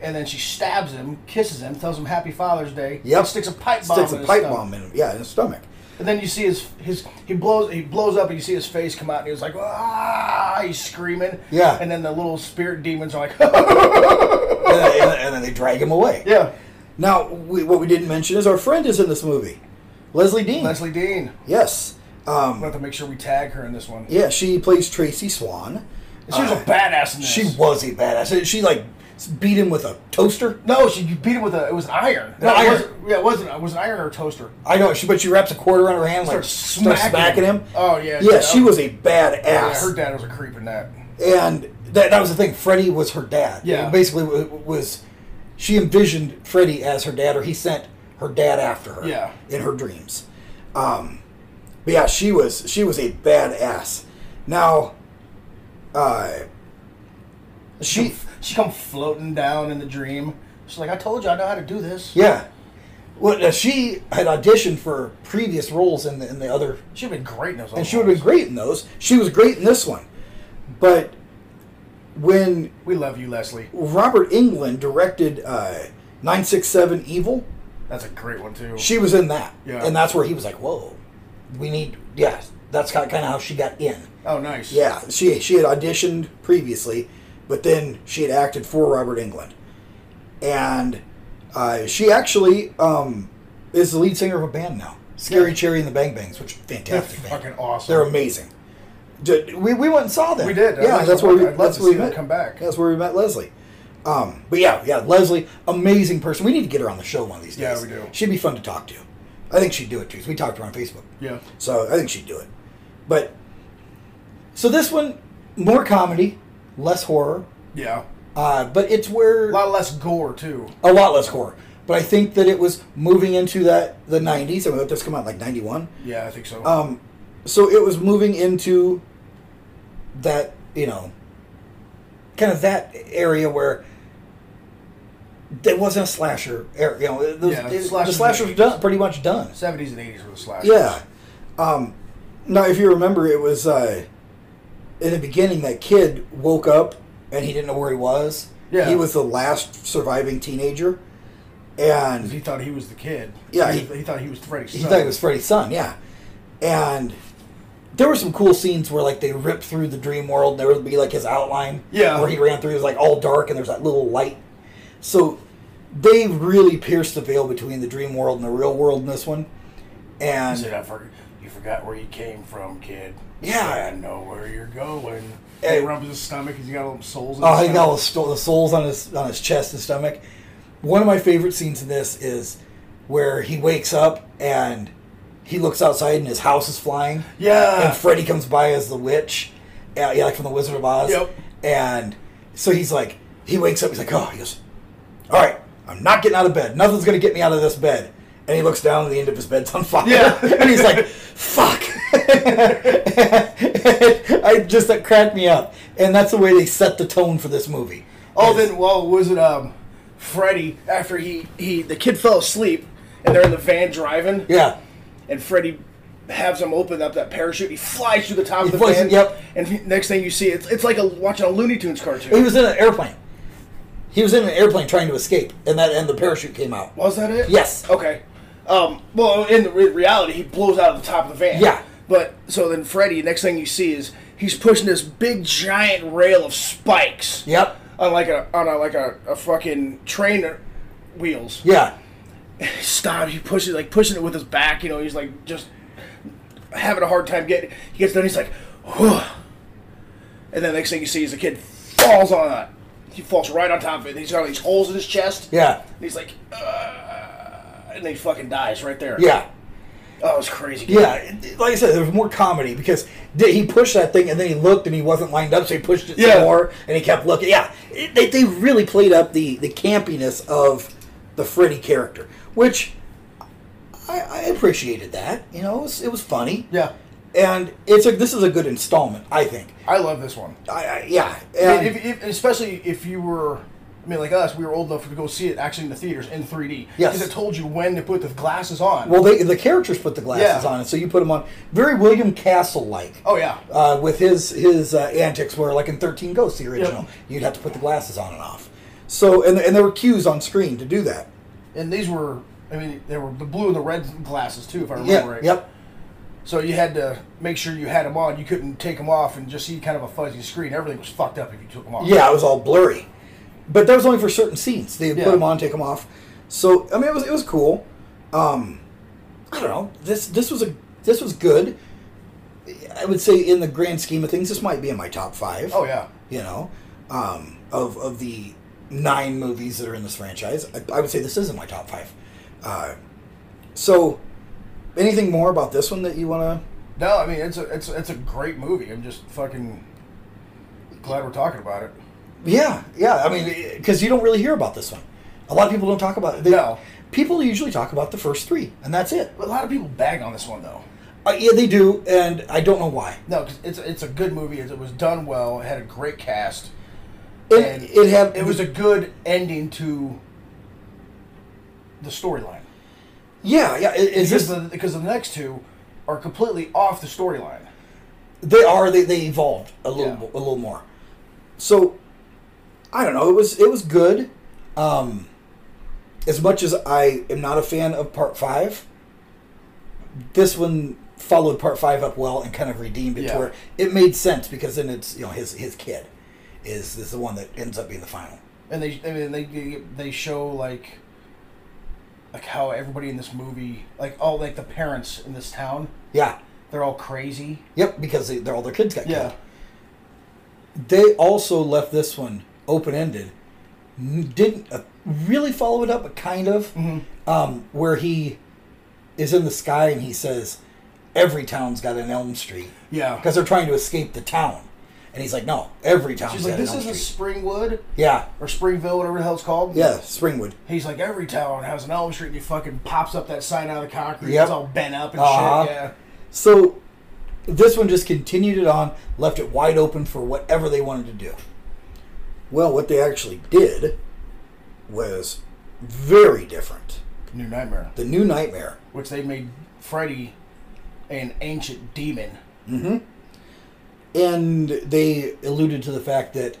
S4: and then she stabs him, kisses him, tells him Happy Father's Day.
S3: Yep.
S4: and Sticks a pipe bomb.
S3: Sticks
S4: in
S3: a
S4: his
S3: pipe
S4: stomach.
S3: bomb in him. Yeah, in his stomach.
S4: And then you see his his he blows he blows up and you see his face come out and he was like ah he's screaming
S3: Yeah.
S4: and then the little spirit demons are like
S3: And then, and then- and then they drag him away.
S4: Yeah.
S3: Now we, what we didn't mention is our friend is in this movie, Leslie Dean.
S4: Leslie Dean
S3: Yes. Um,
S4: we have to make sure we tag her in this one
S3: Yeah, she plays Tracy Swan.
S4: she was a badass in this
S3: She was a badass. She like beat him with a toaster.
S4: no she you beat him with a it was iron
S3: No,
S4: it
S3: iron.
S4: wasn't, yeah it wasn't it was an iron or a toaster Uh,
S3: I know, she, but she wraps a quarter on her hand, like
S4: Starts
S3: starts smacking him.
S4: oh yeah
S3: Yeah, she was a
S4: yeah, her
S3: badass.
S4: dad was a creep in that
S3: and that, that was the thing. Freddie was her dad.
S4: Yeah.
S3: It basically, wa- was she envisioned Freddie as her dad, or he sent her dad after her.
S4: Yeah.
S3: in her dreams. Um, but yeah, she was she was a badass. Now, uh, she
S4: she come floating down in the dream she's like I told you I know how to do this
S3: yeah, Well, now, she had auditioned for previous roles in the, in the other.
S4: She'd been great in those.
S3: And she would have been great in those. She was great in this one. But when.
S4: We love you, Leslie.
S3: Robert England directed uh, 967 Evil.
S4: That's a great one too.
S3: She was in that.
S4: Yeah.
S3: And that's where he was like, whoa, we need. Yeah, that's kind of how she got in.
S4: Oh, nice.
S3: Yeah, she she had auditioned previously, but then she had acted for Robert England, and uh, she actually um, is the lead singer of a band now, Scary Cherry and the Bang Bangs, which are fantastic.
S4: They're
S3: band.
S4: fucking awesome.
S3: They're amazing. D- We, we went and saw them.
S4: We did. I'd
S3: Yeah,
S4: like
S3: that's
S4: to-
S3: where we
S4: I'd love
S3: that's
S4: to
S3: where we
S4: see them
S3: met.
S4: come back.
S3: That's where we met Leslie. Um, but yeah, yeah, Leslie, amazing person. We need to get her on the show one of these
S4: Yeah,
S3: days.
S4: we do.
S3: She'd be fun to talk to. I think she'd do it too. 'cause We talked to her on Facebook.
S4: Yeah.
S3: So I think she'd do it. But so this one, more comedy, less horror,
S4: Yeah.
S3: uh, but it's where a lot
S4: less gore too.
S3: A lot less horror. But I think that it was moving into that the '90s. I mean, let this come out like '91.
S4: Yeah, I think so.
S3: Um, so it was moving into that you know, kind of that area where there wasn't a slasher. Era, you know, those,
S4: Yeah,
S3: the
S4: slashers
S3: slashers, were done, pretty much done.
S4: Seventies and eighties were the slashers.
S3: Yeah. Um, now, if you remember, it was uh, in the beginning that kid woke up and he didn't know where he was.
S4: Yeah.
S3: He was the last surviving teenager. And
S4: he thought he was the kid.
S3: Yeah,
S4: he,
S3: he-
S4: he thought he was Freddy's.
S3: he
S4: son.
S3: thought it was Freddy's son, yeah. And there were some cool scenes where like they ripped through the dream world. And there would be like his outline,
S4: Yeah.
S3: where he ran through. It was like all dark, and there's that little light. So they really pierced the veil between the dream world and the real world in this one.
S4: He
S3: And
S4: said, I for, "You forgot where you came from, kid.
S3: Yeah.
S4: I know where you're going."
S3: Hey.
S4: He rubs his stomach. He's got all them souls. In
S3: Oh,
S4: his
S3: he got all the,
S4: stomach.
S3: sto- the soles on his on his chest and stomach. One of my favorite scenes in this is where he wakes up and he looks outside and his house is flying.
S4: Yeah.
S3: and Freddy comes by as the witch, uh, yeah, like from the Wizard of Oz.
S4: Yep.
S3: And so he's like, he wakes up, he's like, oh, he goes, all right, I'm not getting out of bed. Nothing's gonna get me out of this bed. And he looks down, and the end of his bed's on fire.
S4: Yeah.
S3: and he's like, "Fuck!" I just that cracked me up, and that's the way they set the tone for this movie.
S4: Oh, then well, was it um, Freddy after he he the kid fell asleep and they're in the van driving.
S3: Yeah.
S4: and Freddy has him open up that parachute. He flies through the top
S3: He
S4: of the
S3: flies-
S4: van.
S3: yep.
S4: And he- next thing you see, it's, it's like a, watching a Looney Tunes cartoon.
S3: He was in an airplane. He was in an airplane trying to escape, and that and the parachute came out.
S4: Was Oh, that it?
S3: Yes.
S4: Okay. Um, well, in the re- reality, he blows out of the top of the van.
S3: Yeah.
S4: But so then Freddy, next thing you see is he's pushing this big giant rail of spikes.
S3: Yep.
S4: On like a on a like a, a fucking train wheels.
S3: Yeah.
S4: Stop. He pushes like pushing it with his back. You know, he's like just having a hard time getting. He gets done. He's like, Whew. and then next thing you see is the kid falls on that. He falls right on top of it. He's got all these holes in his chest.
S3: Yeah.
S4: And he's like, "Ugh," and then he fucking dies right there.
S3: Yeah.
S4: Oh, it was crazy.
S3: Yeah, it- like I said, there was more comedy because th- he pushed that thing and then he looked and he wasn't lined up, so he pushed it
S4: Yeah.
S3: some more and he kept looking. Yeah, it, they, they really played up the, the campiness of the Freddy character, which I, I appreciated that. You know, it was, it was funny.
S4: Yeah.
S3: And it's a, this is a good installment, I think.
S4: I love this one.
S3: I, I, yeah.
S4: I mean,
S3: and-
S4: if, if, especially if you were, I mean, like us, we were old enough to go see it actually in the theaters in 3D.
S3: Yes.
S4: Because it told you when to put the glasses on.
S3: well, they, the characters put the glasses
S4: Yeah.
S3: on, and so you put them on. Very William Castle like.
S4: oh yeah.
S3: uh, with his his uh, antics were like in 13 Ghosts, the original.
S4: Yep.
S3: You'd have to put the glasses on and off. So and, and there were cues on screen to do that.
S4: And these were, I mean, they were the blue and the red glasses too, if I remember
S3: Yeah,
S4: right.
S3: yep.
S4: So you had to make sure you had them on. You couldn't take them off and just see kind of a fuzzy screen. Everything was fucked up if you took them off.
S3: Yeah, it was all blurry, but that was only for certain scenes. They would
S4: Yeah.
S3: put them on, take them off. So I mean, it was it was cool. Um, I don't know. This this was a this was good. I would say in the grand scheme of things, this might be in my top five.
S4: Oh yeah.
S3: you know, um, of of the nine movies that are in this franchise, I, I would say this isn't my top five. Uh, so, anything more about this one that you want
S4: No, I mean it's a it's it's a great movie. I'm just fucking glad we're talking about it.
S3: to? Yeah, yeah. I mean, because you don't really hear about this one. A lot of people don't talk about it. They,
S4: No.
S3: People usually talk about the first three, and that's it.
S4: But a lot of people bag on this one though.
S3: Uh, yeah, they do, and I don't know why.
S4: No, 'cause it's it's a good movie. It was done well. It had a great cast.
S3: It-
S4: and
S3: it had-
S4: it was a good ending to the storyline.
S3: Yeah, yeah. i- Is
S4: because
S3: this?
S4: the, because the next two are completely off the storyline.
S3: They are. They, they evolved a little mo- a little more. So, I don't know. It was it was good. Um, as much as I am not a fan of part five, this one followed part five up well and kind of redeemed it
S4: Yeah.
S3: to where it made sense because then it's you know his his kid is is the one that ends up being the final.
S4: and they I mean, they they show like like how everybody in this movie like all like the parents in this town
S3: Yeah.
S4: they're all crazy
S3: Yep, because they, they're, all their kids got
S4: Yeah.
S3: killed. They also left this one open ended. Didn't uh, really follow it up, but kind of.
S4: Mm-hmm.
S3: Um, where he is in the sky and he says, Every town's got an Elm Street.
S4: Yeah.
S3: Because they're trying to escape the town. And he's like, No, every town's
S4: she's
S3: got
S4: like this
S3: an Elm
S4: isn't
S3: Street.
S4: Springwood
S3: Yeah.
S4: or Springville whatever the hell it's called
S3: Yeah, Springwood.
S4: he's like every town has an Elm Street and he fucking pops up that sign out of the concrete
S3: Yep.
S4: it's all bent up and
S3: Uh-huh.
S4: shit yeah
S3: So this one just continued it on, left it wide open for whatever they wanted to do. Well, what they actually did was very different.
S4: New Nightmare
S3: The New Nightmare.
S4: which they made Freddy an ancient demon
S3: hmm And they alluded to the fact that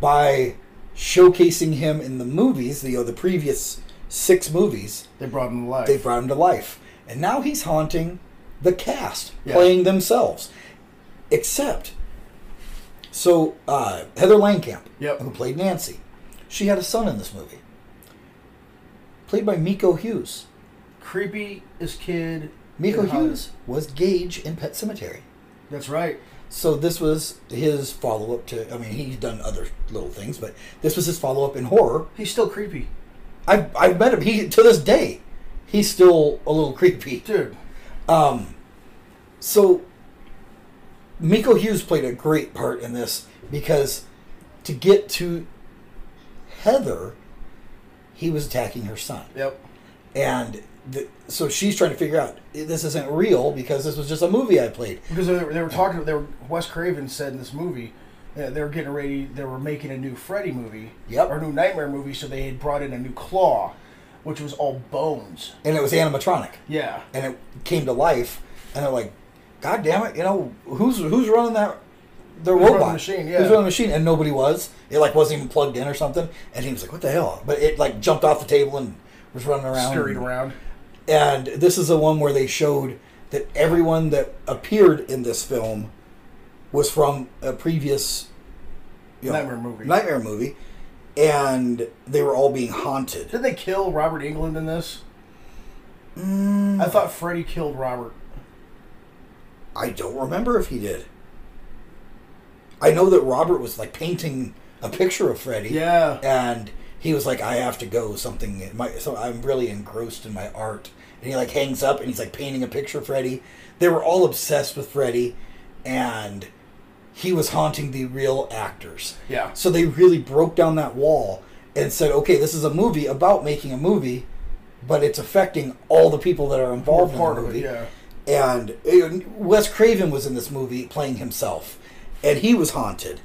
S3: by showcasing him in the movies, the, you know, the previous six movies,
S4: they brought him to life.
S3: They brought him to life, and now he's haunting the cast
S4: Yeah.
S3: playing themselves. Except, so uh, Heather Lankamp, who played Nancy, she had a son in this movie, played by Miko Hughes.
S4: creepy as kid
S3: Miko
S4: in Hollywood.
S3: Hughes was Gage in Pet Cemetery.
S4: That's right.
S3: So this was his follow up to. I mean, he's done other little things, but this was his follow up in horror.
S4: He's still creepy.
S3: I I met him. He to this day, he's still a little creepy,
S4: dude.
S3: Um, so Miko Hughes played a great part in this because to get to Heather, he was attacking her son.
S4: Yep.
S3: And the, so she's trying to figure out this isn't real because this was just a movie I played.
S4: Because they were, they were talking, they were Wes Craven said in this movie that they were getting ready, they were making a new Freddy movie,
S3: Yep.
S4: or a new Nightmare movie, so they had brought in a new Claw, which was all bones,
S3: And it was animatronic.
S4: Yeah,
S3: and it came to life, and they're like, "God damn it! You know who's who's running that the
S4: Who's running
S3: robot
S4: the machine, yeah.
S3: Who's running the machine?" And nobody was. It like wasn't even plugged in or something. And he was like, "What the hell?" But it like jumped off the table and was running around,
S4: scurried around.
S3: And this is the one where they showed that everyone that appeared in this film was from a previous
S4: Nightmare movie.
S3: Nightmare movie, and they were all being haunted.
S4: Did they kill Robert England in this?
S3: Mm.
S4: I thought Freddy killed Robert.
S3: I don't remember if he did. I know that Robert was like painting a picture of Freddy.
S4: Yeah.
S3: And he was like, I have to go something. My, so I'm really engrossed in my art. And he like hangs up and he's like painting a picture of Freddy. They were all obsessed with Freddy and he was haunting the real actors.
S4: Yeah.
S3: So they really broke down that wall and said, okay, this is a movie about making a movie, but it's affecting all the people that are involved in
S4: part
S3: the
S4: of it,
S3: movie.
S4: yeah.
S3: And uh, Wes Craven was in this movie playing himself, and he was haunted.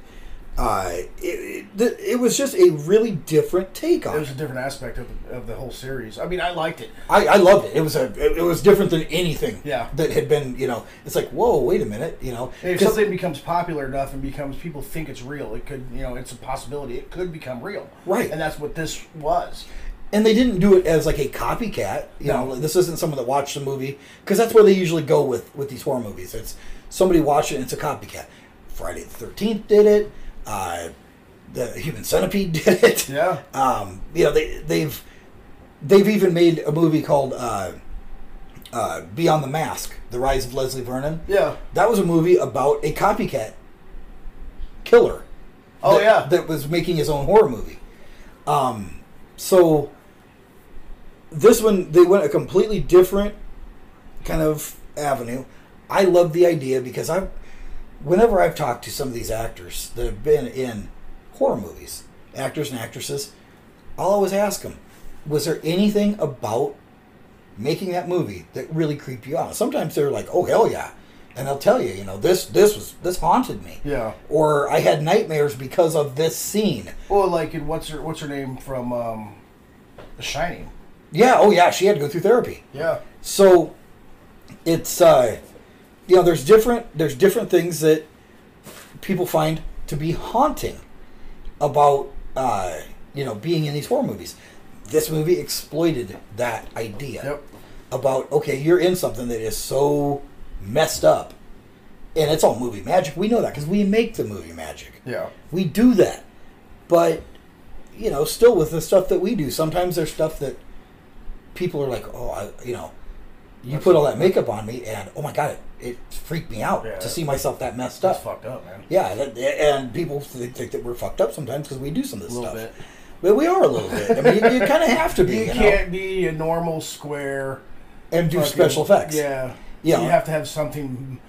S3: Uh, it, it, th- it was just a really different take on
S4: It
S3: it.
S4: was a different aspect of, of the whole series. I mean, I liked it.
S3: I, I loved it. It was a it it was different than anything
S4: Yeah.
S3: that had been you know. It's like whoa, wait a minute, you know.
S4: If
S3: 'cause-
S4: something becomes popular enough and becomes people think it's real, it could, you know, it's a possibility. It could become real.
S3: Right.
S4: And that's what this was.
S3: and they didn't do it as like a copycat. You know,
S4: No.
S3: like, this isn't someone that watched the movie because that's where they usually go with with these horror movies. It's somebody watched it. and It's a copycat. Friday the Thirteenth did it. Uh, the Human Centipede did it.
S4: Yeah.
S3: Um, you know, they they've they've even made a movie called uh, uh, Beyond the Mask: The Rise of Leslie Vernon.
S4: Yeah.
S3: That was a movie about a copycat killer.
S4: Oh,
S3: that-
S4: yeah.
S3: that was making his own horror movie. Um, so this one they went a completely different kind of avenue. I love the idea because I, whenever I've talked to some of these actors that have been in horror movies, actors and actresses, I'll always ask them, was there anything about making that movie that really creeped you out? Sometimes they're like, oh hell yeah, and they'll tell you, you know, this this was this haunted me,
S4: Yeah.
S3: or I had nightmares because of this scene.
S4: Well, like in what's her what's her name from um, The Shining?
S3: Yeah. Oh, yeah. She had to go through therapy.
S4: Yeah.
S3: So it's uh, you know there's different there's different things that people find to be haunting about uh, you know being in these horror movies. This movie exploited that idea about okay, you're in something that is so messed up, and it's all movie magic. We know that because we make the movie magic.
S4: Yeah.
S3: We do that, but you know, still with the stuff that we do, sometimes there's stuff that people are like, oh, I, you know, you put all that makeup on me, and oh my god, it, it freaked me out
S4: Yeah.
S3: to see myself that messed up.
S4: fucked up, man.
S3: Yeah, that, and people think, think that we're fucked up sometimes because we do some of this
S4: Little
S3: stuff. But we are a little bit. I mean, you, you kind of have to be.
S4: You,
S3: you know?
S4: can't be a normal square
S3: And do
S4: fucking-
S3: special effects.
S4: Yeah,
S3: Yeah.
S4: You have to have something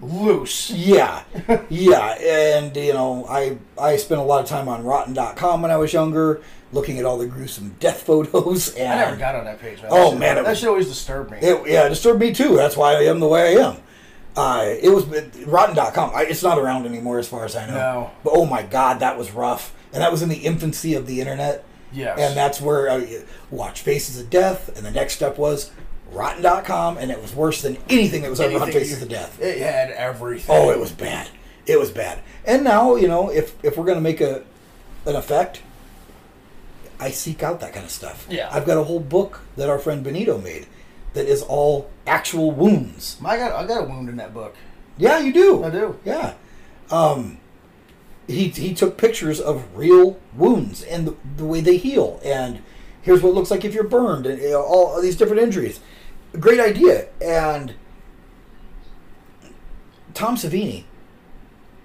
S4: loose.
S3: Yeah, yeah, and you know, I I spent a lot of time on Rotten.com when I was younger, looking at all the gruesome death photos. And
S4: I never got on that page. Man.
S3: Oh,
S4: that shit-
S3: man, it
S4: that
S3: was-
S4: shit always disturbed me.
S3: It, yeah, it disturbed me too. That's why I am the way I am. Uh, it was Rotten.com. I, it's not around anymore, as far as I know.
S4: No.
S3: But oh my God, that was rough, and that was in the infancy of the internet.
S4: Yes.
S3: And that's where I watch Faces of Death, and the next step was Rotten.com, and it was worse than anything that was ever on
S4: Anything
S3: Faces
S4: you-
S3: of Death.
S4: It had everything.
S3: Oh, it was bad. It was bad. And now, you know, if if we're gonna make a an effect, I seek out that kind of stuff.
S4: Yeah.
S3: I've got a whole book that our friend Benito made that is all actual wounds.
S4: I got I got a wound in that book.
S3: Yeah, you do.
S4: I do.
S3: Yeah. Um he he took pictures of real wounds and the, the way they heal and here's what it looks like if you're burned and you know, all these different injuries. Great idea. And Tom Savini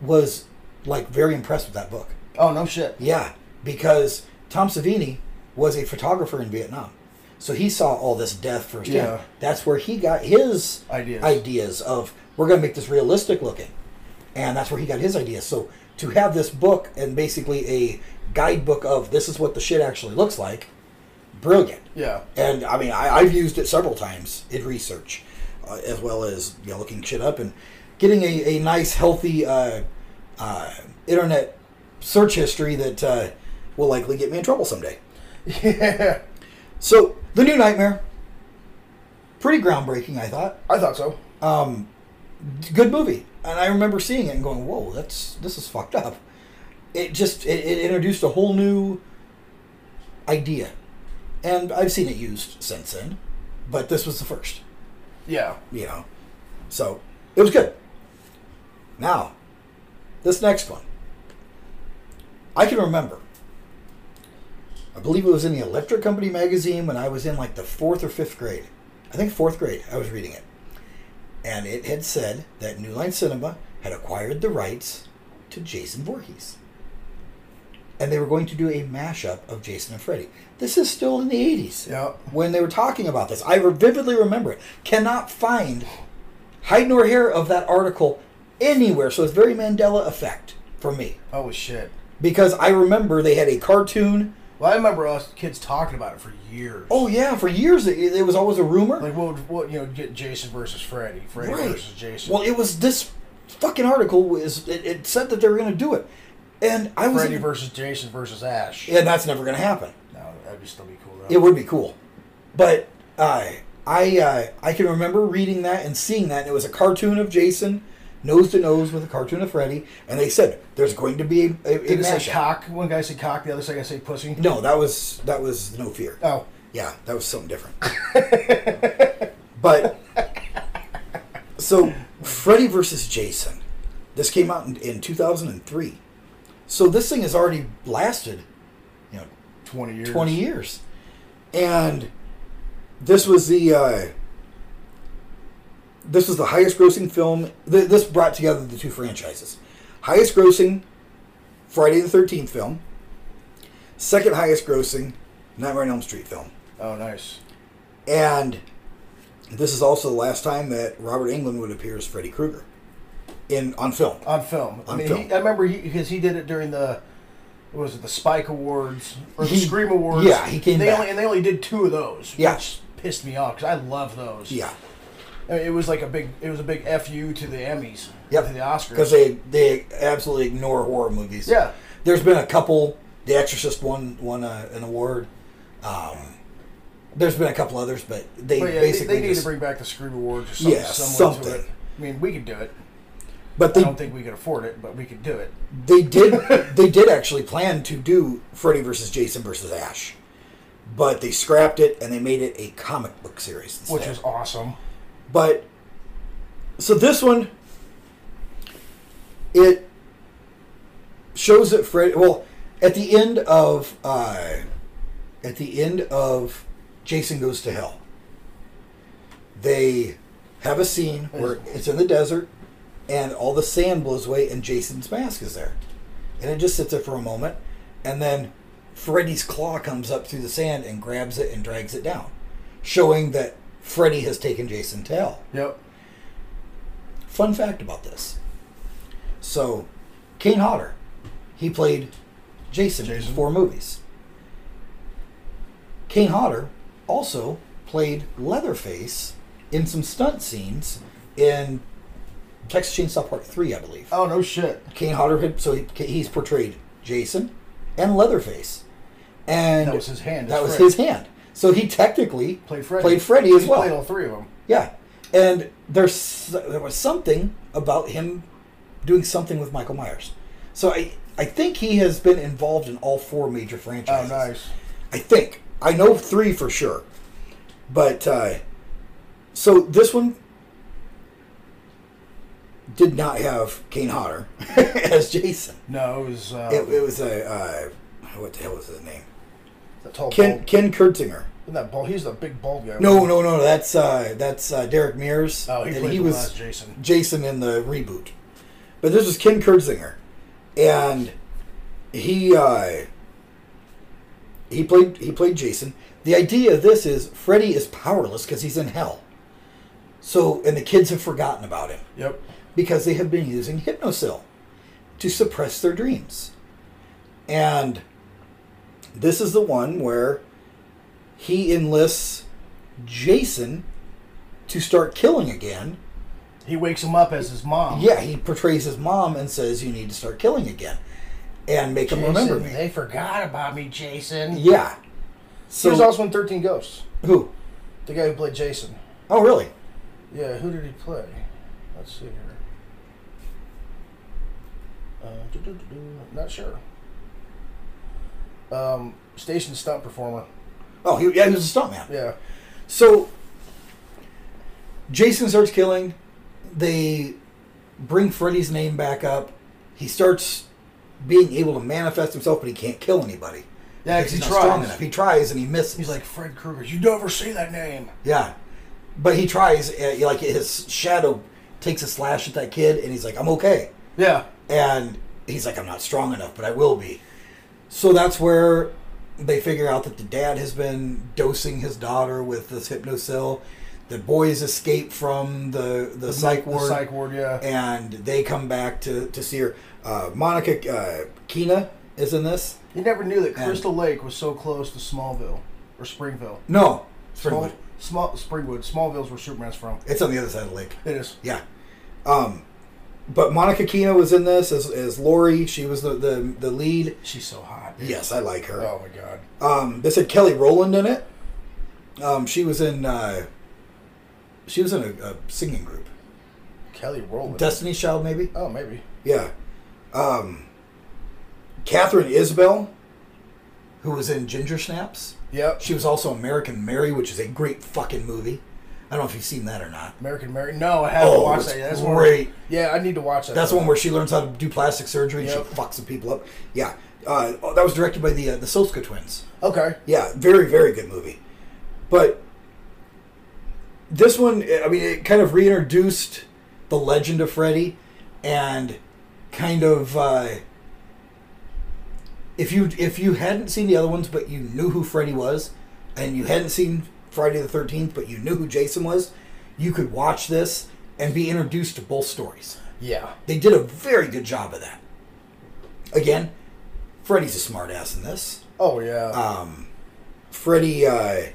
S3: was like very impressed with that book.
S4: Oh no shit.
S3: Yeah, because Tom Savini was a photographer in Vietnam, so he saw all this death firsthand.
S4: Yeah.
S3: That's where he got his
S4: Ideas.
S3: ideas of we're going to make this realistic looking, and that's where he got his ideas. So to have this book and basically a guidebook of this is what the shit actually looks like, brilliant.
S4: Yeah.
S3: And I mean, I, I've used it several times in research, uh, as well as you know, looking shit up and getting a, a nice, healthy uh, uh, internet search history that uh, will likely get me in trouble someday.
S4: Yeah.
S3: So, The New Nightmare. Pretty groundbreaking, I thought.
S4: I thought so.
S3: Um, d- good movie. And I remember seeing it and going, whoa, that's this is fucked up. It just, it, it introduced a whole new idea. And I've seen it used since then. But this was the first.
S4: Yeah.
S3: you know. So it was good. Now, this next one, I can remember. I believe it was in the Electric Company magazine when I was in like the fourth or fifth grade. I think fourth grade. I was reading it, and it had said that New Line Cinema had acquired the rights to Jason Voorhees, and they were going to do a mashup of Jason and Freddy. This is still in the eighties
S4: Yeah.
S3: when they were talking about this. I vividly remember it. Cannot find hide nor hair of that article anywhere. So it's very Mandela effect for me
S4: Oh shit.
S3: because I remember they had a cartoon.
S4: Well, I remember us kids talking about it for years.
S3: Oh yeah, for years it, it was always a rumor.
S4: Like what? would- What you know? Get Jason versus Freddy. Freddy versus Jason.
S3: Well, it was this fucking article was it, it said that they were going to do it, and I was
S4: Freddy versus Jason versus Ash.
S3: yeah, that's never going to happen.
S4: No, that'd be still be cool.
S3: It would be cool, but I I uh, I can remember reading that and seeing that. And it was a cartoon of Jason, nose to nose with a cartoon of Freddy, and they said there's going to be a, a, a
S4: Did it
S3: mashup."
S4: say cock? One guy said cock. The other guy said pussy.
S3: No, that was that was no fear.
S4: Oh.
S3: Yeah, that was something different. but so Freddy versus Jason. This came out in, in 2003. So this thing has already lasted, you know,
S4: 20 years.
S3: 20 years. And this was the uh, this was the highest grossing film. Th- this brought together the two franchises. Highest grossing Friday the 13th film. Second highest grossing Nightmare on Elm Street film.
S4: Oh, nice.
S3: And this is also the last time that Robert Englund would appear as Freddy Krueger in on film.
S4: On film. I
S3: On
S4: mean,
S3: film.
S4: He, I remember because he, did it during the what was it the Spike Awards or the
S3: He-
S4: Scream Awards?
S3: yeah, he came
S4: They
S3: back.
S4: only and they only did two of those.
S3: Yeah.
S4: which pissed me off because I love those.
S3: Yeah.
S4: I mean, it was like a big it was a big fu to the Emmys.
S3: Yep.
S4: to the Oscars
S3: because they they absolutely ignore horror movies.
S4: Yeah.
S3: there's been a couple. The Exorcist won won a, an award. uh, Um, There's been a couple others, but they
S4: But yeah,
S3: basically
S4: they need
S3: just,
S4: to bring back the Scream Awards or something.
S3: Yeah,
S4: similar To
S3: something.
S4: it. I mean, we could do it.
S3: But they-
S4: I don't think we could afford it, but we could do it.
S3: they did they did actually plan to do Freddy versus Jason versus Ash, but they scrapped it and they made it a comic book series, instead.
S4: Which was awesome.
S3: But so this one, it shows that Fred. Well, at the end of uh, at the end of Jason Goes to Hell, they have a scene where it's in the desert, and all the sand blows away, and Jason's mask is there, and it just sits there for a moment, and then Freddy's claw comes up through the sand and grabs it and drags it down, showing that Freddy has taken Jason to hell.
S4: Yep.
S3: Fun fact about this. So, Kane Hodder, he played Jason, in four movies. Kane Hodder also played Leatherface in some stunt scenes in Texas Chainsaw Part 3, I believe.
S4: Oh, no shit.
S3: Kane Hodder, had- so he, he's portrayed Jason and Leatherface. And
S4: That was his hand,
S3: That
S4: it's
S3: was
S4: Freddy.
S3: his hand. So he technically
S4: Played Freddy.
S3: played Freddy as
S4: He
S3: well.
S4: Played all three of them.
S3: Yeah, and there's there was something about him doing something with Michael Myers. So I I think he has been involved in all four major franchises. Oh, nice. I think I know three for sure, but uh, so this one did not have Kane Hodder as Jason.
S4: No, it was. Uh,
S3: It, it was a uh, what the hell was his name?
S4: the tall
S3: Ken
S4: bald-
S3: Ken Kurtzinger.
S4: Isn't that bald? He's the big bald guy.
S3: No, no, no. That's uh, that's uh, Derek Mears.
S4: Oh, he
S3: and
S4: played
S3: he
S4: the
S3: was
S4: last Jason.
S3: Jason in the reboot. But this was Ken Kurtzinger, and he uh, he played he played Jason. The idea of this is Freddy is powerless because he's in hell. So and the kids have forgotten about him.
S4: Yep.
S3: Because they have been using hypnosil to suppress their dreams. And this is the one where he enlists Jason to start killing again.
S4: He wakes him up as his mom.
S3: Yeah, he portrays his mom and says, "You need to start killing again," and make him remember
S4: Jason,
S3: me.
S4: They forgot about me, Jason.
S3: Yeah.
S4: he was
S3: So-
S4: also in 13 Ghosts.
S3: Who?
S4: The guy who played Jason.
S3: Oh, really?
S4: Yeah, who did he play? Let's see here. Uh, doo-doo-doo-doo, not sure. Um, station stunt performer.
S3: Oh, he, yeah, he was a stuntman.
S4: Yeah.
S3: So Jason starts killing. They bring Freddy's name back up. He starts being able to manifest himself, but he can't kill anybody.
S4: Yeah,
S3: because
S4: 'cause he
S3: he's not strong
S4: tries.
S3: enough. He tries and he misses.
S4: He's like Fred Krueger. You never see that name.
S3: Yeah, but he tries. uh, Like his shadow takes a slash at that kid, and he's like, "I'm okay."
S4: Yeah.
S3: And he's like, "I'm not strong enough, but I will be." So that's where they figure out that the dad has been dosing his daughter with this hypnosil. The boys escape from the the,
S4: The
S3: psych
S4: mo-
S3: ward.
S4: The psych ward, yeah.
S3: And they come back to to see her. Uh, Monica uh, Kina is in this.
S4: You never knew that
S3: And-
S4: Crystal Lake was so close to Smallville or Springville.
S3: No, Springwood.
S4: Small, small Springwood. Smallville's where Superman's from.
S3: It's on the other side of the lake.
S4: It is.
S3: Yeah. Um, but Monica Kino was in this as, as Lori. She was the, the, the lead.
S4: She's so hot.
S3: Yes, I like her.
S4: Oh my god.
S3: Um, this had Kelly Rowland in it. Um, she was in uh, she was in a, a singing group.
S4: Kelly Rowland.
S3: Destiny's Child, maybe.
S4: Oh, maybe.
S3: Yeah. Um, Catherine Isbell, who was in Ginger Snaps.
S4: Yep.
S3: She was also American Mary, which is a great fucking movie. I don't know if you've seen that or not.
S4: American Mary. No, I haven't
S3: Oh,
S4: watched
S3: it's
S4: that. yet. That's
S3: great.
S4: One, yeah, I need to watch that.
S3: That's the one where she learns how to do plastic surgery and
S4: Yep.
S3: she fucks some people up. Yeah, uh, oh, that was directed by the uh, the Solska twins.
S4: Okay.
S3: Yeah, very very good movie. But this one, I mean, it kind of reintroduced the legend of Freddy, and kind of uh, if you if you hadn't seen the other ones, but you knew who Freddy was, and you hadn't seen Friday the Thirteenth, but you knew who Jason was, you could watch this and be introduced to both stories.
S4: Yeah.
S3: They did a very good job of that. Again, Freddy's a smartass in this.
S4: Oh yeah.
S3: Um, Freddy. Uh,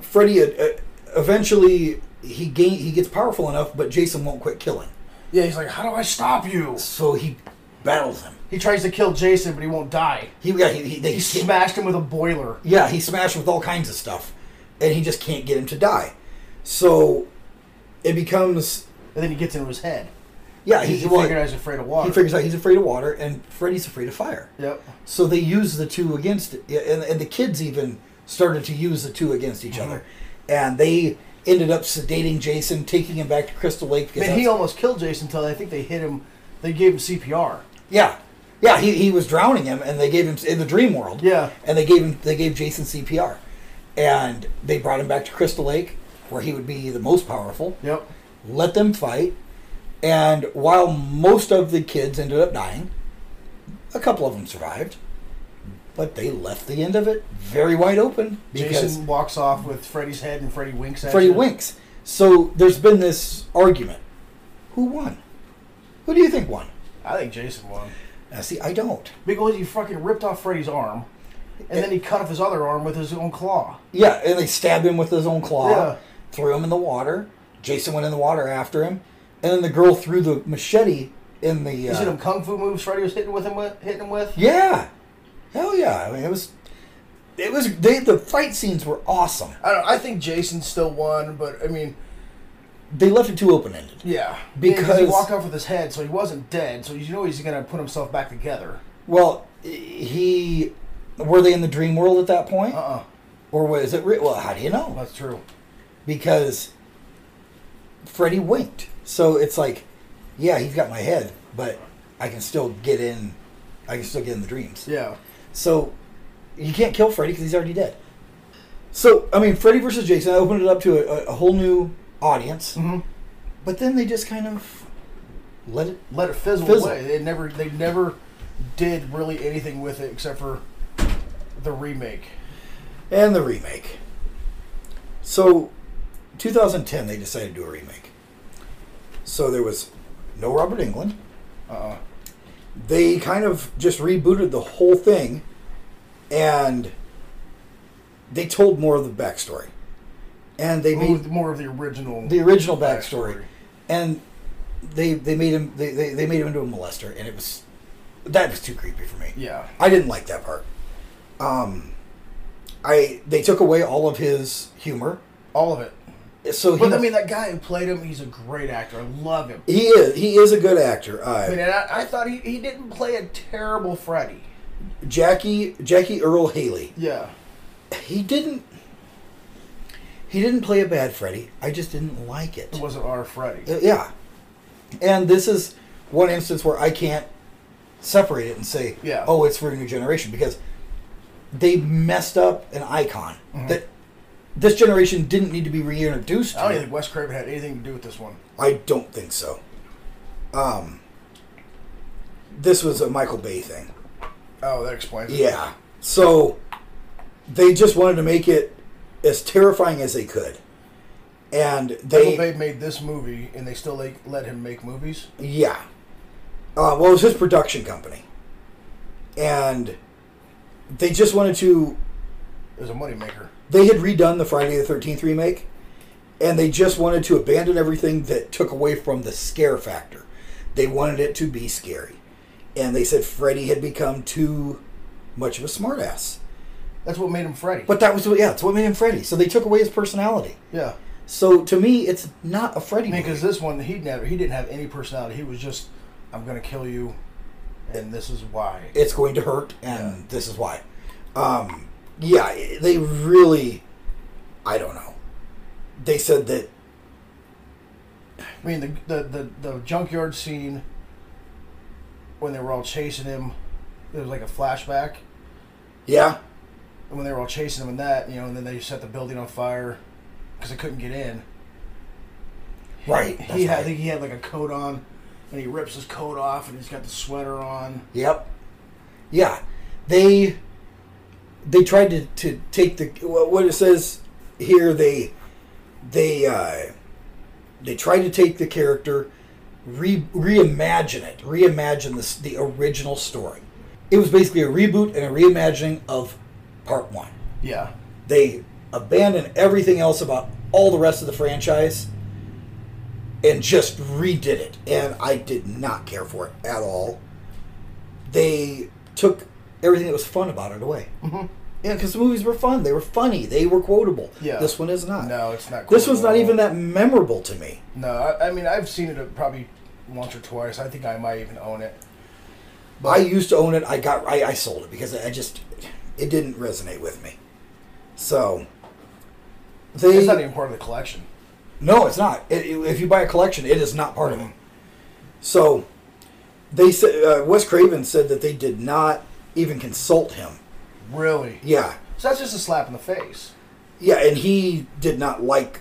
S3: Freddy. Uh, uh, eventually, he gain he gets powerful enough, but Jason won't quit killing.
S4: Yeah, he's like, how do I stop you?
S3: So he battles him.
S4: He tries to kill Jason, but he won't die.
S3: He yeah, he, he, they-
S4: smashed him with a boiler.
S3: Yeah, he smashed with all kinds of stuff, and he just can't get him to die. So it becomes.
S4: And then he gets into his head.
S3: Yeah,
S4: he, he
S3: well,
S4: figured out he's afraid of water.
S3: Uh, He figures out he's afraid of water, and Freddy's afraid of fire.
S4: Yep.
S3: So they use the two against it, yeah, and, and the kids even started to use the two against
S4: Mm-hmm.
S3: each other, and they ended up sedating Jason, taking him back to Crystal Lake. because
S4: Man, he
S3: that's-
S4: almost killed Jason until I think they hit him. They gave him CPR.
S3: Yeah, yeah, he, he was drowning him, and they gave him in the dream world. Yeah, and they gave him they gave Jason CPR, and they brought him back to Crystal Lake, where he would be the most powerful.
S4: Yep.
S3: Let them fight, and while most of the kids ended up dying, a couple of them survived, but they left the end of it very wide open because
S4: Jason walks off with Freddy's head, and Freddy winks at
S3: Freddie
S4: you.
S3: winks. So there's been this argument: who won? Who do you think won?
S4: I think Jason won.
S3: Uh, see, I don't.
S4: Because he fucking ripped off Freddy's arm, and
S3: Eh.
S4: then he cut off his other arm with his own claw.
S3: Yeah, and they stabbed him with his own claw,
S4: Yeah.
S3: threw him in the water. Jason went in the water after him, and then the girl threw the machete in the.
S4: You
S3: Uh,
S4: see them kung fu moves Freddy was hitting with him with, hitting him with.
S3: yeah, hell yeah! I mean, it was, it was. They the fight scenes were awesome.
S4: I don't. I think Jason still won, but I mean,
S3: They left it too open ended.
S4: yeah, he
S3: Because-
S4: walked off with his head, so he wasn't dead. So you know he's gonna put himself back together.
S3: Well, he were they in the dream world at that point? Uh.
S4: Uh-uh.
S3: uh Or was it? Re- well, how do you know?
S4: That's true.
S3: Because Freddy winked, so it's like, yeah, he's got my head, but I can still get in. I can still get in the dreams.
S4: Yeah.
S3: So you can't kill Freddy because he's already dead. So I mean, Freddy versus Jason. I opened it up to a, a whole new audience. But then they just kind of let it
S4: let it fizzle,
S3: Fizzle.
S4: away. They never they never did really anything with it except for the remake.
S3: and the remake. So, 2010, they decided to do a remake. So there was no Robert England. Uh-uh. They kind of just rebooted the whole thing, and they told more of the backstory, and they made
S4: More- more of the original.
S3: the original backstory, and they they made him they, they, they made him into a molester, and it was that was too creepy for me.
S4: Yeah.
S3: I didn't like that part. Um, I they took away all of his humor,
S4: all of it.
S3: So, he,
S4: but I mean, that guy who played him, he's a great actor. I love him.
S3: he is he is a good actor.
S4: I mean,
S3: Uh,
S4: and I, I thought he, he didn't play a terrible Freddy.
S3: Jackie Jackie Earl Haley.
S4: Yeah.
S3: He didn't. He didn't play a bad Freddy. I just didn't like it.
S4: It wasn't our Freddy.
S3: Uh, yeah. And this is one instance where I can't separate it and say,
S4: Yeah.
S3: oh, it's for a new generation because they messed up an icon
S4: Mm-hmm.
S3: that this generation didn't need to be reintroduced to.
S4: I don't even think Wes Craven had anything to do with this one.
S3: I don't think so. Um, this was a Michael Bay thing.
S4: Oh, that explains it.
S3: Yeah. So they just wanted to make it as terrifying as they could. And they
S4: Michael Bay made this movie, and they still like, let him make movies.
S3: Yeah. Uh, well, it was his production company. And they just wanted to.
S4: It was a moneymaker.
S3: They had redone the Friday the 13th remake, and they just wanted to abandon everything that took away from the scare factor. They wanted it to be scary. And they said Freddy had become too much of a smartass.
S4: That's what made him Freddy.
S3: But that was, yeah, that's what made him Freddy. So they took away his personality.
S4: Yeah.
S3: So to me, it's not a Freddy movie.
S4: because this one he never he didn't have any personality. He was just I'm gonna kill you, and this is why.
S3: it's going to hurt, and this is why. Um, yeah, i- they really, I don't know. They said that
S4: I mean the the the, the junkyard scene when they were all chasing him, it was like a flashback.
S3: Yeah.
S4: And when they were all chasing him and that, you know, and then they set the building on fire because they couldn't get in.
S3: Right,
S4: He,
S3: that's
S4: had, I
S3: right.
S4: think he had like a coat on, and he rips his coat off, and he's got the sweater on.
S3: Yep. Yeah, they they tried to, to take the wha- what it says here. They they uh, they tried to take the character, re, reimagine it, reimagine this the original story. It was basically a reboot and a reimagining of part one.
S4: Yeah.
S3: They abandoned everything else about all the rest of the franchise and just redid it. And I did not care for it at all. they took everything that was fun about it away. Mm-hmm. Yeah, because the movies were fun. They were funny. They were quotable.
S4: Yeah.
S3: This one is not.
S4: No, it's not.
S3: This one's not even that memorable to me.
S4: No, I, I mean I've seen it uh, probably once or twice. I think I might even own it.
S3: I used to own it. I got. I, I sold it because I just it didn't resonate with me. So they.
S4: it's not even part of the collection.
S3: No, it's not. It, it- if you buy a collection, it is not part of it. So, they said uh, Wes Craven said that they did not even consult him.
S4: Really?
S3: Yeah,
S4: So that's just a slap in the face.
S3: yeah, and he did not like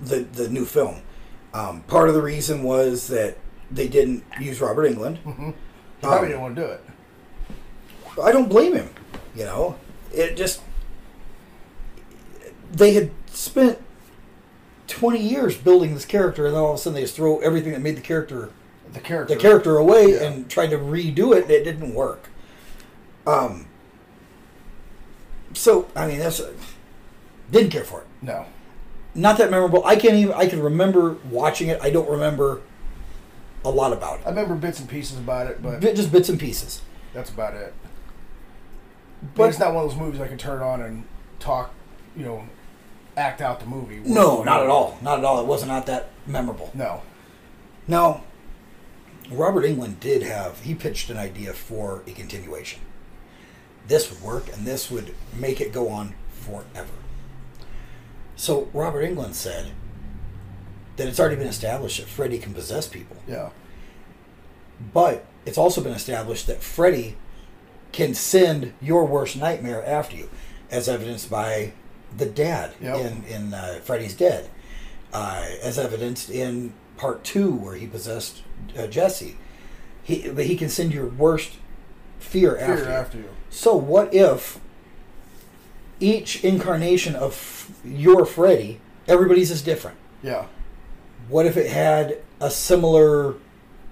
S3: the the new film. Um, part of the reason was that they didn't use Robert England.
S4: Mm-hmm. He
S3: Um,
S4: probably didn't want to do it.
S3: I don't blame him. You know, it just they had spent twenty years building this character, and then all of a sudden they just throw everything that made the character
S4: the character
S3: the character away and tried to redo it, and it didn't work. Um. So I mean, that's didn't care for it.
S4: No.
S3: Not that memorable. I can't even. I can remember watching it. I don't remember a lot about it.
S4: I remember bits and pieces about it, but
S3: Bit- just bits and pieces.
S4: that's about it. But it's not one of those movies I can turn on and talk, you know, act out the movie.
S3: No, not at all. Not at all. It wasn't not that memorable.
S4: No.
S3: Now, Robert England did have he pitched an idea for a continuation. This would work, and this would make it go on forever. So Robert England said that it's already been established that Freddy can possess people.
S4: Yeah.
S3: But it's also been established that Freddy can send your worst nightmare after you, as evidenced by the dad in in uh, Freddy's Dead, uh, as evidenced in part two where he possessed uh, Jesse. He but he can send your worst fear,
S4: Fear
S3: after,
S4: after you.
S3: So what if each incarnation of your Freddy, everybody's is different
S4: Yeah.
S3: what if it had a similar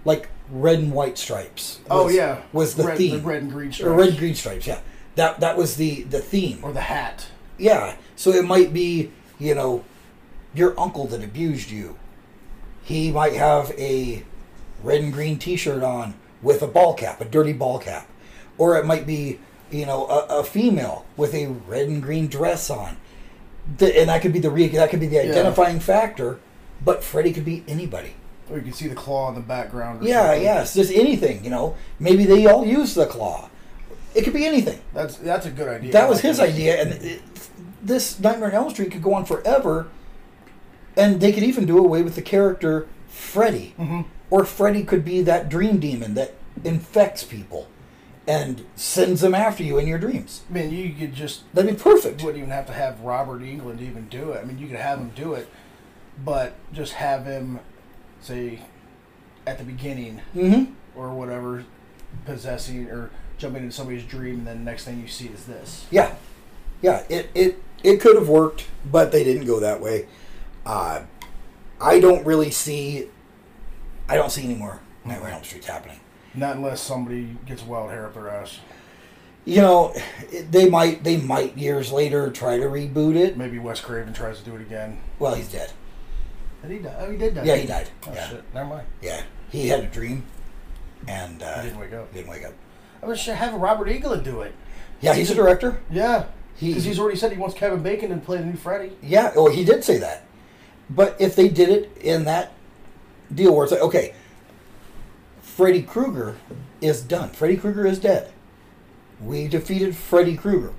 S3: like red and white stripes
S4: Oh,
S3: was-
S4: yeah.
S3: was the
S4: Red-
S3: theme
S4: the red and green
S3: or
S4: stripes.
S3: red and green stripes yeah that that was the the theme
S4: or the hat
S3: yeah so it might be you know your uncle that abused you he might have a red and green t-shirt on with a ball cap a dirty ball cap or it might be you know a, a female with a red and green dress on the, and that could be the re- that could be the
S4: Yeah.
S3: identifying factor but freddy could be anybody
S4: Or you can see the claw in the background. Or
S3: yeah,
S4: something.
S3: yes, just anything, you know. Maybe they all use the claw. It could be anything.
S4: That's that's a good idea.
S3: That was his idea, and it, this Nightmare on Elm Street could go on forever, and they could even do away with the character Freddy, or Freddy could be that dream demon that infects people and sends them after you in your dreams.
S4: Man, you could just
S3: that'd be perfect.
S4: You wouldn't even have to have Robert England even do it. I mean, you could have him do it, but just have him say at the beginning
S3: Mhm.
S4: or whatever, possessing or jumping into somebody's dream, and then next thing you see is this.
S3: Yeah, yeah. It it it could have worked, but they didn't go that way. Uh, I don't really see. I don't see any more Nightmare on Elm Street's happening.
S4: Not unless somebody gets wild hair up their ass.
S3: You know, it- they might they might years later try to reboot it.
S4: Maybe Wes Craven tries to do it again.
S3: Well, he's dead.
S4: Did he die? Oh, he did die.
S3: Yeah, he died.
S4: Oh
S3: Yeah.
S4: shit! Never mind.
S3: Yeah, he had a dream, and uh,
S4: didn't wake up.
S3: Didn't wake up.
S4: I wish I have Robert England do it.
S3: Yeah, he's a director.
S4: Yeah,
S3: He-
S4: because he's already said he wants Kevin Bacon to play the new Freddy.
S3: Yeah, well, he did say that. But if they did it in that deal where it's like, okay, Freddy Krueger is done. Freddy Krueger is dead. We defeated Freddy Krueger,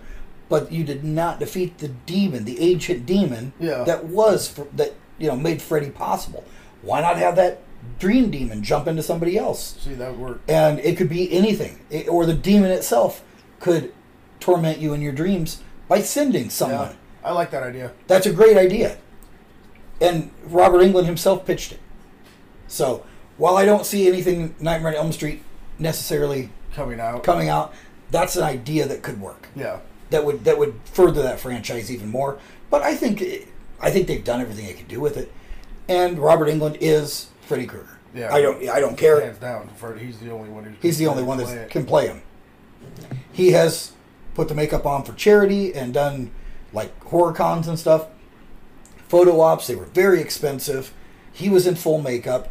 S3: but you did not defeat the demon, the ancient demon
S4: Yeah.
S3: that was fr- that you know made Freddy possible. Why not have that dream demon jump into somebody else?
S4: See, that would work.
S3: and it could be anything it, or the demon itself could torment you in your dreams by sending someone
S4: I like that idea.
S3: that's a great idea and robert england himself pitched it so while i don't see anything nightmare on elm street necessarily
S4: coming out
S3: coming out that's an idea that could work
S4: Yeah.
S3: that would that would further that franchise even more but i think it, i think they've done everything they could do with it and robert england is freddy krueger
S4: Yeah.
S3: i don't i don't care
S4: Hands down, Fred. He's the only one who's
S3: He's the only one that
S4: play it.
S3: can play him. He has put the makeup on for charity and done like horror cons and stuff. Photo ops, they were very expensive. He was in full makeup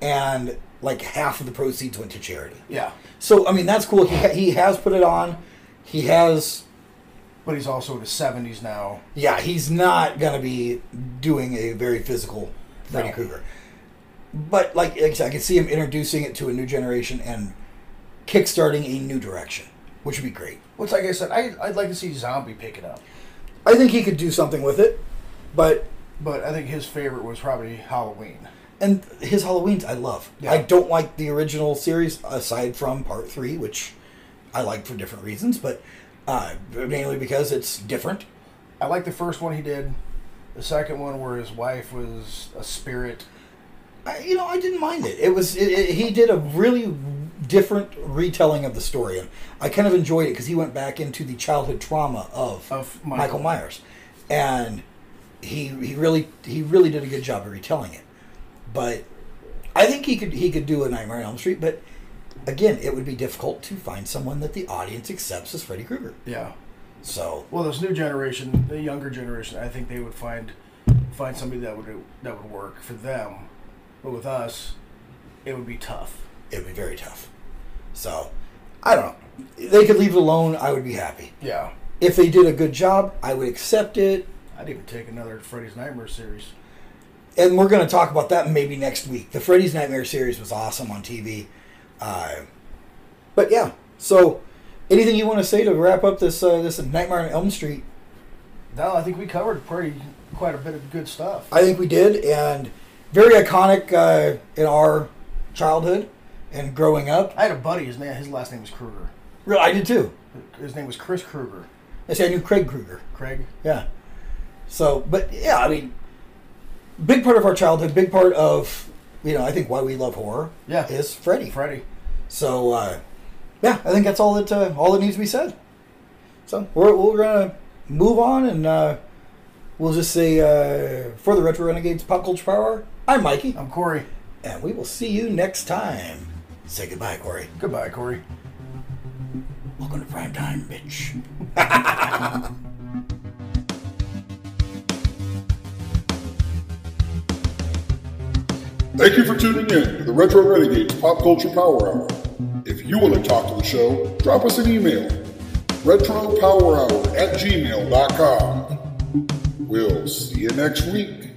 S3: and like half of the proceeds went to charity.
S4: Yeah.
S3: So I mean, that's cool. He, ha- he has put it on. He has.
S4: But he's also in his seventies now.
S3: Yeah, he's not gonna be doing a very physical Freddy
S4: No.
S3: Krueger. But like, like I said, I can see him introducing it to a new generation and kickstarting a new direction, which would be great.
S4: Which, like I said, I, I'd like to see Zombie pick it up.
S3: I think he could do something with it, but
S4: but I think his favorite was probably Halloween.
S3: And his Halloweens I love.
S4: Yeah.
S3: I don't like the original series aside from part three, which I like for different reasons, but uh, mainly because it's different.
S4: I like the first one he did. The second one where his wife was a spirit.
S3: I, you know, I didn't mind it. It was it, it- he did a really different retelling of the story, and I kind of enjoyed it because he went back into the childhood trauma of, Michael.
S4: Michael.
S3: Myers, and he he really he really did a good job of retelling it. But I think he could he could do a Nightmare on Elm Street, but again, it would be difficult to find someone that the audience accepts as Freddy Krueger.
S4: Yeah.
S3: So
S4: Well, this new generation, the younger generation, I think they would find find somebody that would that would work for them. But with us, it would be tough.
S3: It would be very tough. So I don't know. They could leave it alone. I would be happy.
S4: Yeah.
S3: If they did a good job, I would accept it.
S4: I'd even take another Freddy's Nightmare series.
S3: and we're going to talk about that maybe next week. The Freddy's Nightmare series was awesome on TV. Uh, but yeah, so anything you want to say to wrap up this uh, this Nightmare on Elm Street?
S4: No, I think we covered pretty quite a bit of good stuff.
S3: I think we did, and very iconic uh, in our childhood and growing up.
S4: I had a buddy. His name, his last name was Kruger.
S3: Really, I did too.
S4: His name was Chris Kruger.
S3: I see, I knew Craig Kruger.
S4: Craig.
S3: Yeah. So, but yeah, I mean, big part of our childhood, big part of you know, I think why we love horror.
S4: Yeah.
S3: is Freddy.
S4: Freddy.
S3: So, uh, yeah, I think that's all that uh, all that needs to be said. So we're we're gonna move on, and uh, we'll just say uh, for the Retro Renegades Pop Culture Power. Hour, I'm Mikey. I'm
S4: Corey,
S3: and we will see you next time. Say goodbye, Corey.
S4: Goodbye, Corey.
S3: Welcome to prime time, bitch.
S1: Thank you for tuning in to the Retro Renegades Pop Culture Power Hour. If you want to talk to the show, drop us an email retropowerhour at gmail.com. We'll see you next week.